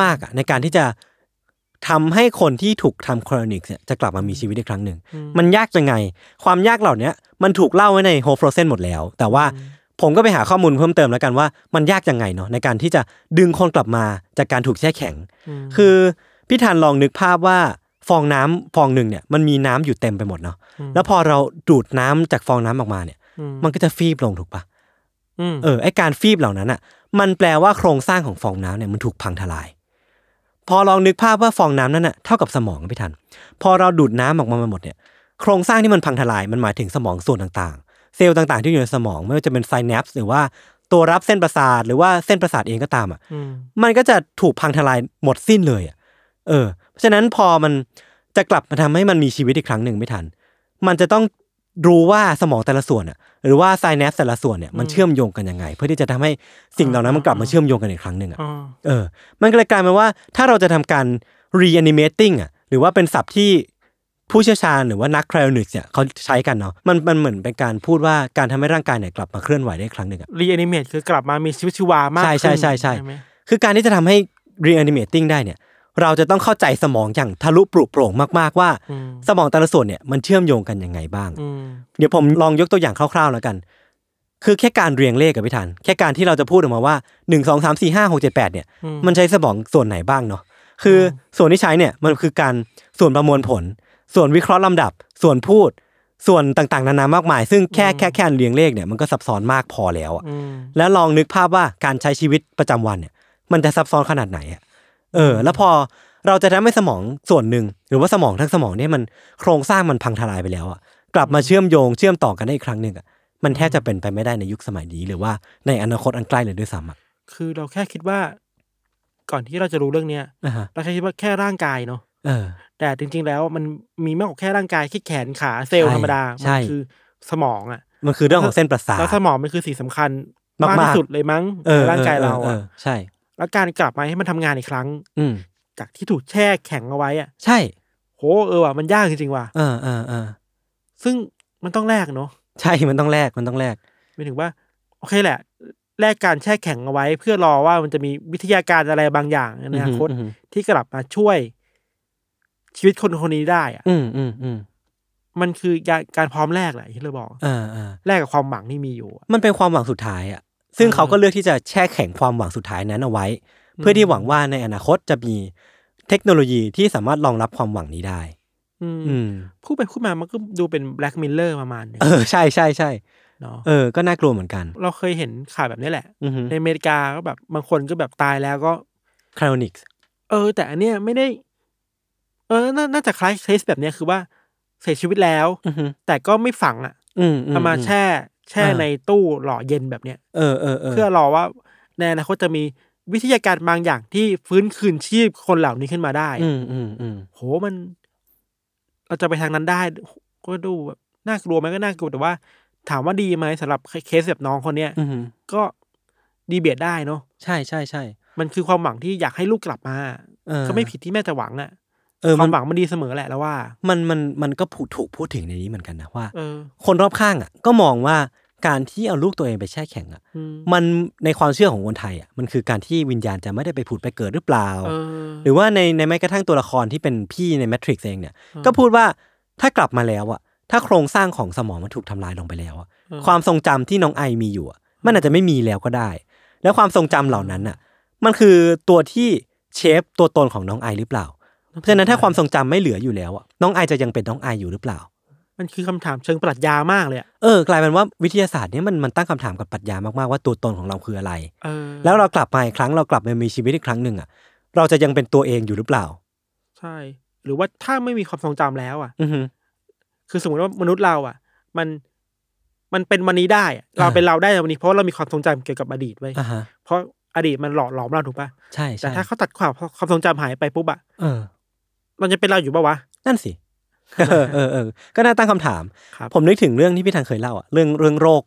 Speaker 2: มากๆอะในการที่จะทำให้คนที่ถูกทำครนิกเนี่ยจะกลับมามีชีวิตอีกครั้งหนึ่ง มันยากยังไง ความยากเหล่าเนี้ยมันถูกเล่าไว้ในโฮฟโรเซนหมดแล้ว แต่ว่าผมก็ไปหาข้อมูลเพิ่มเติมแล้วกันว่ามันยากยังไงเนาะในการที่จะดึงคนกลับมาจากการถูกแช่แข็ง คือพี่ธันลองนึกภาพว่าฟองน้ำฟองหนึ่งเนี่ยมันมีน้ำอยู่เต็มไปหมดเนาะแล้วพอเราดูดน้ำจากฟองน้ำออกมาเนี่ย มันก็จะฟีบลงถูกปะ
Speaker 1: ม
Speaker 2: เออไอการฟีบเหล่านั้นอ่ะ มันแปลว่าโครงสร้างของฟองน้ำเนี่ยมันถูกพังทลาย พอลองนึกภาพว่าฟองน้ำนั้นอ่ะเท่ากับสมองอะพี่ทัน พอเราดูดน้ำออกมาหมดเนี่ย โครงสร้างที่มันพังทลายมันหมายถึงสมองส่วนต่างๆ เซลล์ต่างๆที่อยู่ในสมองไม่ว่าจะเป็นไซแนปส์หรือว่าตัวรับเส้นประสาทหรือว่าเส้นประสาทเองก็ตามอ่ะ
Speaker 1: อืม
Speaker 2: มันก็จะถูกพังทลายหมดสิ้นเลยอะเออ เพราะฉะนั้นพอมันจะกลับมาทำให้มันมีชีวิตอีกครั้งหนึ่งไม่ทัน มันจะต้องรู้ว่าสมองแต่ละส่วนอะหรือว่าไซแนปแต่ละส่วนเนี่ยมันเชื่อมโยงกันยังไง เพื่อที่จะทำให้สิ่งเหล่านั้นมันกลับมาเชื่อมโยงกันอีกครั้งหนึ่งอะ
Speaker 1: อ๋อ
Speaker 2: เออ มันก็เลยกลายเป็นว่าถ้าเราจะทำการ reanimating อะหรือว่าเป็นศัพท์ที่ผู้เชี่ยวชาญหรือว่านักไคลอนิกเนี่ยเขาใช้กันเนาะ มันมันเหมือนเป็นการพูดว่าการทำให้ร่างกายเนี่ยกลับมาเคลื่อนไหวได้อีกครั้งหนึ่งอะ
Speaker 1: รีแอนิเมตคือกลับมามีชีวิตชีวามาก
Speaker 2: ใช่ใช่
Speaker 1: ขึ้น
Speaker 2: ใช่ใช่
Speaker 1: ไหม
Speaker 2: คือการที่จะทำให้ reanimating ได้เนี่ย เราจะต้องเข้าใจสมองอย่างทะลุปรุโปร่งมากๆว่า
Speaker 1: อืม
Speaker 2: สมองแต่ละส่วนเนี่ยมันเชื่อมโยงกันยังไงบ้าง
Speaker 1: อืม
Speaker 2: เดี๋ยวผมลองยกตัวอย่างคร่าวๆแล้วกัน คือแค่การเรียงเลขกับพี่ทันแค่การที่เราจะพูดออกมาว่า 1 2 3 4 5 6 7 8เนี่ย
Speaker 1: อืม
Speaker 2: มันใช้สมองส่วนไหนบ้างเนาะ คืออส่วนที่ใช้เนี่ยมันคือการส่วนประมวลผล ส่วนวิเคราะห์ลำดับ ส่วนพูด ส่วนต่างๆนานามากมาย ซึ่งแค่แค่แค่เรียงเลขเนี่ยมันก็ซับซ้อนมากพอแล้วอะ
Speaker 1: อืม
Speaker 2: แล้วลองนึกภาพว่าการใช้ชีวิตประจำวันเนี่ย มันจะซับซ้อนขนาดไหนอะเออ แล้วพอเราจะทำให้สมองส่วนหนึ่ง หรือว่าสมองทั้งสมองเนี่ยมันโครงสร้างมันพังทลายไปแล้วอะกลับมาเชื่อมโยงเชื่อมต่อกันได้อีกครั้งหนึ่งอะมันแทบจะเป็นไปไม่ได้ในยุคสมัยนี้หรือว่าในอนาคตอันใกล้เลยด้วยซ้ำอะ
Speaker 1: คือเราแค่คิดว่า ก่อนที่เราจะรู้เรื่องเนี้ย
Speaker 2: อ่าฮะ
Speaker 1: เราแค่คิดว่าแค่ร่างกายเนาะ
Speaker 2: เออ
Speaker 1: แต่จริง ๆ แล้วมันมีมากกว่าแค่ร่างกายแค่แขนขาเซลล์
Speaker 2: ใช่
Speaker 1: ธรรมดา
Speaker 2: ใช่
Speaker 1: มัคือสมองอ่ะ
Speaker 2: มันคือเรื่องของเส้นประสาท
Speaker 1: แล้วสมองมันคือสิ่งสำคัญ
Speaker 2: มากๆ
Speaker 1: ที่สุดเลยมั้ง
Speaker 2: เออ
Speaker 1: ในร่างกายเรา
Speaker 2: อ
Speaker 1: อ่ะ
Speaker 2: อออใช่
Speaker 1: แล้วการกลับมาให้มันทำงานอีกครั้ง
Speaker 2: อืม
Speaker 1: จากที่ถูกแช่แข็งเอาไว้อ่ะ
Speaker 2: ใช่
Speaker 1: โหเออว่ะมันยากจริงๆว่ะ
Speaker 2: เออเออเออ
Speaker 1: ซึ่งมันต้องแลกเนาะ
Speaker 2: ใช่มันต้องแลกมันต้องแลก
Speaker 1: หมายถึงว่า โอเคแหละแลกการแช่แข็งเอาไว้ เพื่อรอว่ามันจะมีวิทยาการอะไรบางอย่างในอนาคต
Speaker 2: อืม
Speaker 1: ที่กลับมาช่วย ชีวิตคนคนนี้ได้อะ
Speaker 2: อืมอืมอืม
Speaker 1: มันคือการการพร้อมแลกแหละอย่างที่เราบอก
Speaker 2: เออเออ
Speaker 1: แลกกับความหวังที่มีอยู่อะ
Speaker 2: มันเป็นความหวังสุดท้ายอ่ะ ซึ่ง
Speaker 1: เออ
Speaker 2: เขาก็เลือกที่จะแช่แข็งความหวังสุดท้ายนั้นเอาไว้ เพื่อที่หวังว่าในอนาคตจะมี เทคโนโลยีที่สามารถรองรับความหวังนี้ได้
Speaker 1: อืม
Speaker 2: อืม
Speaker 1: พูดไปพูดมามันก็ดูเป็นแบล็กมิลเลอร์ประมาณหนึง
Speaker 2: เออใช่ใช่ใช่
Speaker 1: เนาะ
Speaker 2: เออ ก็น่ากลัวเหมือนกัน
Speaker 1: เราเคยเห็นข่าวแบบนี้แหละ
Speaker 2: อือฮึ
Speaker 1: ในอเมริกาก็แบบบางคนก็แบบตายแล้วก็
Speaker 2: คลอนิกส์
Speaker 1: เออ แต่อันเนี้ยไม่ได้ เออนาน่าจะคล้ายเคสแบบเนี้ยคือว่าเสียชีวิตแล้ว
Speaker 2: อือฮึ
Speaker 1: แต่ก็ไม่ฝังอ่ะ
Speaker 2: อืมอื
Speaker 1: เอามาแช่ แช่ในตู้หล่อเย็นแบบเนี้ย
Speaker 2: เออเออเออ
Speaker 1: เพื่อรอว่าในอนาคตจะมีวิทยาการบางอย่างที่ฟื้นคืนชีพคนเหล่านี้ขึ้นมาได้
Speaker 2: อืมอืมอืม
Speaker 1: โหมัน เราจะไปทางนั้นได้ ก็ดูแบบน่ากลัวไหมก็น่ากลัวแต่ว่า ถามว่าดีไหมสำหรับเคสแบบน้องคนเนี้ย
Speaker 2: อือฮึ
Speaker 1: ก็ดีเบียดได้เนาะ
Speaker 2: ใช่ใช่ใช่
Speaker 1: มันคือความหวังที่อยากให้ลูกกลับมา
Speaker 2: เออ
Speaker 1: ก็ไม่ผิดที่แม่จะหวังอะ
Speaker 2: เออ
Speaker 1: ค
Speaker 2: มั
Speaker 1: วาน มหวังมันดีเสมอแหละแล้วว่า
Speaker 2: มันมันมันก็ผูกถูกพูดถึงในนี้เหมือนกันนะว่า
Speaker 1: เออ
Speaker 2: คนรอบข้างอ่ะ ก็มองว่าการที่เอาลูกตัวเองไปแช่แข็งอ่ะ
Speaker 1: อืม
Speaker 2: มันในความเชื่อของคนไทยอ่ะมันคือการที่วิญญาณจะไม่ได้ไปผุดไปเกิดหรือเปล่า
Speaker 1: เออ
Speaker 2: หรือว่าในในแม้กระทั่งตัวละครที่เป็นพี่ในแมทริกซ์เองเนี่ย
Speaker 1: อืม
Speaker 2: ก็พูดว่าถ้ากลับมาแล้วอ่ะ ถ้าโครงสร้างของสมองมันถูกทำลายลงไปแล้วอ่ะ
Speaker 1: อืม
Speaker 2: ความทรงจำที่น้องไอมีอยู่อะมันอาจจะไม่มีแล้วก็ได้ แล้วความทรงจำเหล่านั้นอ่ะ มันคือตัวที่เชฟตัวตนของน้องไอหรือเปล่า เพราะฉะนั้นถ้าความทรงจำไม่เหลืออยู่แล้วอ่ะน้องไอจะยังเป็นน้องไออยู่หรือเปล่า
Speaker 1: มันคือคำถามเชิงปรัชญามากเลยอะ
Speaker 2: เออกลายเป็นว่าวิทยาศาสตร์เนี่ยมันมันตั้งคำถามกับปรัชญามากๆว่าตัวตนของเราคืออะไร
Speaker 1: เออ
Speaker 2: แล้วเรากลับมาอีกครั้งเรากลับมามีชีวิตอีกครั้งหนึ่งอ่ะเราจะยังเป็นตัวเองอยู่หรือเปล่า
Speaker 1: ใช่ หรือว่าถ้าไม่มีความทรงจำแล้วอ่ะ
Speaker 2: อือฮึ
Speaker 1: คือสมมติว่ามนุษย์เราอ่ะ มันมันเป็นวันนี้ได้อะเรา
Speaker 2: อ่า
Speaker 1: เป็นเราได้ในวันนี้เพราะเรามีความทรงจำเกี่ยวกับอดีตไว้ย
Speaker 2: อ่าฮะ
Speaker 1: เพราะอดีตมันหล่อหลอมเราถูกปะ
Speaker 2: ใช่ใช่
Speaker 1: แต่ถ้าเขาตัดความความทรงจำหายไปปุ๊บอะ
Speaker 2: เออ
Speaker 1: มันจะเป็นเราอยู่ปะวะ
Speaker 2: นั่นสิ เออเออเออก็น่าตั้งคำถาม
Speaker 1: ครับ
Speaker 2: ผมนึกถึงเรื่องที่พี่ทางเคยเล่าอ่ะเรื่องเรื่องโรค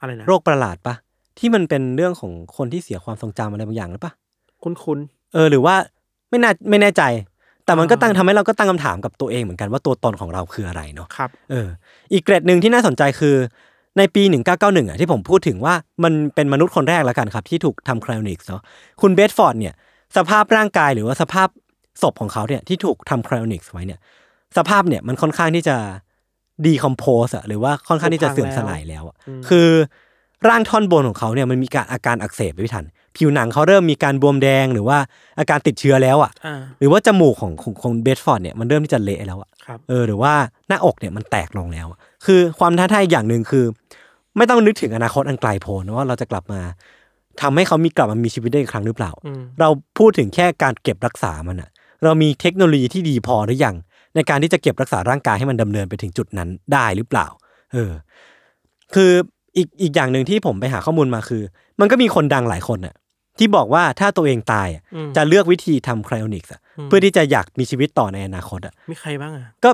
Speaker 1: อะไรนะ
Speaker 2: โรคประหลาดปะที่มันเป็นเรื่องของคนที่เสียความทรงจำอะไรบางอย่างหรือปะ
Speaker 1: คุ้นคุ้น
Speaker 2: เออหรือว่าไม่น่าไม่แน่ใจ แต่มันก็
Speaker 1: อ่า
Speaker 2: ตั้งทำให้เราก็ตั้งคำถามกับตัวเองเหมือนกันว่าตัวตนของเราคืออะไรเนาะ
Speaker 1: ๆครับ
Speaker 2: เอออีกเกรดหนึ่งที่น่าสนใจคือในปี 1991อ่ะที่ผมพูดถึงว่ามันเป็นมนุษย์คนแรกแล้วกันครับ ที่ถูกทำคร o นิกส์เนาะคุณเบสฟอร์ดเนี่ยสภาพร่างกายหรือว่าสภาพศพของเขาเนี่ยที่ถูกทำคร o นิกส์ไว้เนี่ยสภาพเนี่ยมันค่อนข้างที่จะดีคอมโพสอะหรือว่าค่อนข้างที่จะเสื่อมสลายแล้วอะ
Speaker 1: อืม
Speaker 2: คือร่างท่อนบนของเขาเนี่ยมันมีการอาการอักเสบไปพิทัน ผิวหนังเขาเริ่มมีการบวมแดงหรือว่าอาการติดเชื้อแล้วอะ
Speaker 1: อ่า
Speaker 2: หรือว่าจมูกของของของเบสฟอร์ดเนี่ยมันเริ่มที่จะเละแล้วอะ
Speaker 1: ครับ
Speaker 2: เออหรือว่าหน้าอกเนี่ยมันแตกลงแล้วอะคือความท้าทายอย่างหนึ่งคือ ไม่ต้องนึกถึงอนาคตอันไกลโพ้นว่าเราจะกลับมาทำให้เขามีกลับมามีชีวิตได้อีกครั้งหรือเปล่า
Speaker 1: อืม
Speaker 2: เราพูดถึงแค่การเก็บรักษามันอะเรามีเทคโนโลยีที่ดีพอหรือยังในการที่จะเก็บรักษาร่างกายให้มันดำเนินไปถึงจุดนั้นได้หรือเปล่า เออ คืออีกอีกอย่างหนึ่งที่ผมไปหาข้อมูลมาคือ มันก็มีคนดังหลายคนอะที่บอกว่าถ้าตัวเองตายอะ
Speaker 1: อืม
Speaker 2: จะเลือกวิธีทำไคลอนิกส์อะเพื่อที่จะอยากมีชีวิตต่อในอนาคตอะ
Speaker 1: มีใครบ้างอ่ะ
Speaker 2: ก็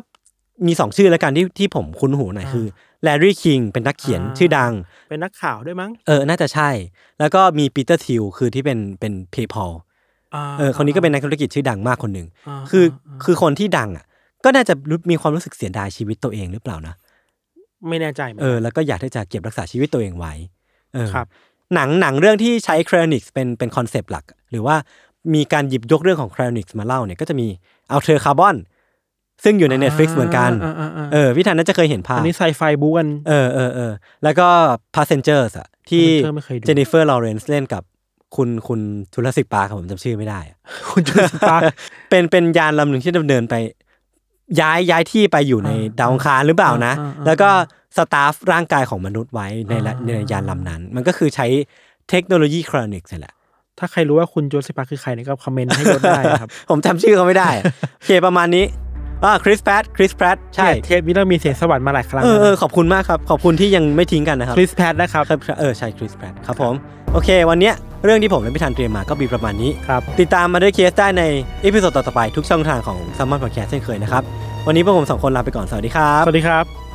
Speaker 2: มีสองชื่อแล้วกันที่ที่ผมคุ้นหูหน่อย
Speaker 1: อ่า
Speaker 2: คือแลรี่คิงเป็นนักเขียน
Speaker 1: อ่า
Speaker 2: ชื่อดัง
Speaker 1: เป็นนักข่าวด้วยมั้ง
Speaker 2: เออ น่าจะใช่ แล้วก็มีปีเตอร์ทิวคือที่เป็นเป็นเพย์พอล
Speaker 1: า
Speaker 2: เออคนนี้ก็เป็นนักธุรกิจชื่อดังมากคนหนึ่ง
Speaker 1: า
Speaker 2: คืออา คือคนที่ดังอ่ะ ก็น่าจะรู้มีความรู้สึกเสียดายชีวิตตัวเองหรือเปล่านะ
Speaker 1: ไม่แน่ใจเหมือน
Speaker 2: เออ
Speaker 1: กัน
Speaker 2: แล้วก็อยากที่จะเก็บรักษาชีวิตตัวเองไว้เออ
Speaker 1: ครับ
Speaker 2: หนังหนังเรื่องที่ใช้ครนิกส์เป็นเป็นคอนเซปต์หลัก หรือว่ามีการหยิบยกเรื่องของครนิกส์มาเล่าเนี่ยก็จะมีเอาเธอคาร์บอนซึ่งอยู่ใน Netflix เหมือนกัน
Speaker 1: อ่าอ่าอ่า
Speaker 2: เออพี่ธันน่าจะเคยเห็นภาพ
Speaker 1: อันนี้ไซไฟบูกัน
Speaker 2: เออเออเออแล้วก็ Passengers อะที่
Speaker 1: Passenger ไม่เคยดู
Speaker 2: เจนิเฟอร์ลอเรนซ์เล่นกับคุณคุณทุลสิกปาร์คครับผมจำชื่อไม่ได้อะ
Speaker 1: *laughs* คุณจูสปาร์ค
Speaker 2: *laughs* เป็นเป็นยานลำหนึ่งที่ดำเนินไป ย้ายย้ายที่ไปอยู่ใน
Speaker 1: อ่า
Speaker 2: ดาวอังคารหรือเปล่านะ
Speaker 1: อ่าอ่า
Speaker 2: แล้วก็สตาฟร่างกายของมนุษย์ไว้ในละ
Speaker 1: อ่า
Speaker 2: ในยานลำนั้น มันก็คือใช้เทคโนโลยีครอนิกส์นี่แหละ
Speaker 1: ถ้าใครรู้ว่าคุณจูสปาร์คคือใครเนี่ยก็คอมเมนต์ให้ยศได้นะครับ
Speaker 2: ผมจำชื่อเขาไม่
Speaker 1: *laughs*
Speaker 2: ได้อะ โอเคประมาณนี้อ่าคริสแพทคริสแพทใช่
Speaker 1: เนี่ยเทปนี้เรามีเสียงสวรรค์มาหลายครั้ง
Speaker 2: เออ
Speaker 1: แล้วนะ
Speaker 2: เออขอบคุณมากครับขอบคุณที่ยังไม่ทิ้งกันนะครับ
Speaker 1: คริสแพทนะครับ
Speaker 2: ครับเออใช่คริสแพตครับผม โอเค วันเนี้ยเรื่องที่ผมและพี่ธันเตรียมมาก็มีประมาณนี้
Speaker 1: ครับ
Speaker 2: ติดตามมาด้วยเคสได้ในเอพิโซดต่อๆไปทุกช่องทางของ s ัมมอนพอดแคสต์เช่นเคยนะครับ วันนี้พวกผมสองคนลาไปก่อน สวัสดีครับ
Speaker 1: สวัสดีครับ